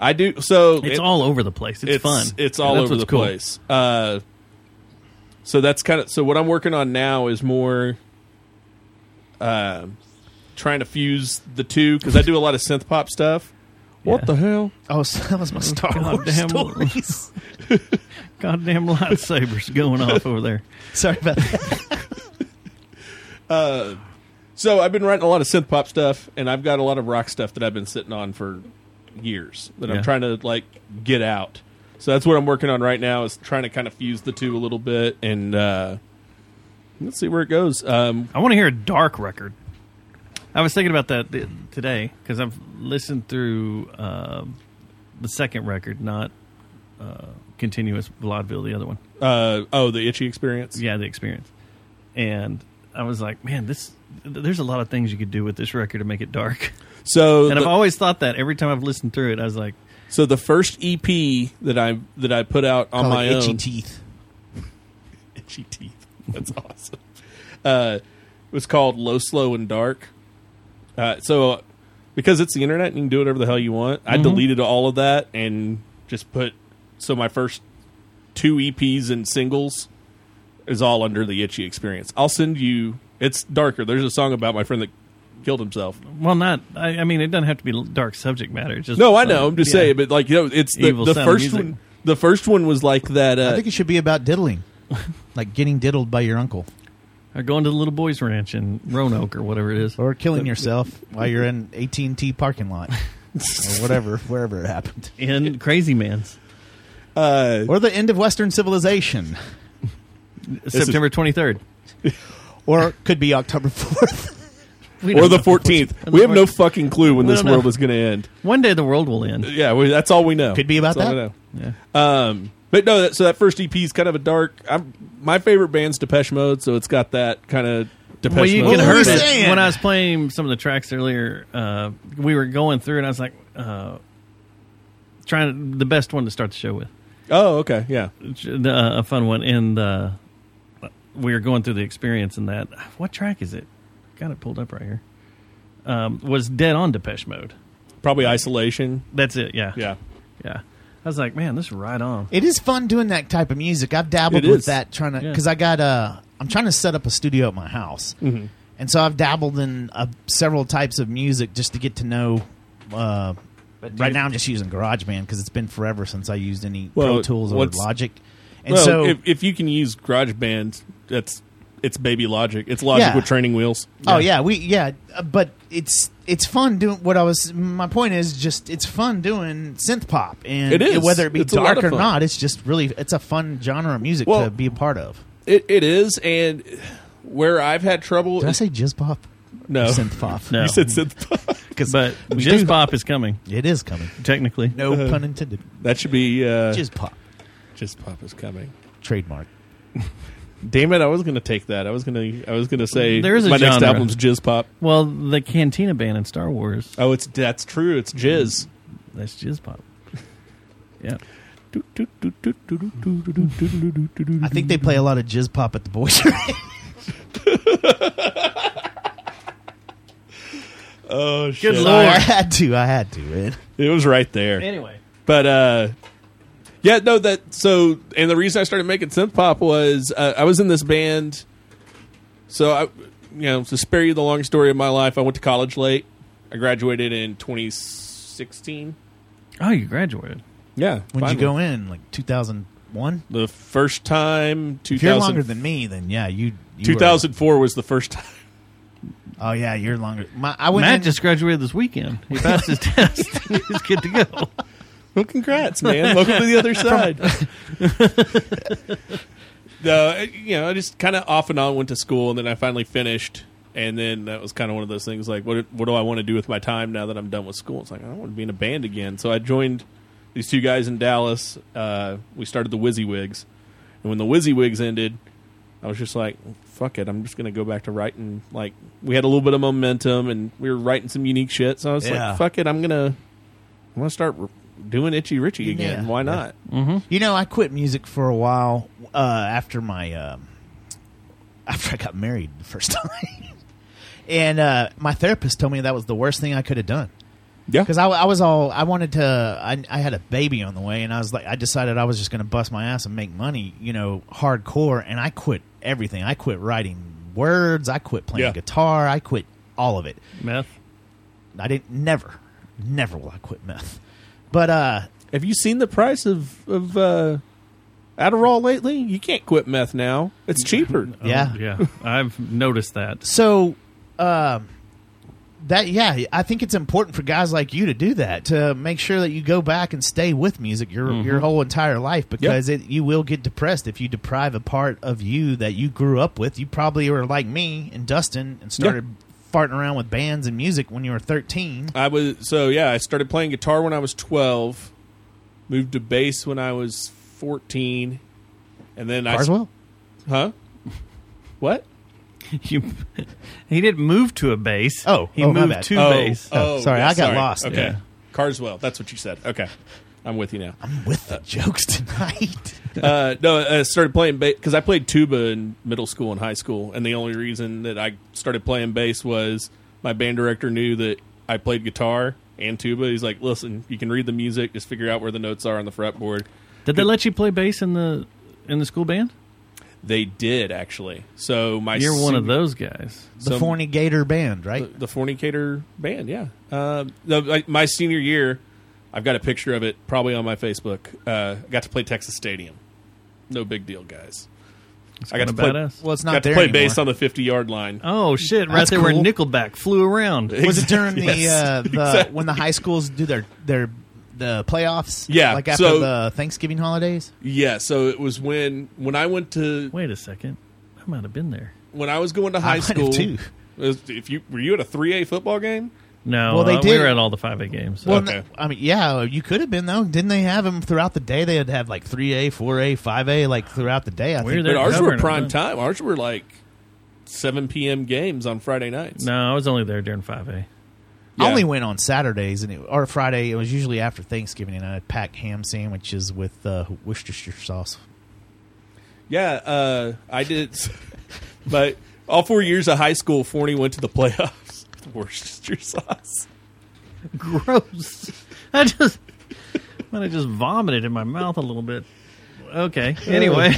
I do. So It's it- all over the place. It's, fun. It's all That's over what's the cool. place. Uh, so that's kind of so what I'm working on now is more uh, trying to fuse the two because I do a lot of synth pop stuff. What the hell? Oh, so that was my Star God Wars damn. stories. Goddamn lightsabers going off over there. Sorry about that. So I've been writing a lot of synth pop stuff, and I've got a lot of rock stuff that I've been sitting on for years that Yeah. I'm trying to like get out. So that's what I'm working on right now is trying to kind of fuse the two a little bit, and uh, let's see where it goes. Um, I want to hear a dark record. I was thinking about that th- today because I've listened through um the second record, not uh, continuous Vaudeville, the other one. uh, oh, the itchy experience. yeah the experience and i was like man this th- there's a lot of things you could do with this record to make it dark So and the- i've always thought that every time i've listened through it i was like So the first EP that I that I put out on Call it my itchy own, teeth. itchy teeth. That's awesome. Uh, was called Low, Slow, and Dark. Uh, so because it's the internet and you can do whatever the hell you want, Mm-hmm. I deleted all of that and just put. So my first two EPs and singles is all under the itchy experience. I'll send you. It's darker. There's a song about my friend that killed himself. well not i, I mean it doesn't have to be l- dark subject matter it's just No, I like, know. I'm just yeah. saying, but like you know, it's the, Evil the Sound of first Music. one. The first one was like that. Uh, I think it should be about diddling, like getting diddled by your uncle or going to the little boys ranch in roanoke or whatever it is or killing yourself while you're in AT and T parking lot or whatever, wherever it happened, in crazy man's uh, or the end of Western civilization, september 23rd or it could be October fourth. We or don't the know. 14th. Or the We have no 14th. fucking clue when We this don't know. world is going to end. One day the world will end. Yeah, we, that's all we know. Could be about That's all that. we know. Um, but no, that, so that first EP is kind of a dark. I'm, my favorite band's Depeche Mode, so it's got that kind of Depeche well, you Mode. can heard it when I was playing some of the tracks earlier. Uh, we were going through, and I was like, uh, trying the best one to start the show with. Oh, okay, yeah, uh, a fun one. And uh, we were going through the experience in that. What track is it? Got it pulled up right here. Um, was dead on Depeche Mode. Probably Isolation. That's it. Yeah. Yeah. Yeah. I was like, man, this is right on. It is fun doing that type of music. I've dabbled It with is. that trying to Yeah. because I got uh I'm trying to set up a studio at my house, Mm-hmm. Mhm. and so I've dabbled in uh, several types of music just to get to know. Uh, right now, I'm just using GarageBand because it's been forever since I used any Pro Tools or what's- Logic, and well, so if, if you can use GarageBand, that's it's baby logic. It's logic Yeah. with training wheels. Oh yeah, we yeah, uh, but it's it's fun doing what I was. My point is just it's fun doing synth pop, and It is. whether it be It's a lot dark of or fun. not. It's just really it's a fun genre of music Well, to be a part of. It, it is, and where I've had trouble. Did I is- say jizz pop? no synth pop. No. You said synth pop. but Jizz Pop is coming. It is coming. Technically. No Uh-huh. pun intended. That should be uh, Jizz pop Jizz pop is coming. trademark. Damn it! I was gonna take that. I was gonna. I was gonna say There is a my next genre. album's jizz pop. Well, the Cantina band in Star Wars. Oh, it's that's true. It's jizz. That's jizz pop. Yeah. I think they play a lot of jizz pop at the boys. Oh shit! Good lord! I had to. I had to. Man. It was right there. Anyway. but uh, yeah, no. That so, and the reason I started making synth pop was uh, I was in this band. So I, you know, to spare you the long story of my life, I went to college late. I graduated in 2016. Oh, you graduated. Yeah, When did you finally. go in? Like 2001. The first time, If you're 2000 longer than me, then yeah, you. you were- 2004 was the first time. Oh yeah, you're longer. My, I went Matt in- just graduated this weekend. He passed his test. He's good to go. Well, congrats, man. Welcome to the other side. uh, you know, I just kind of off and on went to school, and then I finally finished. And then that was kind of one of those things like, what what do I want to do with my time now that I'm done with school? It's like I don't want to be in a band again. So I joined these two guys in Dallas. Uh, we started the WYSIWYGs, and when the WYSIWYGs ended, I was just like, fuck it, I'm just gonna go back to writing. Like we had a little bit of momentum, and we were writing some unique shit. So I was Yeah. like, fuck it, I'm gonna I'm gonna start r- doing Itchy Richie again. Yeah. Why not? You know, I quit music for a while uh, after my um after I got married the first time, and uh, my therapist told me that was the worst thing I could have done. Yeah. because I, I was all I wanted to. I, I had a baby on the way, and I was like, I decided I was just going to bust my ass and make money, you know, hardcore. And I quit everything. I quit writing words. I quit playing Yeah. guitar. I quit all of it. Meth. I didn't never, never will I quit meth. But uh, Have you seen the price of of uh, Adderall lately? You can't quit meth now. It's cheaper. Yeah. Oh, yeah. I've noticed that. So, um, that yeah, I think it's important for guys like you to do that to make sure that you go back and stay with music your your whole entire life because it, you will get depressed if you deprive a part of you that you grew up with. You probably were like me and Dustin and started farting around with bands and music when you were thirteen. I was so yeah. I started playing guitar when I was twelve. Moved to bass when I was fourteen, and then I Carswell? huh? What? You, he didn't move to a base. Oh, he oh, my moved bad. to Oh, base. oh, sorry, yeah, I got lost. Okay, Yeah. Carswell. That's what you said. Okay, I'm with you now. I'm with the jokes tonight. uh, no, I started playing bass because I played tuba in middle school and high school, and the only reason that I started playing bass was my band director knew that I played guitar and tuba. He's like, "Listen, you can read the music, just figure out where the notes are on the fretboard." Did they let you play bass in the in the school band? They did actually. So my You're one of sing- those guys. The Some- Fornicator Band, right? the fornicator band yeah um, the, like, my senior year i've got a picture of it probably on my facebook uh, I got to play texas stadium no big deal guys i got to kinda play badass. Well, it's got not to there play anymore. bass on the 50 yard line Oh shit! Right That's there where cool. Nickelback flew around. Was it during the, Yes, uh, the exactly. when the high schools do their their the playoffs? Yeah, like after so- the Thanksgiving holidays. yeah so it was when when i went to Wait a second. I might have been there. when i was going to I high might have school too. Is- If you were you at a three A football game? No, Well, they uh, did- we were at all the 5A games. Well, no- I mean, yeah, you could have been though. Didn't they have them throughout the day? They'd have like three A, four A, five A, like throughout the day. I think but ours were prime time. Ours were like seven p.m. games on Friday nights. No, I was only there during 5A. I only went on Saturdays and it, or Friday. It was usually after Thanksgiving, and I'd pack ham sandwiches with uh, Worcestershire sauce. Yeah, uh, I did. But all four years of high school, Forney went to the playoffs. Worcestershire sauce. Gross. I just, I just vomited in my mouth a little bit. Okay. Anyway.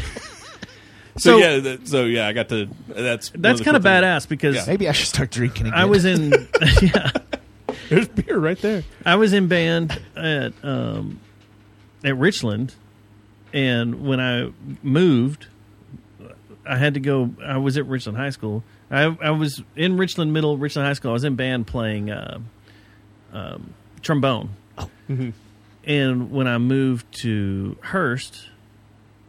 So, yeah, that, so yeah, I got to. That's one That's the kinda cool things. badass because- Yeah. Maybe I should start drinking again. I was in. yeah. There's beer right there. I was in band at um, at Richland, and when I moved, I had to go. I was at Richland High School. I I was in Richland Middle, Richland High School. I was in band playing uh, um, trombone. Mm-hmm. And when I moved to Hearst,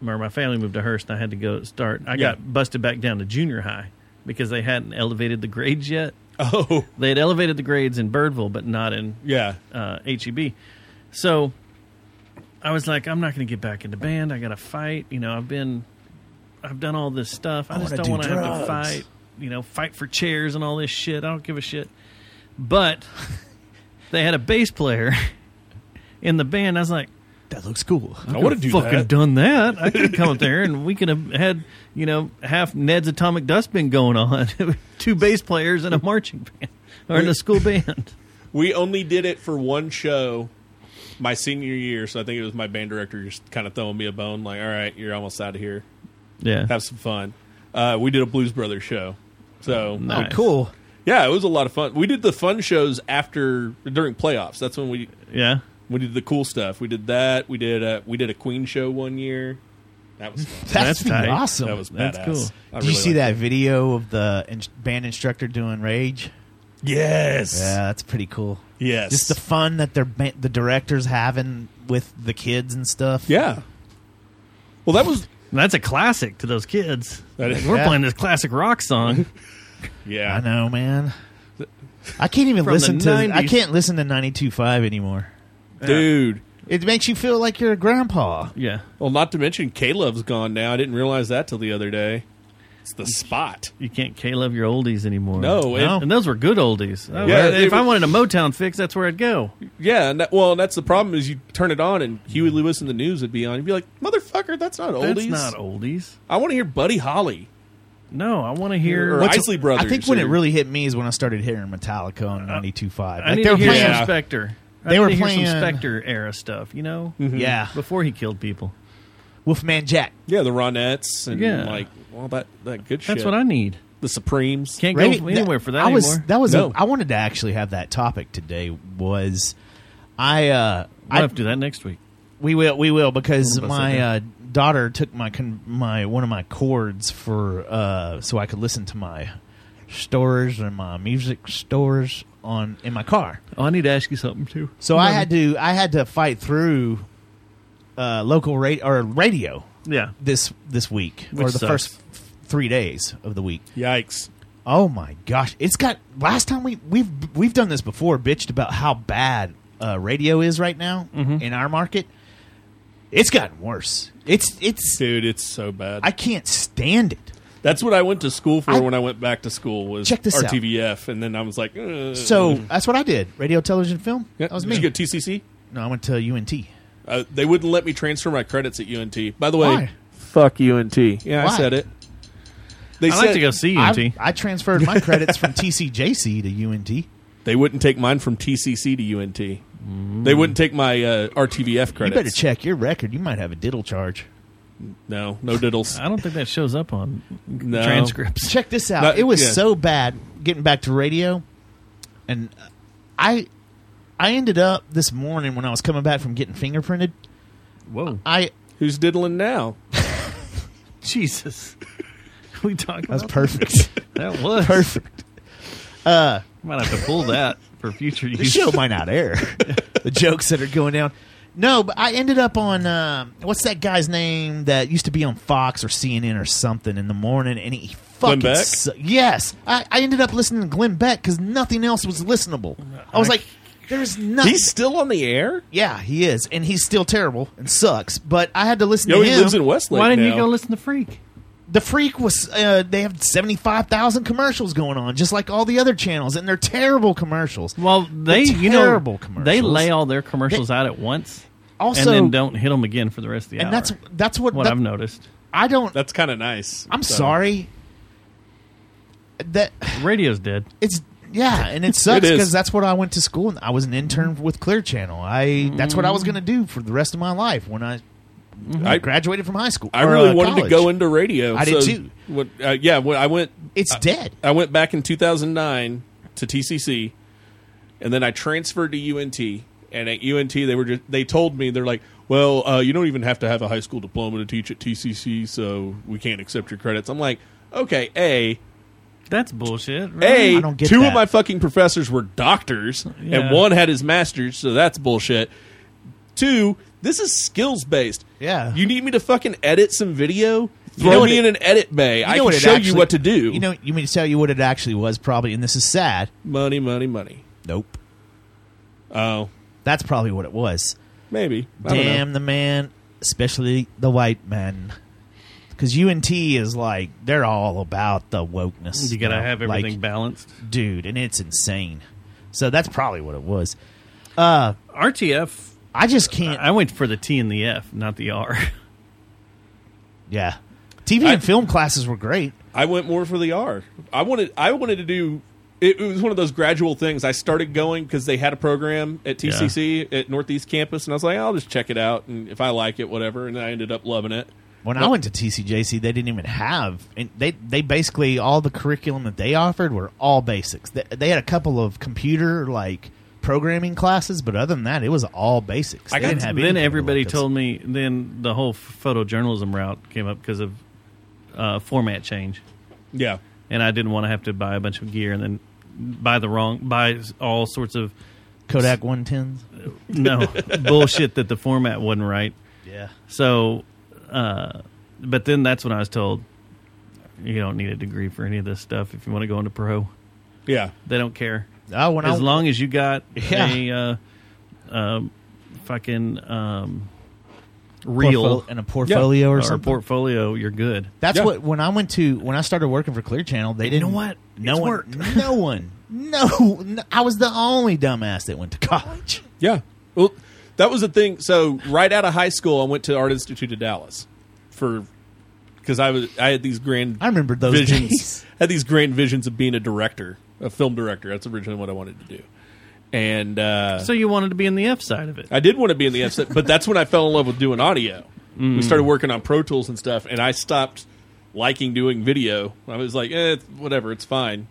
or my family moved to Hearst, and I had to go start. I got busted back down to junior high because they hadn't elevated the grades yet. Oh, they had elevated the grades in Birdville, but not in yeah uh, HEB. So I was like, I'm not going to get back into band. I got to fight. You know, I've been, I've done all this stuff. I, I just wanna don't do want to have to drugs. fight. You know, fight for chairs and all this shit. I don't give a shit. But they had a bass player in the band. I was like, that looks cool. I, I would wanna have do fucking that. done that. I could have come up there and we could have had you know half Ned's Atomic Dustbin going on, two bass players and a marching band or in a school band. We only did it for one show my senior year, so I think it was my band director just kind of throwing me a bone, like, all right, you're almost out of here. Yeah. Have some fun. Uh, we did a Blues Brothers show. So Oh, cool. Yeah, it was a lot of fun. We did the fun shows after during playoffs. That's when we Yeah. we did the cool stuff. We did that. We did a, we did a Queen show one year. That was fun. That's, awesome. That was badass. I Did really you see liked that video of the in- band instructor doing Rage? Yes. Yeah, that's pretty cool. Yes. Just the fun that their ba- the directors having with the kids and stuff. Yeah. Well, that was that's a classic to those kids. That is- We're Yeah. playing this classic rock song. yeah, I know, man. I can't even From the listen to. I 90s. can't listen to 92.5 anymore, Dude. It makes you feel like you're a grandpa. Yeah. Well, not to mention Caleb's gone now. I didn't realize that till the other day. It's the spot. You can't K love your oldies anymore. No, it- No. and those were good oldies. I- Yeah, if it- I wanted a Motown fix, that's where I'd go. Yeah, and that, well, and that's the problem is you turn it on and Huey Lewis and the News would be on. You'd be like, motherfucker, that's not oldies. That's not oldies. I want to hear Buddy Holly. No, I want to hear Or What's- Isley Brothers. I think when or- it really hit me is when I started hearing Metallica on 92.5. Uh, I need to hear some Spector. I They need were to hear playing some Spector era stuff. You know, Mm-hmm. Mhm. Yeah. before he killed people. Wolfman Jack. Yeah, the Ronettes and Yeah. like all that that good shit. That's what I need. The Supremes Can't go Maybe- anywhere for that I was, anymore. That was no. a, I wanted to actually have that topic today. Was I? Uh, I'll I have to do that next week. We will. We will because One of us my said uh, daughter took my con- my one of my cords for uh, so I could listen to my stores and my music stores on in my car. Oh, I need to ask you something too. So I had to I had to fight through uh, local radio or radio. Yeah. This this week Which or the sucks. first three days of the week. Yikes! Oh my gosh! It's got last time we we've we've done this before. Bitched about how bad uh, radio is right now Mm-hmm. in our market. It's gotten worse. It's it's dude, it's so bad. I can't stand it. that's what I went to school for I- when I went back to school was Check this out. RTVF, and then I was like, Ugh. So that's what I did. Radio, television, film. Mm-hmm. Yeah, That was did me. you go TCC? No, I went to UNT. Uh, they wouldn't let me transfer my credits at UNT. By the way, Why? fuck UNT. Yeah, I Why? said it. They said, I, I transferred my credits from TCJC to UNT. They wouldn't take mine from TCC to UNT. Mm. They wouldn't take my uh, RTVF You credits. better check your record. You might have a diddle charge. No, no diddles. I don't think that shows up on No. transcripts. Check this out. Not- it was yeah. so bad getting back to radio, and I, I ended up this morning when I was coming back from getting fingerprinted. Whoa! I who's diddling now? Jesus, we talking? That's about perfect. That was perfect. Uh, Might have to pull that for future the use. show might not air. the jokes that are going down. No, but I ended up on uh, um what's that guy's name that used to be on Fox or CNN or something in the morning, and he fucking Beck? su- yes. I, I ended up listening to Glenn Beck because nothing else was listenable. I was like, there's nothing. He's still on the air. yeah, he is, and he's still terrible and sucks. But I had to listen Yo, to he him. lives in Westlake Why didn't you now. go listen to Freak? The Freak was uh, they have seventy five thousand commercials going on, just like all the other channels, and they're terrible commercials. Well, They, terrible you know, commercials. they lay all their commercials out at once, Also- and then don't hit them again for the rest of the and hour. that's that's what what that- I've noticed. I don't. That's kind of nice. I'm sorry. That radio's dead. It's yeah, and it sucks because that's what I went to school. and I was an intern with Clear Channel. I that's what I was Mm-hmm. going to do for the rest of my life when I, when I I- graduated from high school. I or, really uh, wanted to college. go into radio. I did so too. What, uh, yeah, when I went. It's dead. I went back in 2009 to TCC, and then I transferred to UNT. And at UNT, they were just they told me they're like, well, uh, you don't even have to have a high school diploma to teach at TCC, so we can't accept your credits. I'm like, okay, a. That's bullshit. right? A, I don't get two that. of my fucking professors were doctors, Yeah. and one had his master's, so that's bullshit. Two, this is skills based. Yeah. You need me to fucking edit some video? You Throw know what me it- in an edit bay. You I know can what it show you actually- what to do. You know, you mean to tell you what it actually was probably, and this is sad. Money, money, money. Nope. Oh, that's probably what it was. Maybe. I don't Damn the man, especially the white man. Because UNT is like they're all about the wokeness. You gotta now. have everything balanced, dude, and it's insane. So that's probably what it was. Uh, RTF. I just can't. I went for the T and the F, not the R. Yeah, TV and film classes were great. I went more for the R. I wanted I wanted to do it, it was one of those gradual things. I started going because they had a program at TCC at Northeast campus and I was like, I'll just check it out and if I like it whatever and I ended up loving it. When I Well- went to TCJC, they didn't even have. And they they basically all the curriculum that they offered were all basics. They, they had a couple of computer like programming classes, but other than that, it was all basics. I They got didn't have then anything to everybody look at. told me then the whole photojournalism route came up because of uh, format change. Yeah. And I didn't want to have to buy a bunch of gear and then buy the wrong buy all sorts of Kodak one tens. no bullshit that the format wasn't right. Yeah. So, uh, but then that's when I was told you don't need a degree for any of this stuff if you want to go into pro. Yeah. They don't care. Oh, when I- as long as you got Yeah. a uh, um, fucking um, real Portfo- and a portfolio or something? portfolio, you're good. That's what when I went to when I started working for Clear Channel, they You know didn't. what? No It's one. worked. No one. No, no. I was the only dumbass that went to college. Yeah. Well, that was the thing. So right out of high school, I went to Art Institute of Dallas for because I was I had these grand I remember those visions days. had these grand visions of being a director, a film director. That's originally what I wanted to do, and uh, So you wanted to be in the F side of it. I did want to be in the F, but that's when I fell in love with doing audio. Mm. We started working on Pro Tools and stuff, and I stopped liking doing video. I was like, eh, it's- whatever, it's fine.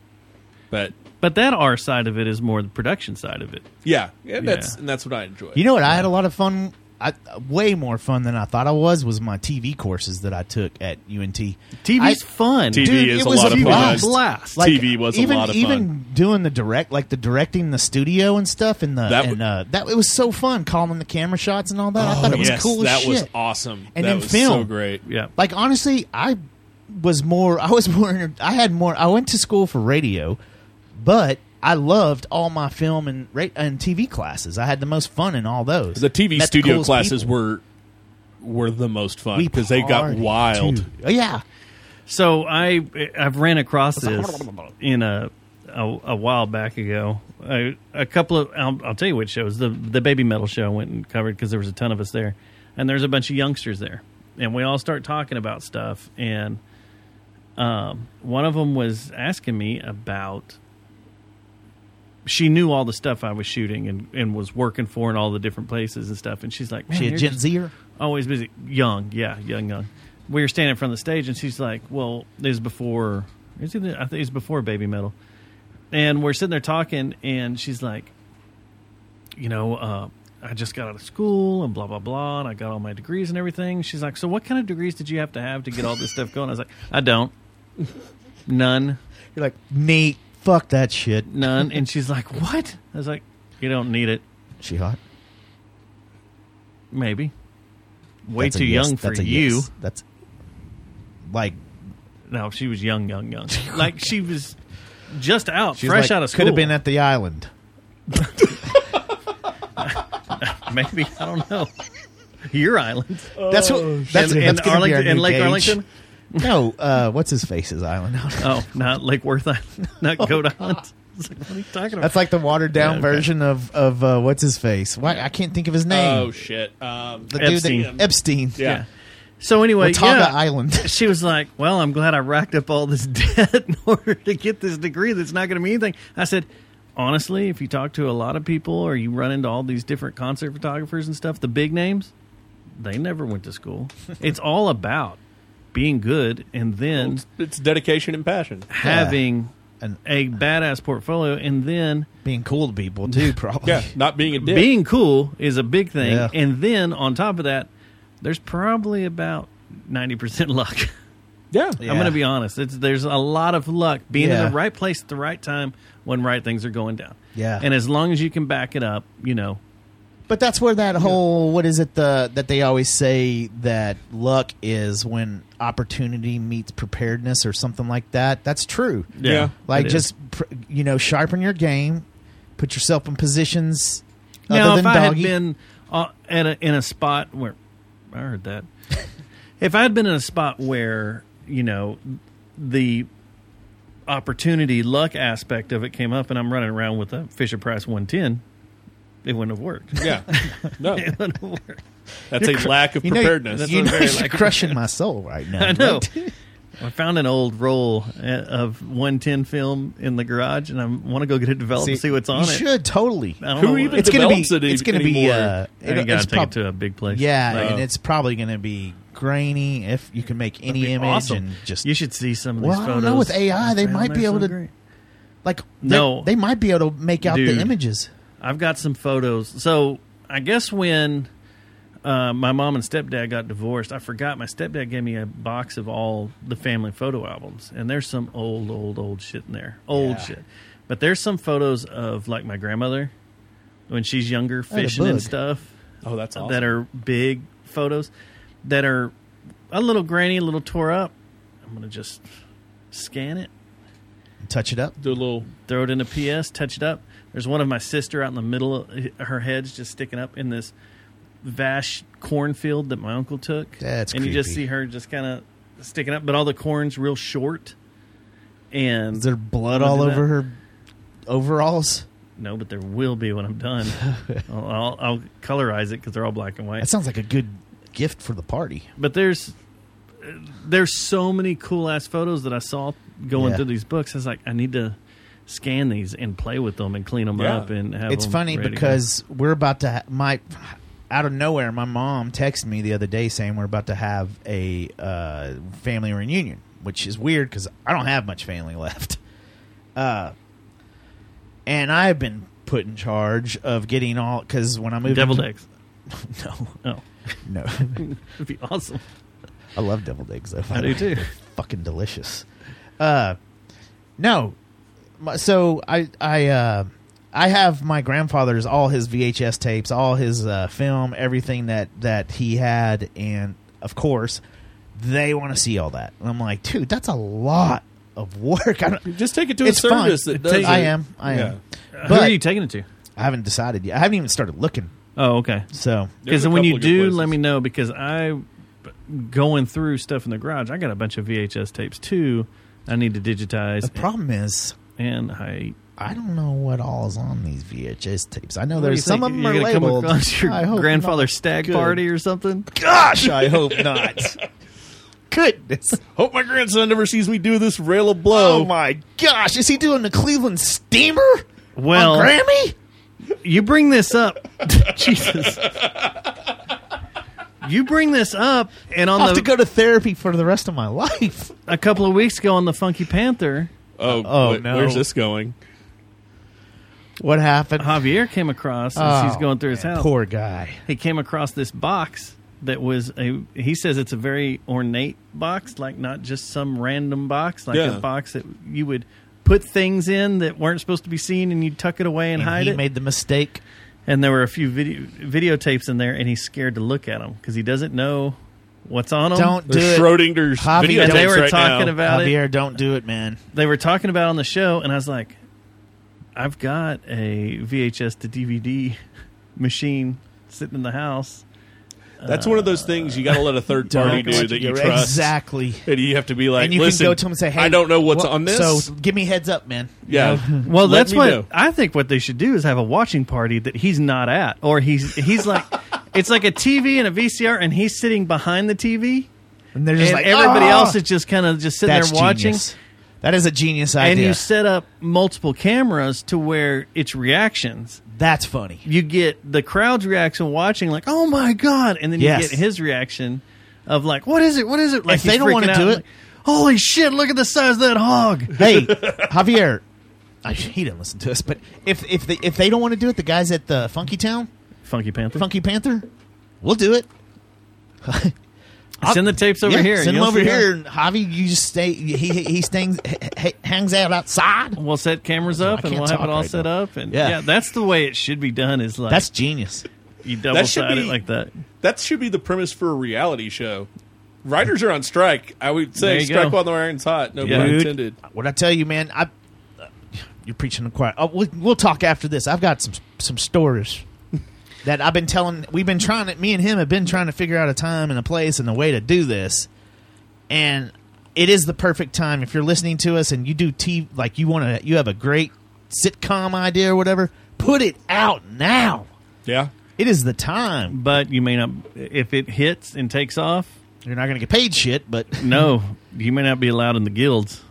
But But that R side of it is more the production side of it. yeah, and that's and that's what I enjoy. You know what? I had a lot of fun. I, way more fun than I thought I was was my TV courses that I took at UNT. TV's I- fun. Dude, TV is it a was lot of fun. blast. Like, TV was a even, lot of fun. Even doing the direct, like the directing the studio and stuff, and the That and uh, that it was so fun calling the camera shots and all that. I Oh, thought it was yes, cool as that shit. was awesome. And That then was film, so great. Yeah. Like honestly, I was more. I was more. inter- I had more. I went to school for radio, but I loved all my film and ra- and TV classes. I had the most fun in all those. The TV Met the studio coolest classes people. were were the most fun We because they got partied, wild. dude. Oh, yeah. So I I've ran across this in a a, a while back ago. A, a couple of I'll, I'll tell you which shows the the baby metal show I went and covered because there was a ton of us there, and there's a bunch of youngsters there, and we all start talking about stuff, and um, one of them was asking me about. She knew all the stuff I was shooting and, and was working for in all the different places and stuff, and she's like, "Man, She a you're Gen just- Zer? always busy. Young, yeah, young, young. We were standing in front of the stage, and she's like, "Well, this is before. Is it? I think it's before Baby Metal." And we're sitting there talking, and she's like, "You know, uh, I just got out of school, and blah blah blah, and I got all my degrees and everything." She's like, "So, what kind of degrees did you have to have to get all this stuff going?" I was like, "I don't, none." You're like Nate. Fuck that shit. None. And she's like, "What?" I was like, "You don't need it." She hot? Maybe. Way That's a too yes. young for That's a you. yes. That's like No, she was young, young, young. like she was just out, She's fresh like, out of school. Could have been at the island. maybe I don't know. Your island. That's what. That's, Oh, and, that's and gonna be our Arlington and new Lake gauge. Arlington. No, uh, what's his face's island? Oh, not Lake Worth Island, not Goat Island. It's like, what are you talking about? Oh, That's like the watered down Yeah, okay. version of of uh, what's his face. Why I can't think of his name. Oh shit. Um, The dude that- Epstein. Yeah. So anyway, Watauga yeah, Island. she was like, "Well, I'm glad I racked up all this debt in order to get this degree that's not going to mean anything." I said, "Honestly, if you talk to a lot of people or you run into all these different concert photographers and stuff, the big names, they never went to school. it's all about being good and then It's dedication and passion. having a badass portfolio and then being cool to people too probably Yeah, not being a dick. being cool is a big thing Yeah. and then on top of that there's probably about 90% luck yeah i'm gonna be honest it's, there's a lot of luck being Yeah. in the right place at the right time when right things are going down Yeah. and as long as you can back it up you know But that's where that whole what is it the that they always say that luck is when opportunity meets preparedness or something like that. That's true. Yeah, Yeah. it like is. just pr- you know sharpen your game, put yourself in positions now other if than i had doggy. been uh, at a, in a spot where i heard that if i had been in a spot where you know the opportunity luck aspect of it came up and i'm running around with a fisher price 110 it wouldn't have worked Yeah. No. it wouldn't have worked That's a lack of you know, preparedness. You That's know, a very you're lack of- crushing my soul right now. I know. right? I found an old roll uh, of 110 film in the garage, and I want to go get it developed and see what's on you it. should totally. I don't Who know even It's gonna be. develops it it's gonna be. anymore? Uh, I gotta it's take it to a big place. Yeah, Like, oh. and it's probably gonna be grainy if you can make any image awesome. and just. you should see some of these Well, I photos. don't know. With AI, they Man, might they're be able so to, great. like, they- No. they might be able to make out Dude. the images. I've got some photos. So I guess when uh, my mom and stepdad got divorced, I forgot my stepdad gave me a box of all the family photo albums, and there's some old, old, old shit in there, old Yeah. shit. But there's some photos of like my grandmother when she's younger That a fishing and bug. stuff. Oh, that's awesome. that are big photos that are a little grainy, a little tore up. I'm gonna just scan it Touch it up. do a little throw it in a PS, touch it up. There's one of my sister out in the middle, of- her head's just sticking up in this vast cornfield that my uncle took. That's and you just creepy. see her just kind of sticking up, but all the corn's real short. And Is there blood Look all at over her overalls? no, but there will be when I'm done. I'll, I'll, I'll colorize it because they're all black and white. That sounds like a good gift for the party. but there's there's so many cool ass photos that I saw going Yeah. through these books. I was like, I need to scan these and play with them and clean them Yeah. up and have. It's them funny ready to go. because we're about to ha- my out of nowhere. My mom texted me the other day saying we're about to have a uh, family reunion, which is weird because I don't have much family left. Uh, and I've been put in charge of getting all because when I moved deviled into- eggs. no, Oh, No, it'd be awesome. I love deviled eggs though. I do too. They're fucking delicious. Uh, no, my- so I I uh, I have my grandfather's all his VHS tapes, all his uh, film, everything that that he had, and of course, they want to see all that. And I'm like, dude, that's a lot of work. I don't, Just take it to it's a service fine. that does. I it. am. I am. Who are But you taking it to? I haven't decided yet. I haven't even started looking. Oh, okay. So There's Because a when you couple of good do, places. let me know. Because I, going through stuff in the garage, I got a bunch of VHS tapes too. I need to digitize, the problem is. and I I don't know what all is on these VHS tapes. I know What do you there's some think? of them You're are gonna labeled. Come across your I hope grandfather's not. stag Good. party or something. Gosh, I hope not. Goodness. Hope my grandson never sees me do this rail of Oh. blow. my gosh, is he doing the Cleveland Steamer? Well, on Grammy? you bring this up, Jesus. You bring this up, and I'll on have the to go to therapy for the rest of my life. a couple of weeks ago on the Funky Panther, Oh, Oh, wait, no. Where's this going? What happened? Javier came across as he's Oh, going through his man, house. Poor guy. he came across this box that was a he says it's a very ornate box like not just some random box like Yeah. a box that you would put things in that weren't supposed to be seen and you'd tuck it away and, And hide he it made the mistake. and there were a few video videotapes in there and he's scared to look at them because he doesn't know What's on them? Don't do it. Javier, they were talking about it. Javier, don't do it, man. They were talking about it on the show, and I was like, I've got a VHS to DVD machine sitting in the house. That's one of those things you got to let a third party Don't do let that you you do it. trust. Exactly. And you have to be like, and you listen, can go to him and say, "Hey, I don't know what's wha- on this. So give me heads up, man." You Yeah. know? Well, Let that's me what know. I think. What they should do is have a watching party that he's not at, or he's he's like, it's like a TV and a VCR, and he's sitting behind the TV, and they're just like, everybody "Ah!" else is just kind of just sitting That's there watching. genius. That is a genius idea. and you set up multiple cameras to where it's reactions. That's funny. You get the crowd's reaction watching, like, "Oh my god!" And then you Yes. get his reaction of like, "What is it? What is it?" Like if they he's don't want freaking to out, do it, like, holy shit! Look at the size of that hog. Hey, Javier, I, he didn't listen to us, but if if they, if they don't want to do it, the guys at the Funky Town, Funky Panther, Funky Panther, we'll do it. Send the tapes over Yeah, here. and Send them you'll over see here, and Javi, you just stay. He he he stings, h- h- hangs out outside. We'll set cameras up and can't we'll have talk it all right set now. up. And Yeah. yeah. that's the way it should be done. Is like That's genius. you double should side it be- like that. that should be the premise for a reality show. Writers are on strike. I would There say you strike go. while the iron's hot. No Yeah. pun Dude. intended. What I tell you, man, I you're preaching to the choir. Oh, we'll, we'll talk after this. I've got some some stories that I've been telling. We've been trying to. Me and him have been trying to figure out a time and a place and a way to do this. And it is the perfect time if you're listening to us and you do TV like you want to. You have a great sitcom idea or whatever. Put it out now. Yeah. It is the time. But you may not if it hits and takes off. You're not going to get paid shit, but No, you may not be allowed in the guilds.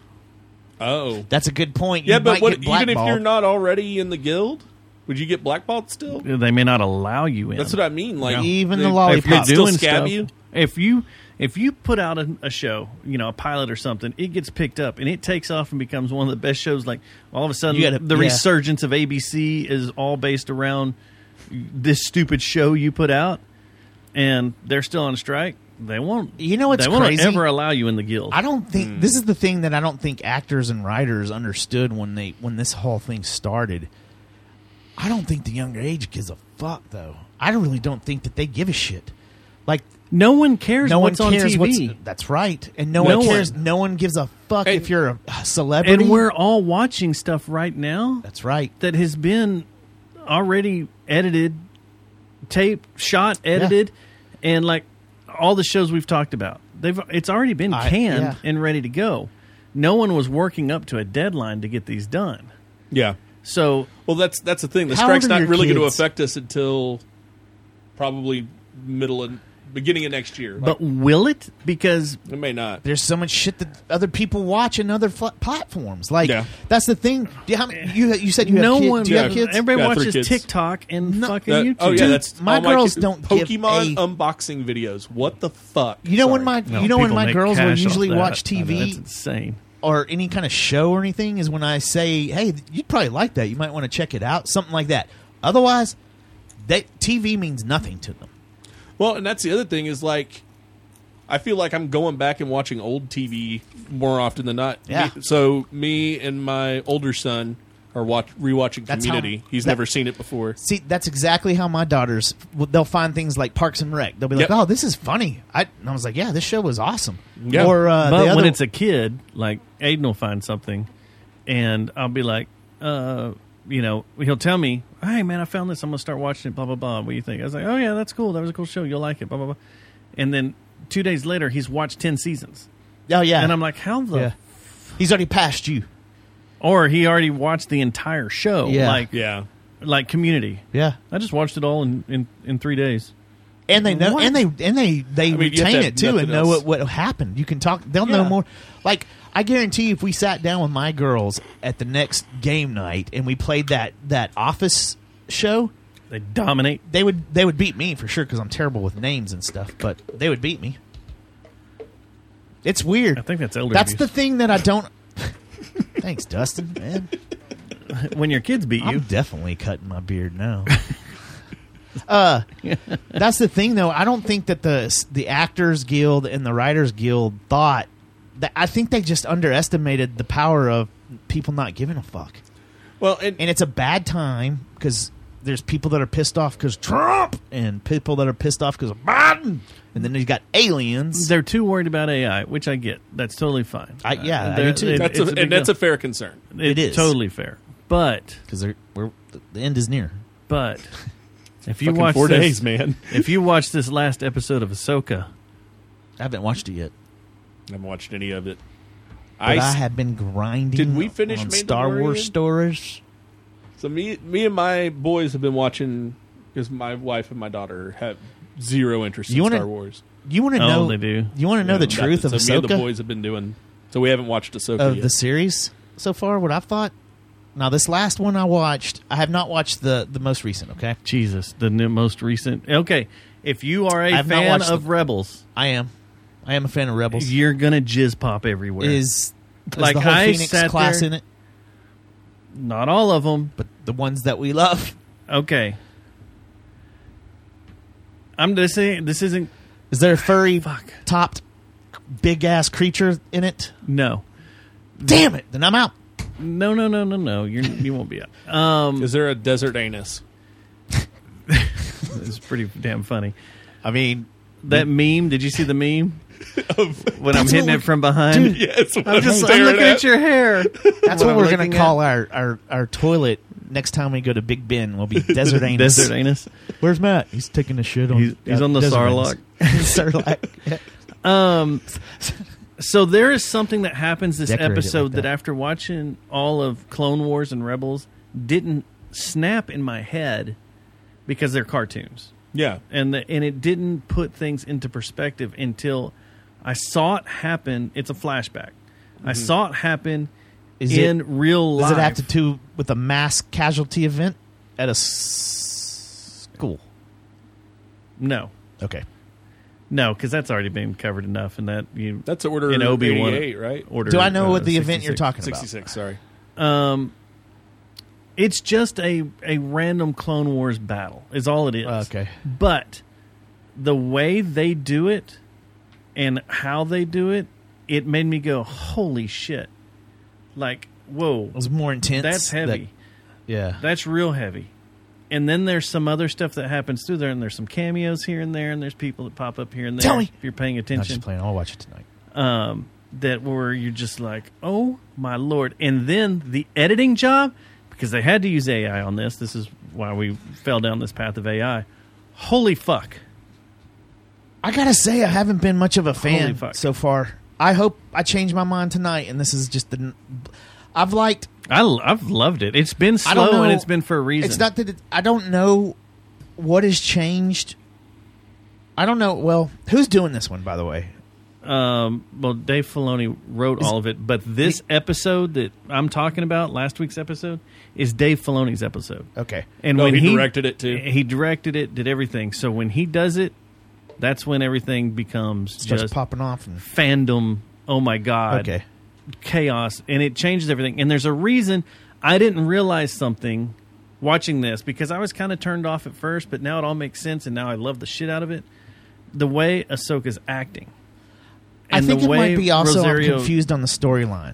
Oh. that's a good point. Yeah, You but might what, get even if you're blackballed. not already in the guild, would you get blackballed still? They may not allow you in. That's what I mean. Like Even they- the they lollipop. could still doing scab stuff- you. If you if you put out a, a show, you know, a pilot or something, it gets picked up and it takes off and becomes one of the best shows. Like all of a sudden, You gotta- the yeah. resurgence of ABC is all based around this stupid show you put out, and they're still on strike. They won't. You know what's they won't crazy? ever allow you in the guild. I don't think Hmm. this is the thing that I don't think actors and writers understood when they when this whole thing started. I don't think the younger age gives a fuck though. I really don't think that they give a shit. Like no one cares no what's one on cares TV. what's that's right, and no, No one cares. one. No one gives a fuck And- if you're a- a celebrity. and we're all watching stuff right now that's right. that has been already edited, taped, shot, edited, and like all the shows we've talked about, they've it's already been I- canned yeah. and ready to go. No one was working up to a deadline to get these done. Yeah. So Well, that's that's the thing. The How strike's old are not your really going to kids? affect us until probably middle and beginning of next year. Like, but will it? Because it may not. There's so much shit that other people watch and other fl- platforms. Like Yeah. that's the thing. Do you, how many, you you said you no have kids. one Do you have Yeah. kids? everybody Yeah, three kids. watches TikTok and No. fucking That- YouTube. oh yeah, that's my all girls kids- don't give Pokemon a- unboxing videos. What the fuck? You know when Sorry. my No, you know when people my make girls will cash off usually that. watch I know, TV that's insane. or any kind of show or anything is when I say, "Hey, you'd probably like that. You might want to check it out." Something like that. Otherwise, that TV means nothing to them. well, and that's the other thing is like, I feel like I'm going back and watching old TV more often than not. Yeah. Me- so me and my older son are watch rewatching That's how- Community. He's that- never seen it before. See, that's exactly how my daughters well, they'll find things like Parks and Rec. They'll be like, Yep. "Oh, this is funny." I, and I was like, "Yeah, this show was awesome." Yeah. Or uh, but the when other- it's a kid, like Aiden will find something, and I'll be like, uh, you know, he'll tell me, "Hey, man, I found this. I'm gonna start watching it." Blah blah blah. What do you think? I was like, "Oh yeah, that's cool. That was a cool show. You'll like it." Blah blah blah. And then two days later, he's watched ten seasons, oh yeah, and I'm like, "How the?" yeah. he's already passed you. Or he already watched the entire show, Yeah. like Yeah. like Community. Yeah, I just watched it all in in, in three days. and they know, What? and they and they mean, you they have to retain have it too, nothing and know else. what, what happened. You can talk; they'll know Yeah. more. Like I guarantee, you, if we sat down with my girls at the next game night and we played that that Office show, They dominate. they would they would beat me for sure because I'm terrible with names and stuff. But they would beat me. It's weird. I think that's elder That's the abuse. thing that I don't. Thanks, Dustin. Man, when your kids beat I'm you. definitely cutting my beard now. uh, that's the thing, though. I don't think that the the Actors Guild and the Writers Guild thought that. I think they just underestimated the power of people not giving a fuck, Well, and, and it's a bad time because there's people that are pissed off because Trump and people that are pissed off because of Biden. And then you got aliens. They're too worried about AI, which I get. That's totally fine. I, yeah, Uh, I do they're- too. it- That's a- it's big and that's deal. a fair concern. It's It is. totally fair. But because the end is near. But if you Fucking watch four this, days, man. if you watch this last episode of Ahsoka, I haven't watched it yet. I haven't watched any of it. But I, have been grinding. Did we finish on Star Mandalorian? Wars stories? So me, me and my boys have been watching because my wife and my daughter have zero interest You in wanna- Star Wars. you wanna Oh, know- they do. you wanna know the that- truth of so Me and the Ahsoka? boys have been doing. So we haven't watched Ahsoka of yet. the series so far? What I've thought. Now this last one I watched, I have not watched the the most recent. Okay, Jesus, the new, most recent. Okay, if you are a I've not fan watched of the- Rebels, I am. I am a fan of Rebels. You're gonna jizz pop everywhere. Is, is Like the whole I Phoenix sat class there- in it? Not all of them, but the ones that we love. Okay. I'm just saying this isn't. Is there a furry topped big ass creature in it? No. Damn it! Then I'm out. No, no, no, no, no. You're, you won't be out. Um, Is there a desert anus? it's pretty damn funny. I mean, that meme. Did you see the meme? when I'm That's hitting what it we- from behind. Dude. Yes, I'm just I'm looking at your hair. That's what, I'm we're going looking to at. call our, our, our toilet next time we go to Big Ben. Will be Desert Anus. Desert anus. Where's Matt? He's taking a shit on. He's- he's on the Desert Anus. Sarlacc. Um, so there is something that happens this Decorate it like episode that. that. after watching all of Clone Wars and Rebels didn't snap in my head because they're cartoons. Yeah. And the, and it didn't put things into perspective until I saw it happen. It's a flashback. I saw it happen Mm-hmm. Is in it- real life. Does it have to do with a mass casualty event at a s- school? no. Okay. No, because that's already been covered enough, and that you That's Order in Obi-Wan, 88, right? Order, Do I know uh, what the event you're 66. talking about? Sixty-six. Sorry. Um, it's just a a random Clone Wars battle. Is all it is. Oh, Okay. But the way they do it and how they do it, it made me go, "Holy shit!" Like, whoa, It was more intense. that's that- heavy. yeah. That's real heavy. And then there's some other stuff that happens through there, and there's some cameos here and there, and there's people that pop up here and there. Tell me. if you're paying No, attention just playing. I'll watch it tonight. um, that were you're just like, oh my lord. And then the editing job, because they had to use AI on this. This is why we fell down this path of AI. Holy fuck. I gotta say, I haven't been much of a fan fuck. so far. I hope I change my mind tonight, and this is just the. n- I've liked. I, have loved it. It's been I don't slow and know- it's been for a reason. It's not that it, I don't know what has changed. I don't know. Well, who's doing this one, by the way? um, well, Dave Filoni wrote all of it, but this episode that I'm talking about, last week's episode, is Dave Filoni's episode. Okay. And No, when Oh, he he directed it, too. he directed it, did everything. So when he does it, that's when everything becomes Starts just popping off. And, fandom. Oh my god! okay. chaos, and it changes everything. And there's a reason I didn't realize something watching this because I was kind of turned off at first, but now it all makes sense, and now I love the shit out of it. The way Ahsoka's acting, I and the think it way might be also I'm Rosario- confused on the storyline.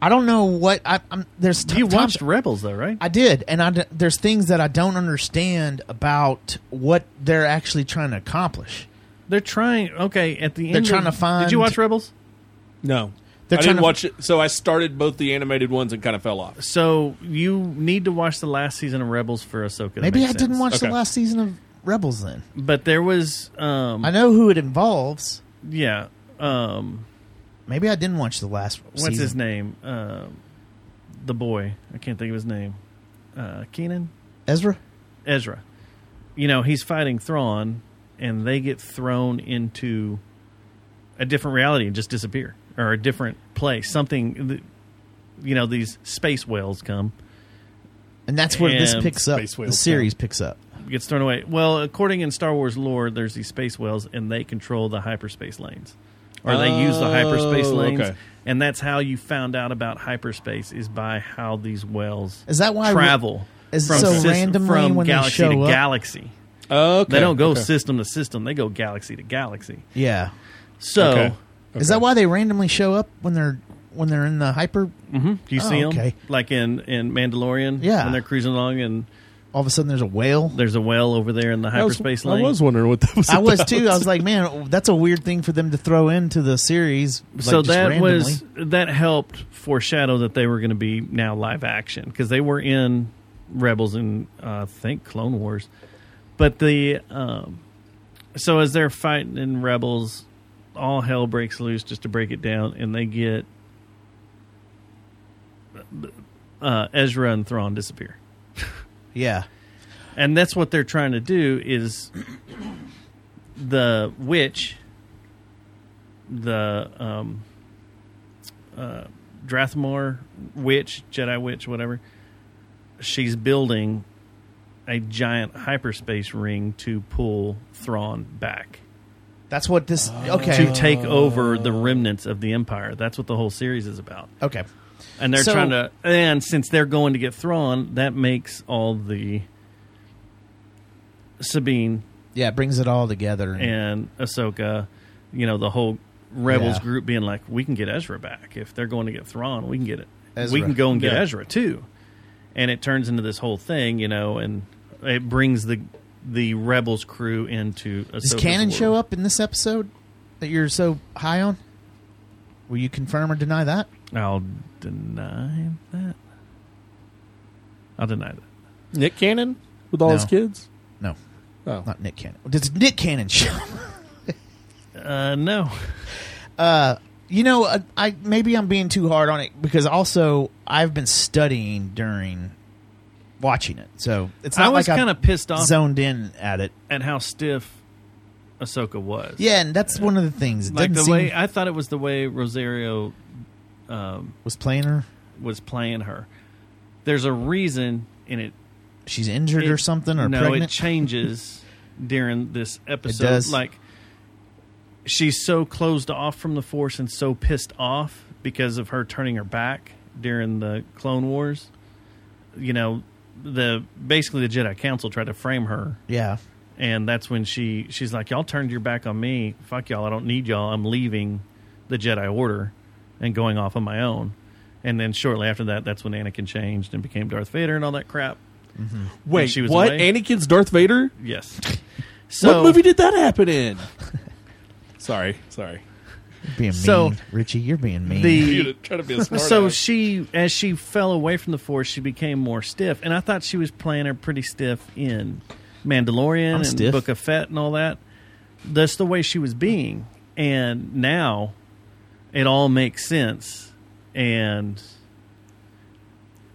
I don't know what I, I'm. There's t- You times- watched Rebels though, right? I did, and I d- there's things that I don't understand about what they're actually trying to accomplish. They're trying. Okay, at the end, They're trying of- to find- Did you watch Rebels? No. They're I trying didn't to- watch it, so I started both the animated ones and kind of fell off. So you need to watch the last season of Rebels for Ahsoka. to Maybe make I didn't sense. Mm. watch Okay. the last season of Rebels then. but there was, um, I know who it involves. yeah. Um, Maybe I didn't watch the last. what's his name? Um the boy. I can't think of his name. Uh, Keenan. Ezra. Ezra. You know, he's fighting Thrawn, and they get thrown into a different reality and just disappear, or a different place. Something, th- you know, these space whales come, And that's where this And picks up. Space The Whales series picks up. gets thrown away. Well, according in Star Wars lore, there's these space whales, and they control the hyperspace lanes, or they use the hyperspace Oh, lanes, okay. and that's how you found out about hyperspace is by how these whales Is that why we- travel Is from so sys- randomly from when they galaxy show to up? galaxy. Okay. They don't go Okay. system to system. They go galaxy to galaxy. Yeah. So Okay. Is that why they randomly show up when they're when they're in the hyper do you Oh, see them okay. like in in Mandalorian? Yeah. when they're cruising along and all of a sudden there's a whale. There's a whale over there in the I was- hyperspace I lane. was wondering what that I was too. I was like, man, that's a weird thing for them to throw into the series. like, so just that randomly. was that helped foreshadow that they were going to be now live action because they were in Rebels and uh, I think Clone Wars, but the um, so as they're fighting in Rebels, all hell breaks loose just to break it down, and they get uh, Ezra and Thrawn disappear. yeah, and that's what they're trying to do is the witch, the um, uh, Drathmore witch, Jedi witch, whatever. She's building a giant hyperspace ring to pull Thrawn back That's what this. Okay. to take over the remnants of the empire. That's what the whole series is about. Okay. And they're So- trying to and since they're going to get Thrawn, that makes all the Sabine Yeah, it brings it all together. and Ahsoka, you know, the whole Rebels Yeah. group being like, we can get Ezra back. If they're going to get Thrawn, we can get it. Ezra. We can go and get Yeah. Ezra too. And it turns into this whole thing, you know, and it brings the the Rebels crew into Ahsoka's Does Canon world. show up in this episode that you're so high on? Will you confirm or deny that? I'll deny that. I'll deny that. Nick Cannon with all No. his kids. No. Oh. Not Nick Cannon. Does Nick Cannon show Uh, no. Uh, you know, uh, I maybe I'm being too hard on it because also I've been studying during watching it, so it's not I was like I've kind of pissed off zoned in at it. at how stiff Ahsoka was. Yeah, and that's one of the things. It like the doesn't way seem- I thought it was the way Rosario um, was playing her. was playing her. There's a reason, and it She's injured or something, or no, it pregnant. changes during this episode. does. Like she's so closed off from the Force and so pissed off because of her turning her back during the Clone Wars. You know, the basically the Jedi Council tried to frame her yeah, and that's when she she's like y'all turned your back on me fuck y'all i don't need y'all i'm leaving the jedi order and going off on my own and then shortly after that that's when anakin changed and became darth vader and all that crap When Wait, she was what? away- Anakin's Darth Vader? yes so what movie did that happen in? sorry, sorry. being So- mean, Richie, you're being mean. the Try to be a smart so ass. she as she fell away from the force she became more stiff and i thought she was playing her pretty stiff in mandalorian I'm and stiff. book of fett and all that that's the way she was being and now it all makes sense and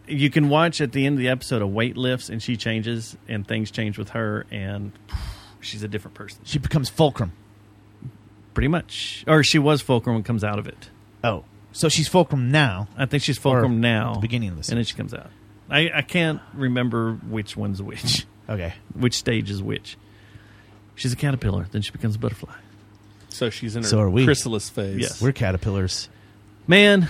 you can watch at the end of the episode a weight lifts and she changes and things change with her and she's a different person she becomes fulcrum. pretty much or she was fulcrum and comes out of it Oh, so she's fulcrum now. I think she's Fulcrum Or now. at the beginning of the And then she comes out. I, I can't remember which one's which. Okay. Which stage is which. She's a caterpillar. Then she becomes a butterfly. So she's in her So are we. chrysalis phase. Yes. We're caterpillars. Man,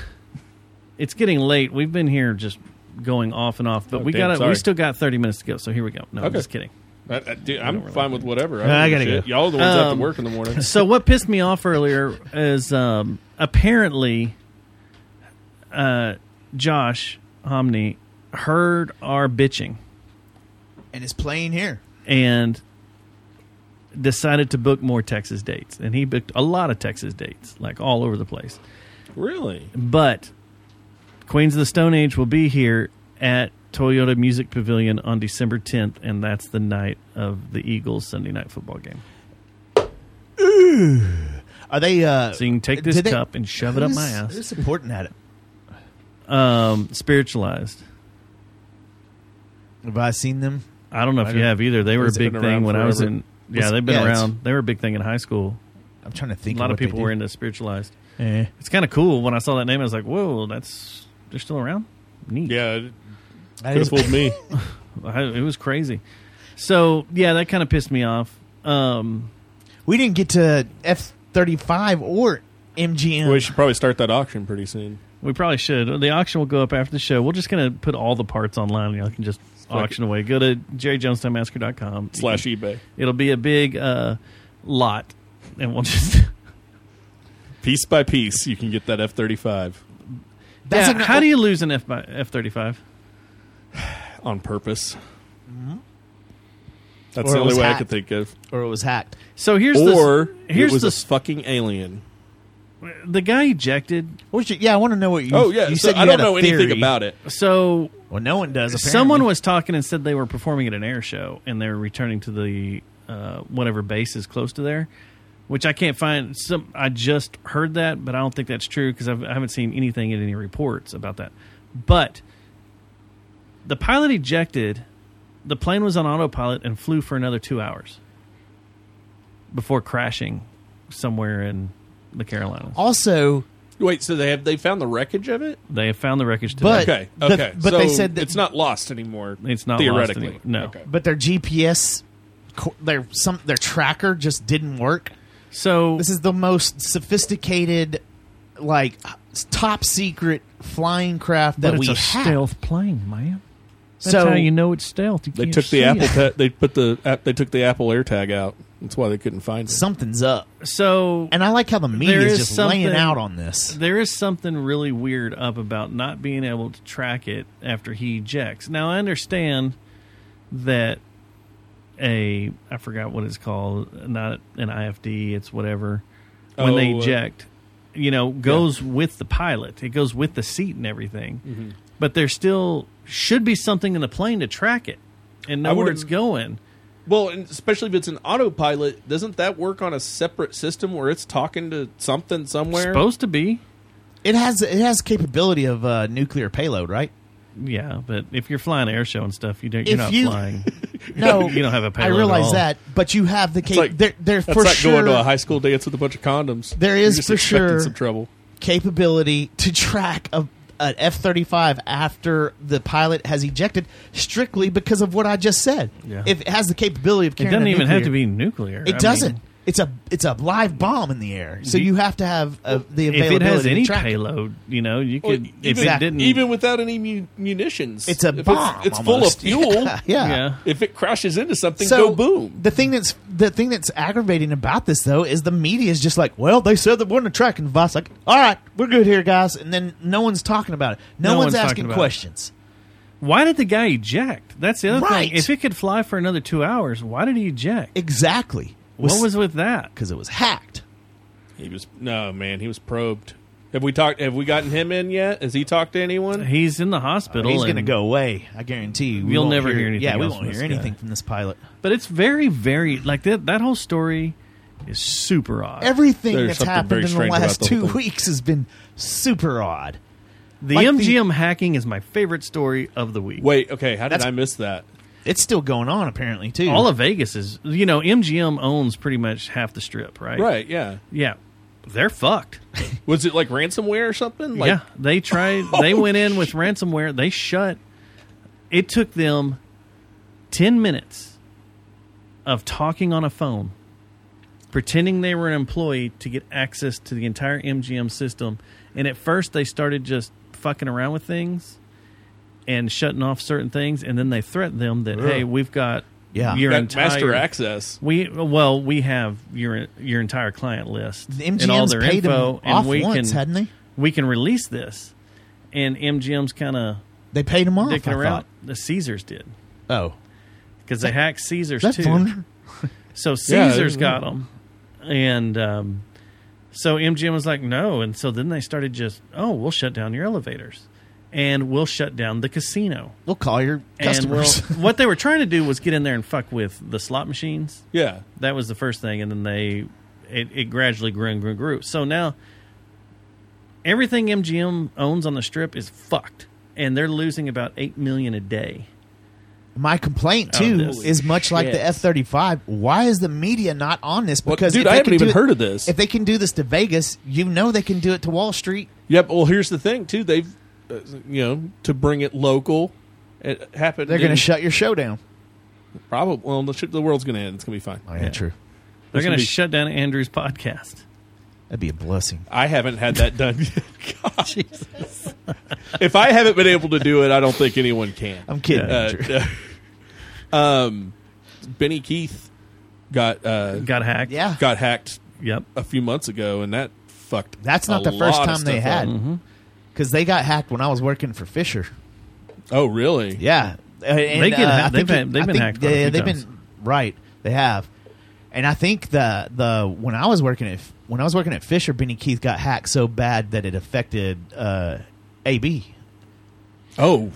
it's getting late. We've been here just going off and off, but Oh, we damn, got sorry. we still got 30 minutes to go. So here we go. No, I'm Okay. just kidding. I, I, dude, I'm fine with whatever. I, I don't gotta give a shit. go. Y'all are the ones that have Um, to work in the morning. so what pissed me off earlier is um, apparently uh, Josh Homney heard our bitching And it's playing here. and decided to book more Texas dates. And he booked a lot of Texas dates, like all over the place. really? But Queens of the Stone Age will be here at Toyota Music Pavilion on December 10th, and that's the night of the Eagles Sunday night football game. Are they? Uh, So you can take this did they- cup and shove it up who's- my ass. Who's supporting that? Um, spiritualized. Have I seen them? I don't know if you have either. They were a Has it big been thing around when I was forever? in. Was- Yeah, they've been yeah, it's- around. They were a big thing in high school. I'm trying to think. a lot of, of what they people were do. into spiritualized. Eh. It's kind of cool. When I saw that name, I was like, "Whoa, that's they're still around." Neat. Yeah. That Could have is- fooled me. I- it was crazy. So yeah, that kind of pissed me off. Um, We didn't get to F thirty five or MGM. we should probably start that auction pretty soon. we probably should. The auction will go up after the show. We're just gonna put all the parts online. and Y'all can just like- auction away. Go to jerryjonestimeasker.com Slash eBay. It'll be a big uh, lot, and we'll just. Piece by piece, you can get that F 35 That's yeah, like- how do you lose an F by F thirty five? on purpose. That's Or the it only was way I hacked. could think of. Or it was hacked. So here's the- or here's it was the a s- fucking alien. the guy ejected. yeah, I want to know what you. Oh, yeah, you so said you I don't had a know anything theory. about it. So well, no one does. Apparently. Someone was talking and said they were performing at an air show and they're returning to the uh, whatever base is close to there, which I can't find. Some I just heard that, but I don't think that's true because I haven't seen anything in any reports about that. But the pilot ejected. The plane was on autopilot and flew for another two hours before crashing somewhere in the Carolinas. also. Wait, so they have they found the wreckage of it? They have found the wreckage today. But Okay, the- okay. but they So said that- it's not lost anymore. It's not lost theoretically. anymore. No. Okay. but their GPS, co- their some their tracker just didn't work. So this is the most sophisticated, like s- top secret flying craft that But we it's a have. stealth plane, man. That's So- how you know it's stealth. You They can't took see the Apple. it. Pet, they put the app, they took the Apple AirTag out. That's why they couldn't find it. Something's up. So and I like how the media There is is just laying something- out on this. There is something really weird up about not being able to track it after he ejects. Now I understand that a I forgot what it's called, not an IFD, it's whatever. When they Oh, uh, eject, you know, goes with the pilot. It goes with the seat and everything. Mhm. But there still should be something in the plane to track it and know where would've- it's going. Well, and especially if it's an autopilot, doesn't that work on a separate system where it's talking to something somewhere? Supposed to be. It has it has capability of uh, nuclear payload, right? Yeah, but if you're flying an air show and stuff, you don't, you're If not you- flying. No, you don't have a I payload. at realize all. that, but you have the It's cap- there there that's for like sure going to a high school dance with a bunch of condoms. There You're is just for expecting sure- some trouble. capability to track a an F thirty five after the pilot has ejected, strictly because of what I just said. Yeah. If it has the capability of It carrying doesn't a even have nuclear- to be nuclear. I It mean, doesn't. it's a it's a live bomb in the air, so Do- you have to have uh, the if availability. it has to any track it. payload, you know, you Well, could. if even, it didn't, even without any mu- munitions, It's a If bomb. It's, it's full of almost. fuel. Yeah. yeah. If it crashes into something, go boom. The thing that's the thing that's aggravating about this though is the media is just like, well, they said that we're in a tracking device. Like, all right, we're good here, guys, and then no one's talking about it. No, No one's, one's talking asking about it. questions. why did the guy eject? That's the other Right. thing. If it could fly for another two hours, why did he eject? Exactly. what was with that? because it was hacked? He was no man. He was probed. Have we talked? Have we gotten him in yet? Has he talked to anyone? He's in the hospital. He's going to and- go away. I guarantee you. We You'll won't never hear anything Yeah, we else won't from hear this guy. anything from this pilot. But it's very, very like that. That whole story is super odd. Everything There's that's something very happened in the strange last about the two whole thing. weeks has been super odd. the like the- MGM hacking is my favorite story of the week. Wait, okay. How did That's- I miss that? It's still going on apparently too. All of Vegas is, you know, MGM owns pretty much half the strip, right? Right, yeah. Yeah, they're fucked. Was it like ransomware or something? Like, yeah, they tried. they went in with ransomware. They shut. It took them ten minutes of talking on a phone, pretending they were an employee to get access to the entire MGM system. And at first, they started just fucking around with things and shutting off certain things, and then they threatened them that, "Hey, we've got Yeah. your that entire master access. we well, we have your your entire client list The and all MGM's their paid info, them off and we once, can hadn't they? we can release this. And MGM's kind of they paid him off. Oh, I dicking around. thought. The Caesars did Oh, because they hacked Caesars that too. fun. So Yeah, Caesars yeah. got 'em. got them, and um, so MGM was like, no. And so then they started just, oh, we'll shut down your elevators, and we'll shut down the casino. We'll call your And we'll, customers. what they were trying to do was get in there and fuck with the slot machines. Yeah. That was the first thing, and then they it, it gradually grew and grew and grew. So now everything MGM owns on the strip is fucked, and they're losing about eight million a day. My complaint Oh, too this- is much like the shit. F thirty five. Why is the media not on this? Well, Because dude, if I they haven't can do even it- heard of this. If they can do this to Vegas, you know they can do it to Wall Street. Yep. Well, here's the thing too. They've uh, you know to bring it local. It happened. They're going to to shut your show down. Probably. Well, the, sh- the world's going to end. It's going to be fine. Oh yeah, true. They're gonna going to be- shut down Andrew's podcast. That'd be a blessing. I haven't had that done. yet. God. if I haven't been able to do it, I don't think anyone can. I'm kidding. Uh, Andrew. um, Benny Keith got uh, Got hacked. yeah, got hacked Yep. a few months ago, and that fucked. that's not a the first lot of time they stuff uh, mm-hmm. up. had because they got hacked when I was working for Fisher. Oh, really? Yeah, Uh, and, They get uh, ha- I they've think it- had- they've I been think hacked quite a They, few have times. been right. They have, and I think the the when I was working at when I was working at Fisher, Benny Keith got hacked so bad that it affected uh, AB. Oh,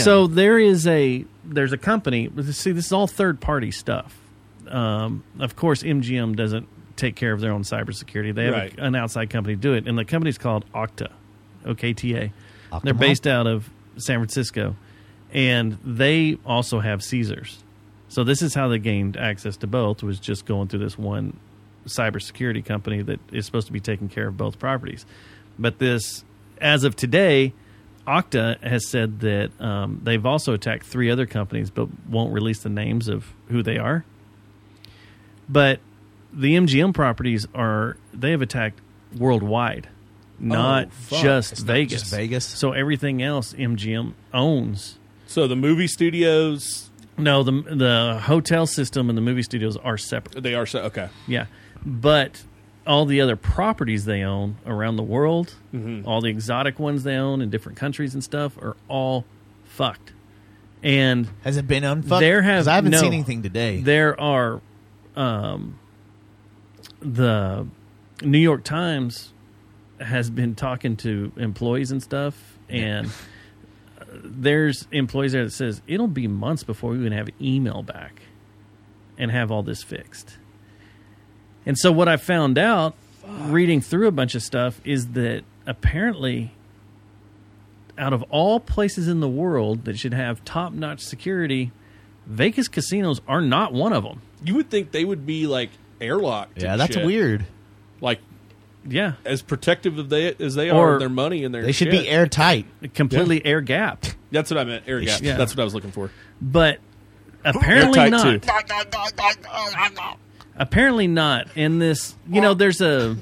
So there is a there's a company. See, this is all third party stuff. Um, of course, MGM doesn't take care of their own cybersecurity. They have a- Right. an outside company do it, and the company's called Okta, OKTA. They're Octomom? based out of San Francisco, and they also have Caesars. So this is how they gained access to both was just going through this one cybersecurity company that is supposed to be taking care of both properties. But this, as of today, Okta has said that um, they've also attacked three other companies, but won't release the names of who they are. But the MGM properties are they have attacked worldwide, not Oh, fuck. just It's not Vegas. just Vegas? So everything else MGM owns. So the movie studios. No, the the hotel system and the movie studios are separate. They are so okay. Yeah, but all the other properties they own around the world, all the exotic ones they own in different countries and stuff, are all fucked. And has it been unfucked? There 'Cause have I haven't no. seen anything today. There are, um, the New York Times has been talking to employees and stuff, and uh, there's employees there that says it'll be months before we even have email back and have all this fixed. And so what I found out reading through a bunch of stuff is that apparently out of all places in the world that should have top-notch security, Vegas casinos are not one of them. You would think they would be like airlocked. Yeah, and that's shit. weird. Like, yeah, as protective of they as they are Or of their money and their. they should shit. be airtight. Completely air gapped. That's what I meant. Air They gap. should- yeah. That's what I was looking for. But apparently Airtight, not. too. Apparently not. And this, you know, there's a.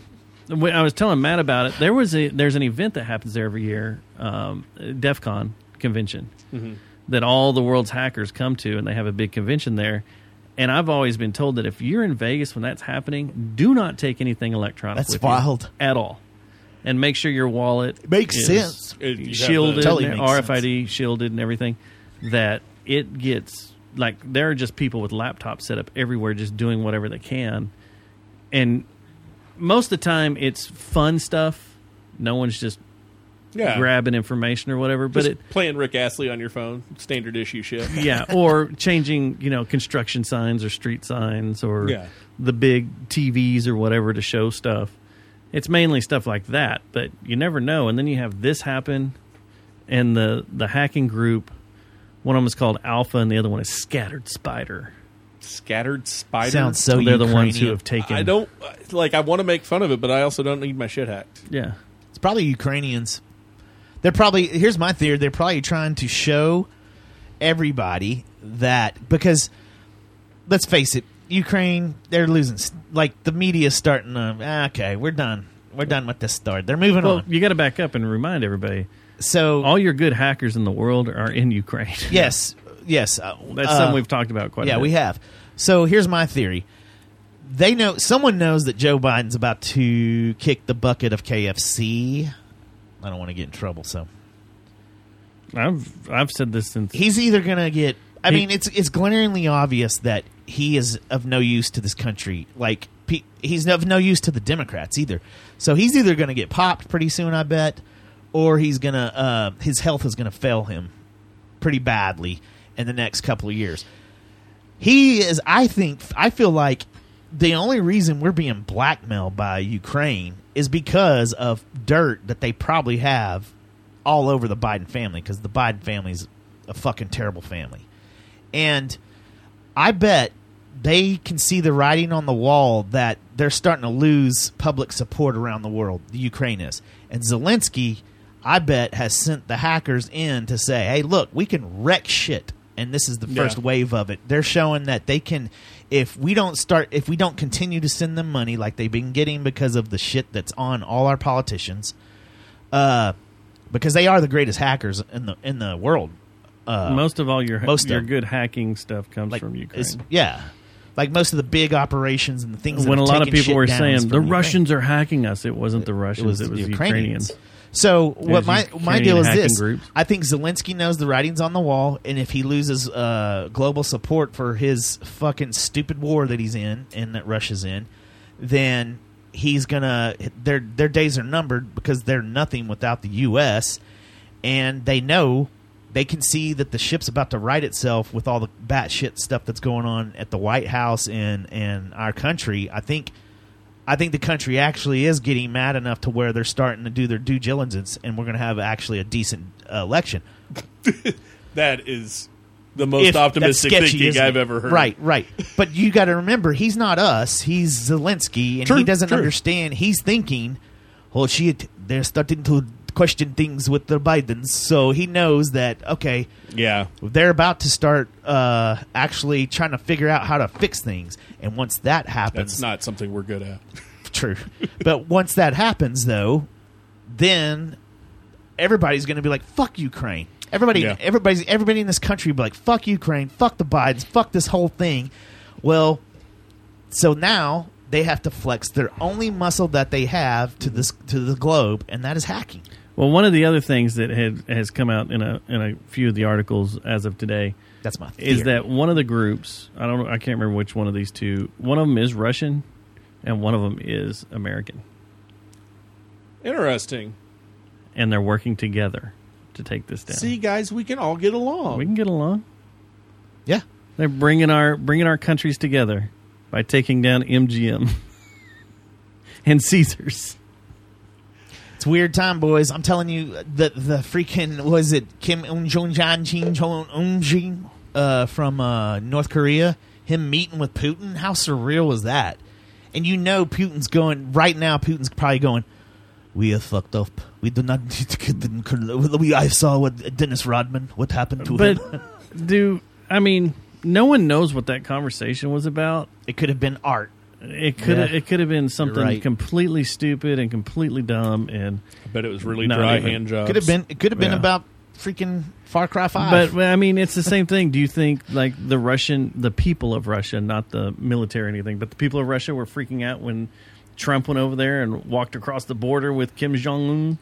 When I was telling Matt about it. There was a there's an event that happens there every year, um, DEF CON convention, Mm-hmm. Mhm. that all the world's hackers come to, and they have a big convention there. And I've always been told that if you're in Vegas when that's happening, do not take anything electronic. That's with you wild. at all, and make sure your wallet Makes is sense. It- you have shielded, the- Totally and makes sense. RFID shielded, and everything. That it gets like there are just people with laptops set up everywhere, just doing whatever they can, and most of the time it's fun stuff. No one's just Yeah. grabbing information or whatever, but Just it playing Rick Astley on your phone, standard issue shit. yeah, or changing, you know, construction signs or street signs or Yeah. the big TVs or whatever to show stuff. It's mainly stuff like that, but you never know. And then you have this happen, and the the hacking group, one of them is called Alpha, and the other one is Scattered Spider. Scattered spider Sounds so They're the ones who Ukrainian. have taken- I don't like. I want to make fun of it, but I also don't need my shit hacked. Yeah. It's probably Ukrainians. They're probably here's my theory, they're probably trying to show everybody that because let's face it, Ukraine, they're losing s- like the media's starting to "Ah, okay, we're done. We're done with this start. They're moving well, on. you got to back up and remind everybody. So all your good hackers in the world are in Ukraine. Yes, yes. uh, That's uh, something we've talked about quite. yeah, a bit. we have. So here's my theory. They know someone knows that Joe Biden's about to kick the bucket of KFC. I don't want to get in trouble, so I've I've said this since he's either gonna get. I He- mean, it's it's glaringly obvious that he is of no use to this country. Like pe- he's of no use to the Democrats either. So he's either gonna get popped pretty soon, I bet, or he's gonna uh, his health is gonna fail him pretty badly in the next couple of years. He is. I think. I feel like the only reason we're being blackmailed by Ukraine is because of dirt that they probably have all over the Biden family because the Biden family's a fucking terrible family, and I bet they can see the writing on the wall that they're starting to lose public support around the world. The Ukraine is, and Zelensky, I bet, has sent the hackers in to say, "Hey, look, we can wreck shit." And this is the Yeah. first wave of it. They're showing that they can, if we don't start, if we don't continue to send them money like they've been getting because of the shit that's on all our politicians, uh, because they are the greatest hackers in the in the world. Uh, most of all your most your of- good hacking stuff comes from Ukraine. it's- yeah, like most of the big operations and the things. that when a have lot of taken people shit were down is saying from the Ukraine. Russians are hacking us, it wasn't the Russians. It was, the the Ukrainians. So what he's my my carrying deal is hacking this: groups. I think Zelensky knows the writing's on the wall, and if he loses uh, global support for his fucking stupid war that he's in and that Russia's in, then he's gonna their their days are numbered because they're nothing without the U.S. And they know they can see that the ship's about to right itself with all the batshit stuff that's going on at the White House and and our country. I think I think the country actually is getting mad enough to where they're starting to do their due diligence, and we're going to have actually a decent uh, election. That is the most If- that's optimistic sketchy, thinking isn't I've it? ever heard. Right, right. But you got to remember, he's not us. He's Zelensky, and True, he doesn't true. understand. He's thinking, "Oh shit, they're starting to question things with the Bidens." So he knows that okay, Yeah. they're about to start uh, actually trying to figure out how to fix things. And once that happens, That's not something we're good at. True. but once that happens, though, then everybody's going to be like, "Fuck Ukraine." Everybody, Yeah. everybody's, everybody in this country will be like, "Fuck Ukraine." Fuck the Bidens. Fuck this whole thing. Well, so now they have to flex their only muscle that they have to this to the globe, and that is hacking. Well, one of the other things that had, has come out in a in a few of the articles as of today. That's my Is theory. that one of the groups? I don't. know- I can't remember which one of these two. One of them is Russian, and one of them is American, Interesting. and they're working together to take this down. See, guys, we can all get along. We can get along. Yeah, they're bringing our bringing our countries together by taking down MGM and Caesars. It's a weird time, boys. I'm telling you, the the freaking was it Kim Un Jong Jan Jin Jong Un Jin uh, from uh, North Korea? Him meeting with Putin. How surreal was that? And you know, Putin's going right now. Putin's probably going. We are fucked up. We do not need to get in. Korea." We I saw what Dennis Rodman. What happened to But him? do I mean no one knows what that conversation was about? It could have been art. It could Yeah. it could have been something right. completely stupid and completely dumb and I bet it was really dry hand jobs. Could have been. It could have been Yeah. about freaking Far Cry Five. But well, I mean, it's the same thing. Do you think like the Russian, the people of Russia, not the military or anything, but the people of Russia were freaking out when Trump went over there and walked across the border with Kim Jong Un?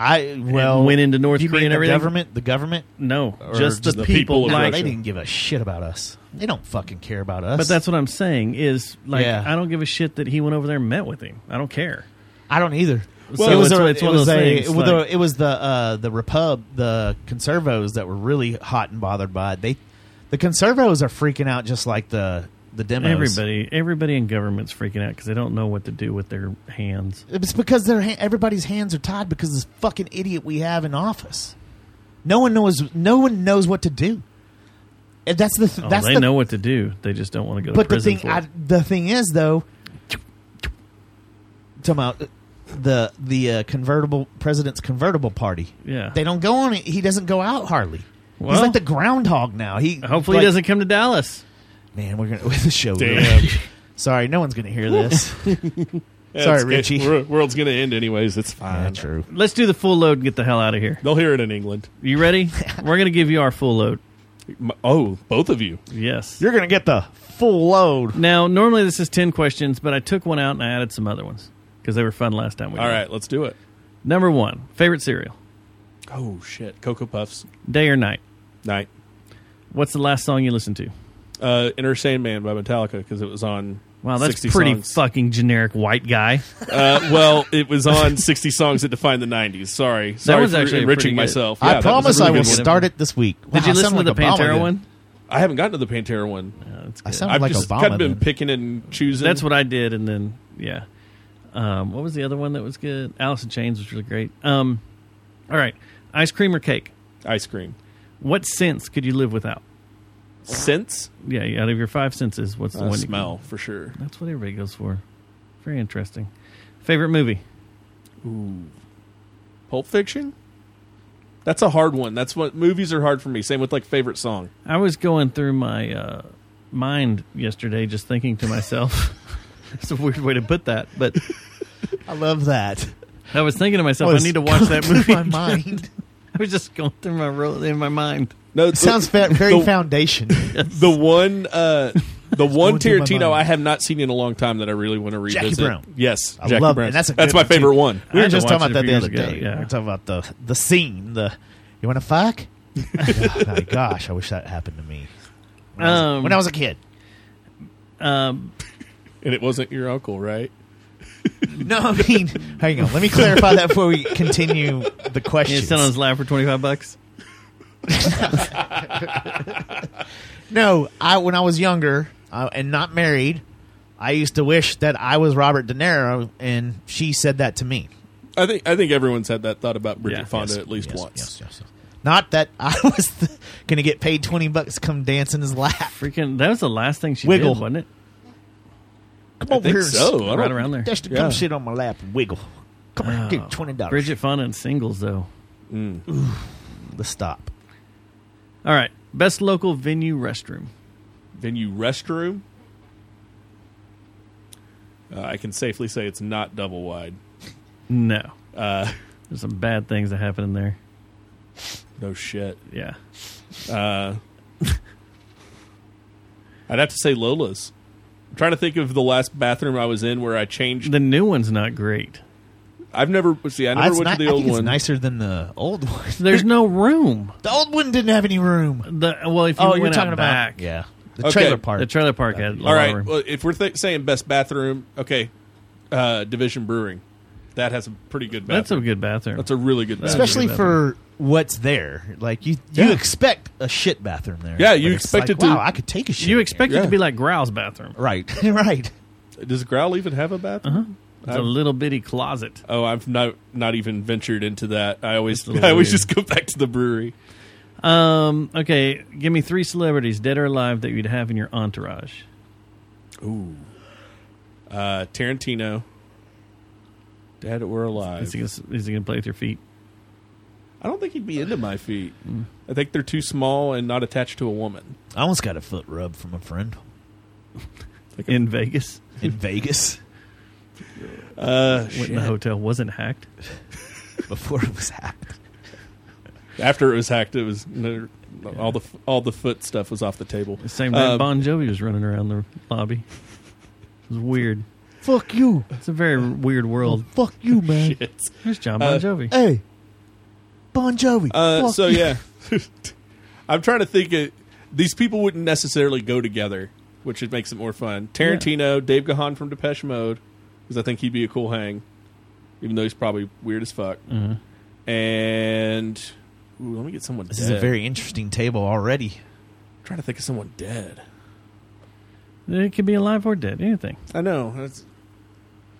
I well went into North you Korea and mean the everything. government. The government. No, Or just, the, people. No, like, they didn't give a shit about us. They don't fucking care about us. but that's what I'm saying is like Yeah. I don't give a shit that he went over there and met with him. I don't care. I don't either. Well, it was it's- a- it's it one of was those a- things, It was, like- the, it was the uh, the repub the conservos that were really hot and bothered by it. They the conservos are freaking out just like the the demos. Everybody, everybody in government's freaking out because they don't know what to do with their hands. It's because their ha- everybody's hands are tied because of this fucking idiot we have in office. No one knows. No one knows what to do. And That's the. Oh, that's they the, know what to do. They just don't want to go to but the prison. thing, for it. I, the thing is though, talking about uh, the the uh, convertible president's convertible party. Yeah. they don't go on. it. He doesn't go out hardly. Well- He's like the groundhog now. He Hopefully, like, he doesn't come to Dallas. Man, we're gonna the show. Damn. Sorry, no one's gonna hear this. Yeah, Sorry, it's good. Richie. Uh, Wor- World's going to end anyways. It's fine. true. Let's do the full load and get the hell out of here. They'll hear it in England. You ready? We're going to give you our full load. M- Oh, both of you. Yes. You're gonna get the full load. Now, normally this is 10 questions, but I took one out and I added some other ones because they were fun last time we All did. right, let's do it. Number one favorite cereal, Oh, shit. Cocoa Puffs. day or night? Night. What's the last song you listened to? Uh, Inner Sandman by Metallica because it was on. Wow, that's 60 pretty songs. fucking generic white guy. Uh, well, it was on 60 songs that defined the 90s. Sorry. Sorry was for actually a pretty enriching good- myself. I Yeah, that was a promise really I will good one. start it this week. Did Wow, you I listen sound to like the Obama Pantera then. one? I haven't gotten to the Pantera one. That's I good. sound I've like just Obama. kind of been then. picking and choosing. That's what I did, and then yeah. Um, what was the other one that was good? Alice in Chains was really great. Um, all right, ice cream or cake? ice cream. What sense could you live without? Since Yeah, out of your five senses, what's the uh, one you smell for sure. That's what everybody goes for. Very interesting. Favorite movie? Ooh. Pulp Fiction? That's a hard one. That's what movies are hard for me. Same with like favorite song. I was going through my uh, mind yesterday, just thinking to myself. It's a weird way to put that, but I love that. I was thinking to myself, I Was need to watch that going movie. through My mind I was just going through my ro- in my mind. No, it sounds fa- very foundational. the one uh The one through my Tarantino mind. I have not seen in a long time that I really want to revisit. Jackie Brown. Yes, I Jackie love Brown. It. That's a good my one, too. favorite one. We were just talking about that the other day. We were talking about the the scene. The you want to fuck? oh, my gosh, I wish that happened to me when, I, was, when I was a kid. Um, and it wasn't your uncle, right? No, I mean, hang on. Let me clarify that before we continue the question. You selling his lab for twenty five bucks. No, I when I was younger uh, and not married, I used to wish that I was Robert De Niro, and she said that to me. I think I think everyone's had that thought about Bridget Yeah. Fonda Yes, at least yes, once. yes, yes, yes. Not that I was the, gonna get paid twenty bucks to come dance in his lap. Freaking, that was the last thing she Wiggle. did, wasn't it? Come I over think here, so. sit- I Right don't- around there. Just to Yeah. come sit on my lap and wiggle. Come on, give me Oh. twenty dollars. Bridget Fonda and singles though. Ooh, Let's stop. All right, best local venue restroom. Venue restroom. Uh, I can safely say it's not double wide. No, Uh, there's some bad things that happen in there. No shit. Yeah. Uh, I'd have to say Lola's. I'm trying to think of the last bathroom I was in where I changed. The new one's not great. I've never see. I never That's went not- to I the old think it's one. nicer than the old one. There's no room. The old one didn't have any room. The well, if you oh, went you're out talking about back, yeah, the Okay. trailer park. the trailer park had a lot All of right. room. Well, if we're th- saying best bathroom, okay, uh, Division Brewing, that has a pretty good. bathroom. That's a good bathroom. That's a really good bathroom. especially for what's there. Like you, you Yeah. expect a shit bathroom there. Yeah, you But it's expect like, it to- Wow, I could take a shit. you in expect it Yeah. to be like Growl's bathroom. here. right, right. Does Growl even have a bathroom? Uh-huh. It's a little bitty closet. Oh, I've not not even ventured into that. I always It's a little I always weird. just go back to the brewery. Um. Okay. Give me three celebrities, dead or alive, that you'd have in your entourage. Ooh, uh, Tarantino, Dead or Alive. Is he, gonna, is he gonna play with your feet? I don't think he'd be into my feet. Mm. I think they're too small and not attached to a woman. I almost got a foot rub from a friend in Vegas in Vegas Uh, when the hotel wasn't hacked. before it was hacked. after it was hacked, it was no, all the all the foot stuff was off the table. The same night Um, Bon Jovi was running around the lobby. It was weird. Fuck you, It's a very weird world. fuck you, man. shit. There's John Oh, Uh, Bon Jovi. Hey, Bon Jovi. Uh, fuck so you. yeah, I'm trying to think. Of, these people wouldn't necessarily go together, which it makes it more fun. Tarantino, Dave Gahan from Depeche Mode, because I think he'd be a cool hang, even though he's probably weird as fuck. And ooh, let me get someone. Mm-hmm. This dead. is a very interesting table already. I'm trying to think of someone dead. It could be alive or dead. Anything. I know. That's,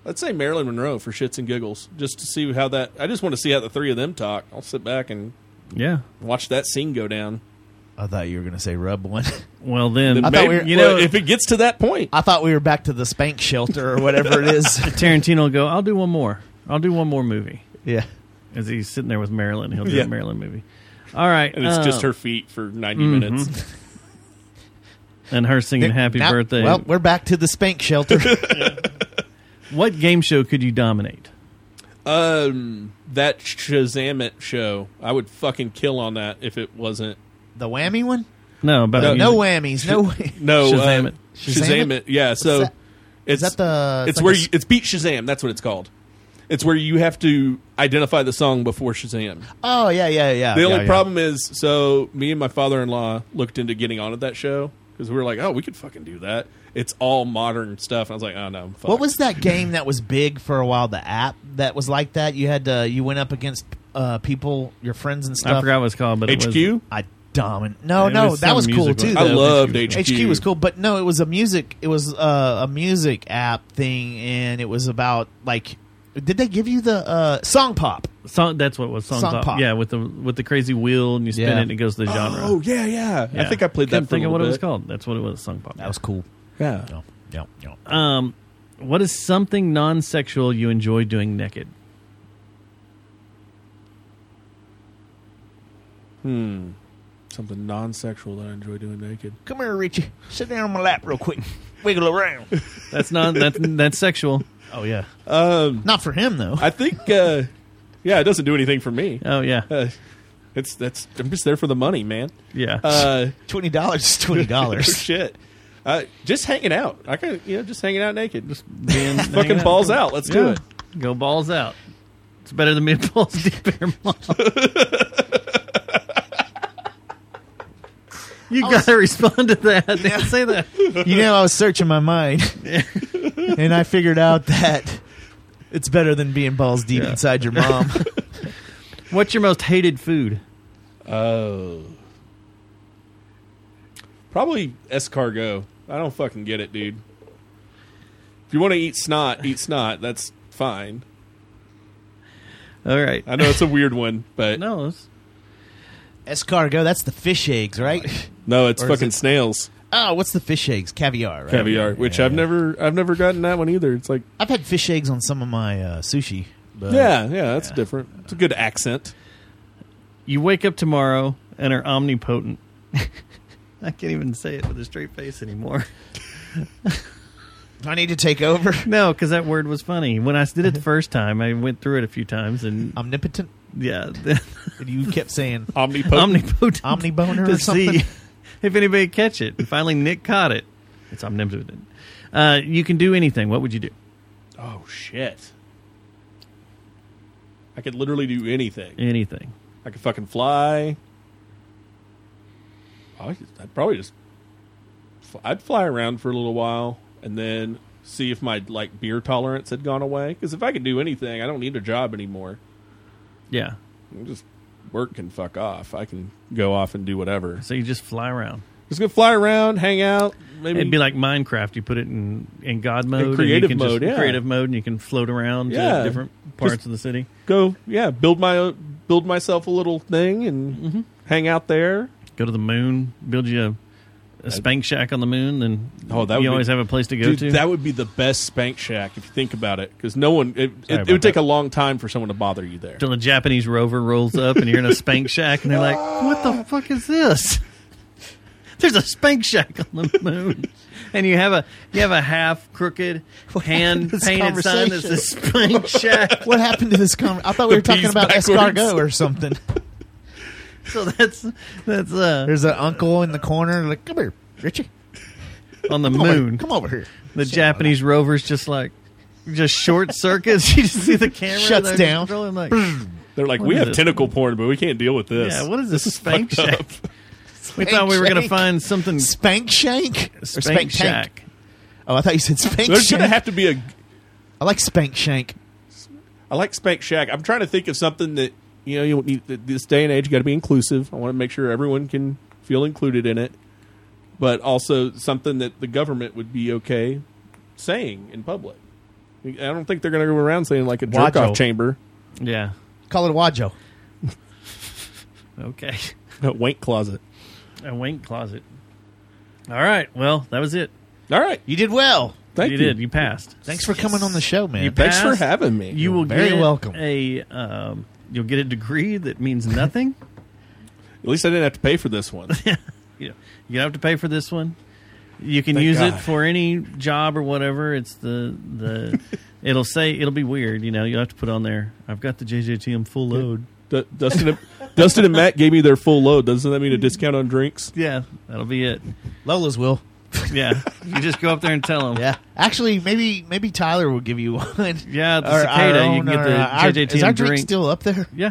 let's say Marilyn Monroe for shits and giggles, just to see how that. I just want to see how the three of them talk. I'll sit back and Yeah. watch that scene go down. I thought you were gonna say rub one. Well then, I thought we were- you know, well, if it gets to that point, I thought we were back to the spank shelter or whatever it is. Tarantino will go. I'll do one more. I'll do one more movie. yeah. As he's sitting there with Marilyn, he'll do Yeah. a Marilyn movie. All right, and it's just um, her feet for 90 minutes. and her singing "Happy Now- Birthday." Well, we're back to the spank shelter. what game show could you dominate? Um, that Shazam it show, I would fucking kill on that if it wasn't. the whammy one? No, but No, whammies. No. wha- No, Shazam uh, it. Shazam, Shazam it? it? Yeah, so that? it's that the- it's it's like where a you, s- it's beat Shazam. That's what it's called. It's where you have to identify the song before Shazam. Oh yeah, yeah, yeah. The yeah, only yeah. problem is, so me and my father-in-law looked into getting on at that show because we were like, oh, we could fucking do that. It's all modern stuff. And I was like, oh no, I'm fucked. What was that game that was big for a while? The app that was like that. You had to. You went up against uh, people, your friends and stuff. I forgot what it's called, but it was HQ? I dominant. No, It Oh, no, was that some was cool music too. one. I though. loved HQ. HQ. HQ was cool, but no, it was a music. It was uh, a music app thing, and it was about like. Did they give you the uh, song pop? Song, that's what it was song, Song pop. pop. Yeah, with the with the crazy wheel and you spin Yeah. it and it goes to the genre. Oh yeah, yeah, I Yeah. think I played Couldn't that. For think a of what little it was bit. called. That's what it was. Song pop. That was cool. Yeah. No, no, no. Um, what is something non-sexual you enjoy doing naked? Hmm. Something non-sexual that I enjoy doing naked. Come here, Richie. Sit down on my lap real quick. Wiggle around. That's not that's that's sexual. Oh yeah. Um, Not for him though. I think. Uh, yeah, it doesn't do anything for me. Oh yeah, Uh, it's that's. I'm just there for the money, man. yeah. Uh, Twenty dollars is twenty dollars. shit. Uh, just hanging out. I could, you know, just hanging out naked. Just being fucking balls out. Let's do it. Go balls out. It's better than being balls deep air mom. you gotta respond to that. They say that. You know, I was searching my mind, and I figured out that it's better than being balls deep inside your mom. What's your most hated food? Oh. Probably escargot. I don't fucking get it, dude. If you want to eat snot, eat snot. That's fine. All right. I know it's a weird one, but no, Escargot, that's the fish eggs, right? no, it's Or is fucking it- snails, Oh, what's the fish eggs? Caviar, right? caviar, which I've never, I've never gotten that one either. It's like, I've had fish eggs on some of my uh, sushi. But yeah, yeah, that's different. It's a good accent. You wake up tomorrow and are omnipotent. I can't even say it with a straight face anymore. Do I need to take over? No, because that word was funny. When I did it the first time, I went through it a few times and omnipotent. Yeah, And you kept saying omnipotent, omnipotent, omniboner, to or something. see if anybody could catch it. And finally, Nick caught it. It's omnipotent. Uh, you can do anything. What would you do? Oh shit! I could literally do anything. Anything. I could fucking fly. I could- I'd probably just. fl- I'd fly around for a little while and then see if my like beer tolerance had gone away. Because if I could do anything, I don't need a job anymore. Yeah. I'm just work and fuck off. I can go off and do whatever. So you just fly around. Just gonna fly around, hang out. Maybe It'd be like Minecraft. You put it in, in God mode, and creative you can mode, just, yeah. creative mode, and you can float around Yeah. to different parts Just- of the city. go, yeah, build my own, build myself a little thing and hang out there. Go to the moon, build you a, a spank shack on the moon, then Oh, that you would always be, have a place to go Dude, to. That would be the best spank shack if you think about it, because no one. It, it, Sorry it about would take that. a long time for someone to bother you there. Till a Japanese rover rolls up and you're in a spank shack, and they're like, "What the fuck is this?" There's a spank shack on the moon, and you have a you have a half crooked hand This painted sign that says conversation. spank shack. What happened to this conversation? I thought we The were talking peas about backwards. escargot or something. So that's that's uh There's an uncle in the corner, like, come here, Richie. on the Come over- moon. come over here. The Japanese rover's just like just short circuits. you just see the camera Shuts they're down. rolling like, They're like, What we is have this? tentacle porn, but we can't deal with this. yeah, what is this, This is spank fucked shack? up. We thought we were gonna Spank find something Spank Shank? Or spank, Spank Tank? shack. Oh, I thought you said Spank There's Shank. gonna have to be a. I like Spank Shank. I like spank shack. I'm trying to think of something that you know you don't need. that This day and age, got to be inclusive. I want to make sure everyone can feel included in it, but also something that the government would be okay saying in public. I don't think they're going to go around saying like a jerk Wajo. off chamber, Yeah. Call it Wajo. Okay. a wank closet. A wank closet. All right. Well, that was it. All right. You did well. Thank you. you, did. You passed. Thanks for coming on the show, man. You Thanks for passed. having me. You will very get welcome. A um, you'll get a degree that means nothing. At least I didn't have to pay for this one. you know, you don't have to pay for this one. You can Thank use it God. for any job or whatever. It's the the. it'll say it'll be weird. You know, you'll have to put on there. I've got the JJTM full load. D- Dustin, and, Dustin and Matt gave me their full load. Doesn't that mean a discount on drinks? Mm-hmm. Yeah, that'll be it. Lola's will. Yeah, you just go up there and tell them. Yeah. Actually, maybe maybe Tyler will give you one. Yeah, the Or cicada, our you can own, get or, the uh, our- JJTM Is our drink drink. still up there? Yeah,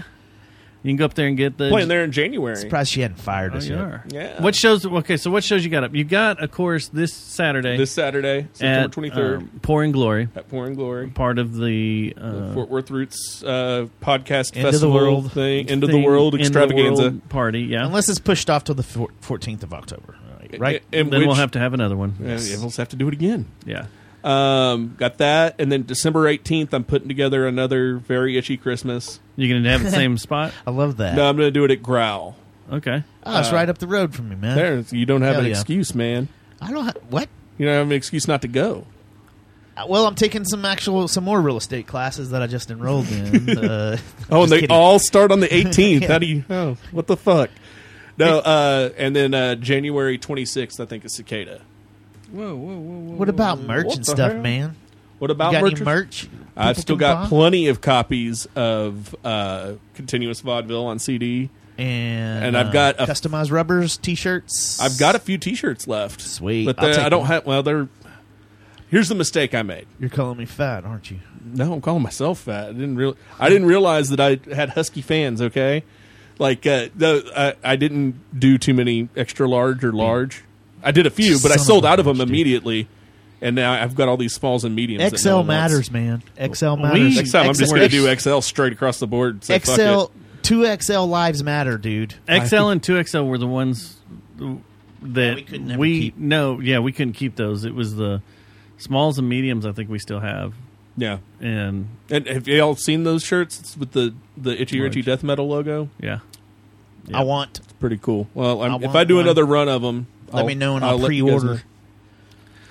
you can go up there and get the Playing there in January. Surprised she hadn't fired Oh, us you yet. are. Yeah. What shows? Okay, so what shows you got up? You got, of course, this Saturday, This Saturday, at, September twenty third, um, Pour and Glory, at Pouring Glory. part of the, uh, the Fort Worth Roots uh, podcast End of the festival world. thing, end of the thing, world End of the extravaganza. World party. Yeah, Unless it's pushed off till the fourteenth of October, right? right? In then which- we'll have to have another one. Yeah, yeah, we'll just have to do it again. Yeah, Um, got that, and then December eighteenth, I'm putting together another very itchy Christmas. you're gonna have the same spot. I love that. No, I'm going to do it at Growl. Okay, oh, it's right up the road from me, man. There, you don't have Hell an yeah. excuse, man. I don't. Ha- what? You don't have an excuse not to go. Uh, Well, I'm taking some actual some more real estate classes that I just enrolled in. Oh, uh, just and they kidding. all start on the 18th. How do you? Oh, what the fuck? No, uh, and then uh, January 26th, I think is Cicada. What about merch What and the stuff, hell? man? What You about got merch? any merch? I've people still can got buy? plenty of copies of uh, Continuous Vaudeville on CD. and And I've uh, got a- customized rubbers, t-shirts. I've got a few T-shirts left. Sweet, but I'll they- take I don't one. have. Well, they're. Here's the mistake I made. You're calling me fat, aren't you? No, I'm calling myself fat. I didn't real. I didn't realize that I had husky fans. Okay, like uh, the, I, I didn't do too many extra large or large. I did a few, but I Son of sold a out of them immediately, and now I've got all these smalls and mediums. that XL no one wants. matters, man. XL We- matters. Next time, I'm just XL going to do XL straight across the board. and say, fuck it. XL two XL lives matter, dude. XL and two XL were the ones that we, couldn't ever keep. no, yeah, we couldn't keep those. It was the smalls and mediums. I think we still have. Yeah, and and have y'all seen those shirts It's with the the itchy Large. itchy death metal logo? Yeah, I want. It's pretty cool. Well, I'm, I if want I do one. another run of them, Let Oh, me know and I'll, pre-order.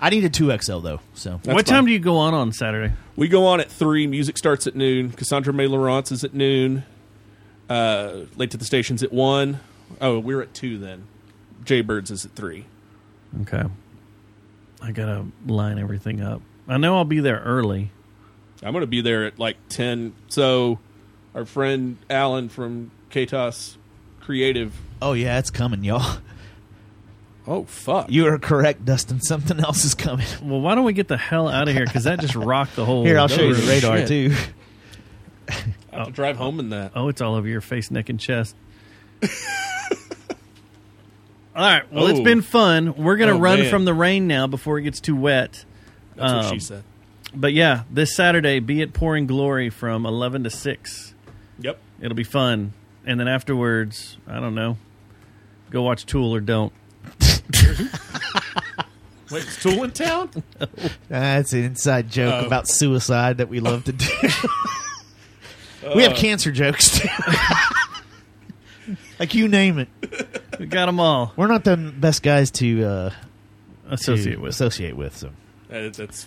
I need a two XL though. So what time do you go on on Saturday? We go on at three. Music starts at noon. Cassandra May Lawrence is at noon. Uh, late to the station's at one. Oh, we're at two then. Jaybirds is at three. Okay, I gotta line everything up. I know I'll be there early. I'm going to be there at like ten. So, our friend Alan from Katos Creative. Oh yeah, it's coming, y'all. Oh fuck! You are correct, Dustin. Something else is coming. Well, why don't we get the hell out of here? Because that just rocked the whole. Here, I'll show you the Oh, radar shit. too. I have to drive home in that. Oh, it's all over your face, neck, and chest. all right. Well, it's Oh. been fun. We're gonna Oh, run man. from the rain now before it gets too wet. That's what she said. But yeah, this Saturday, be it pouring glory from eleven to six. Yep. It'll be fun, and then afterwards, I don't know. Go watch Tool or don't. Wait, is Tool in town? That's an inside joke Uh, Oh. about suicide that we love to do. we Uh, have cancer jokes too. like you name it. We got them all. We're not the best guys to uh, Associate to with. associate with. So Uh, That's.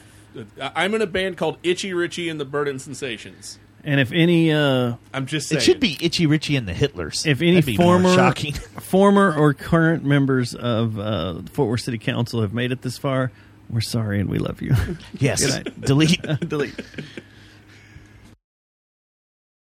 I- I'm in a band called Itchy Richie and the Burden Sensations. And if any uh, I'm just saying it should be Itchy Richie and the Hitlers. If any That'd be more former shocking, former or current members of uh, Fort Worth City Council have made it this far, we're sorry and we love you. yes, Good night. delete. Delete.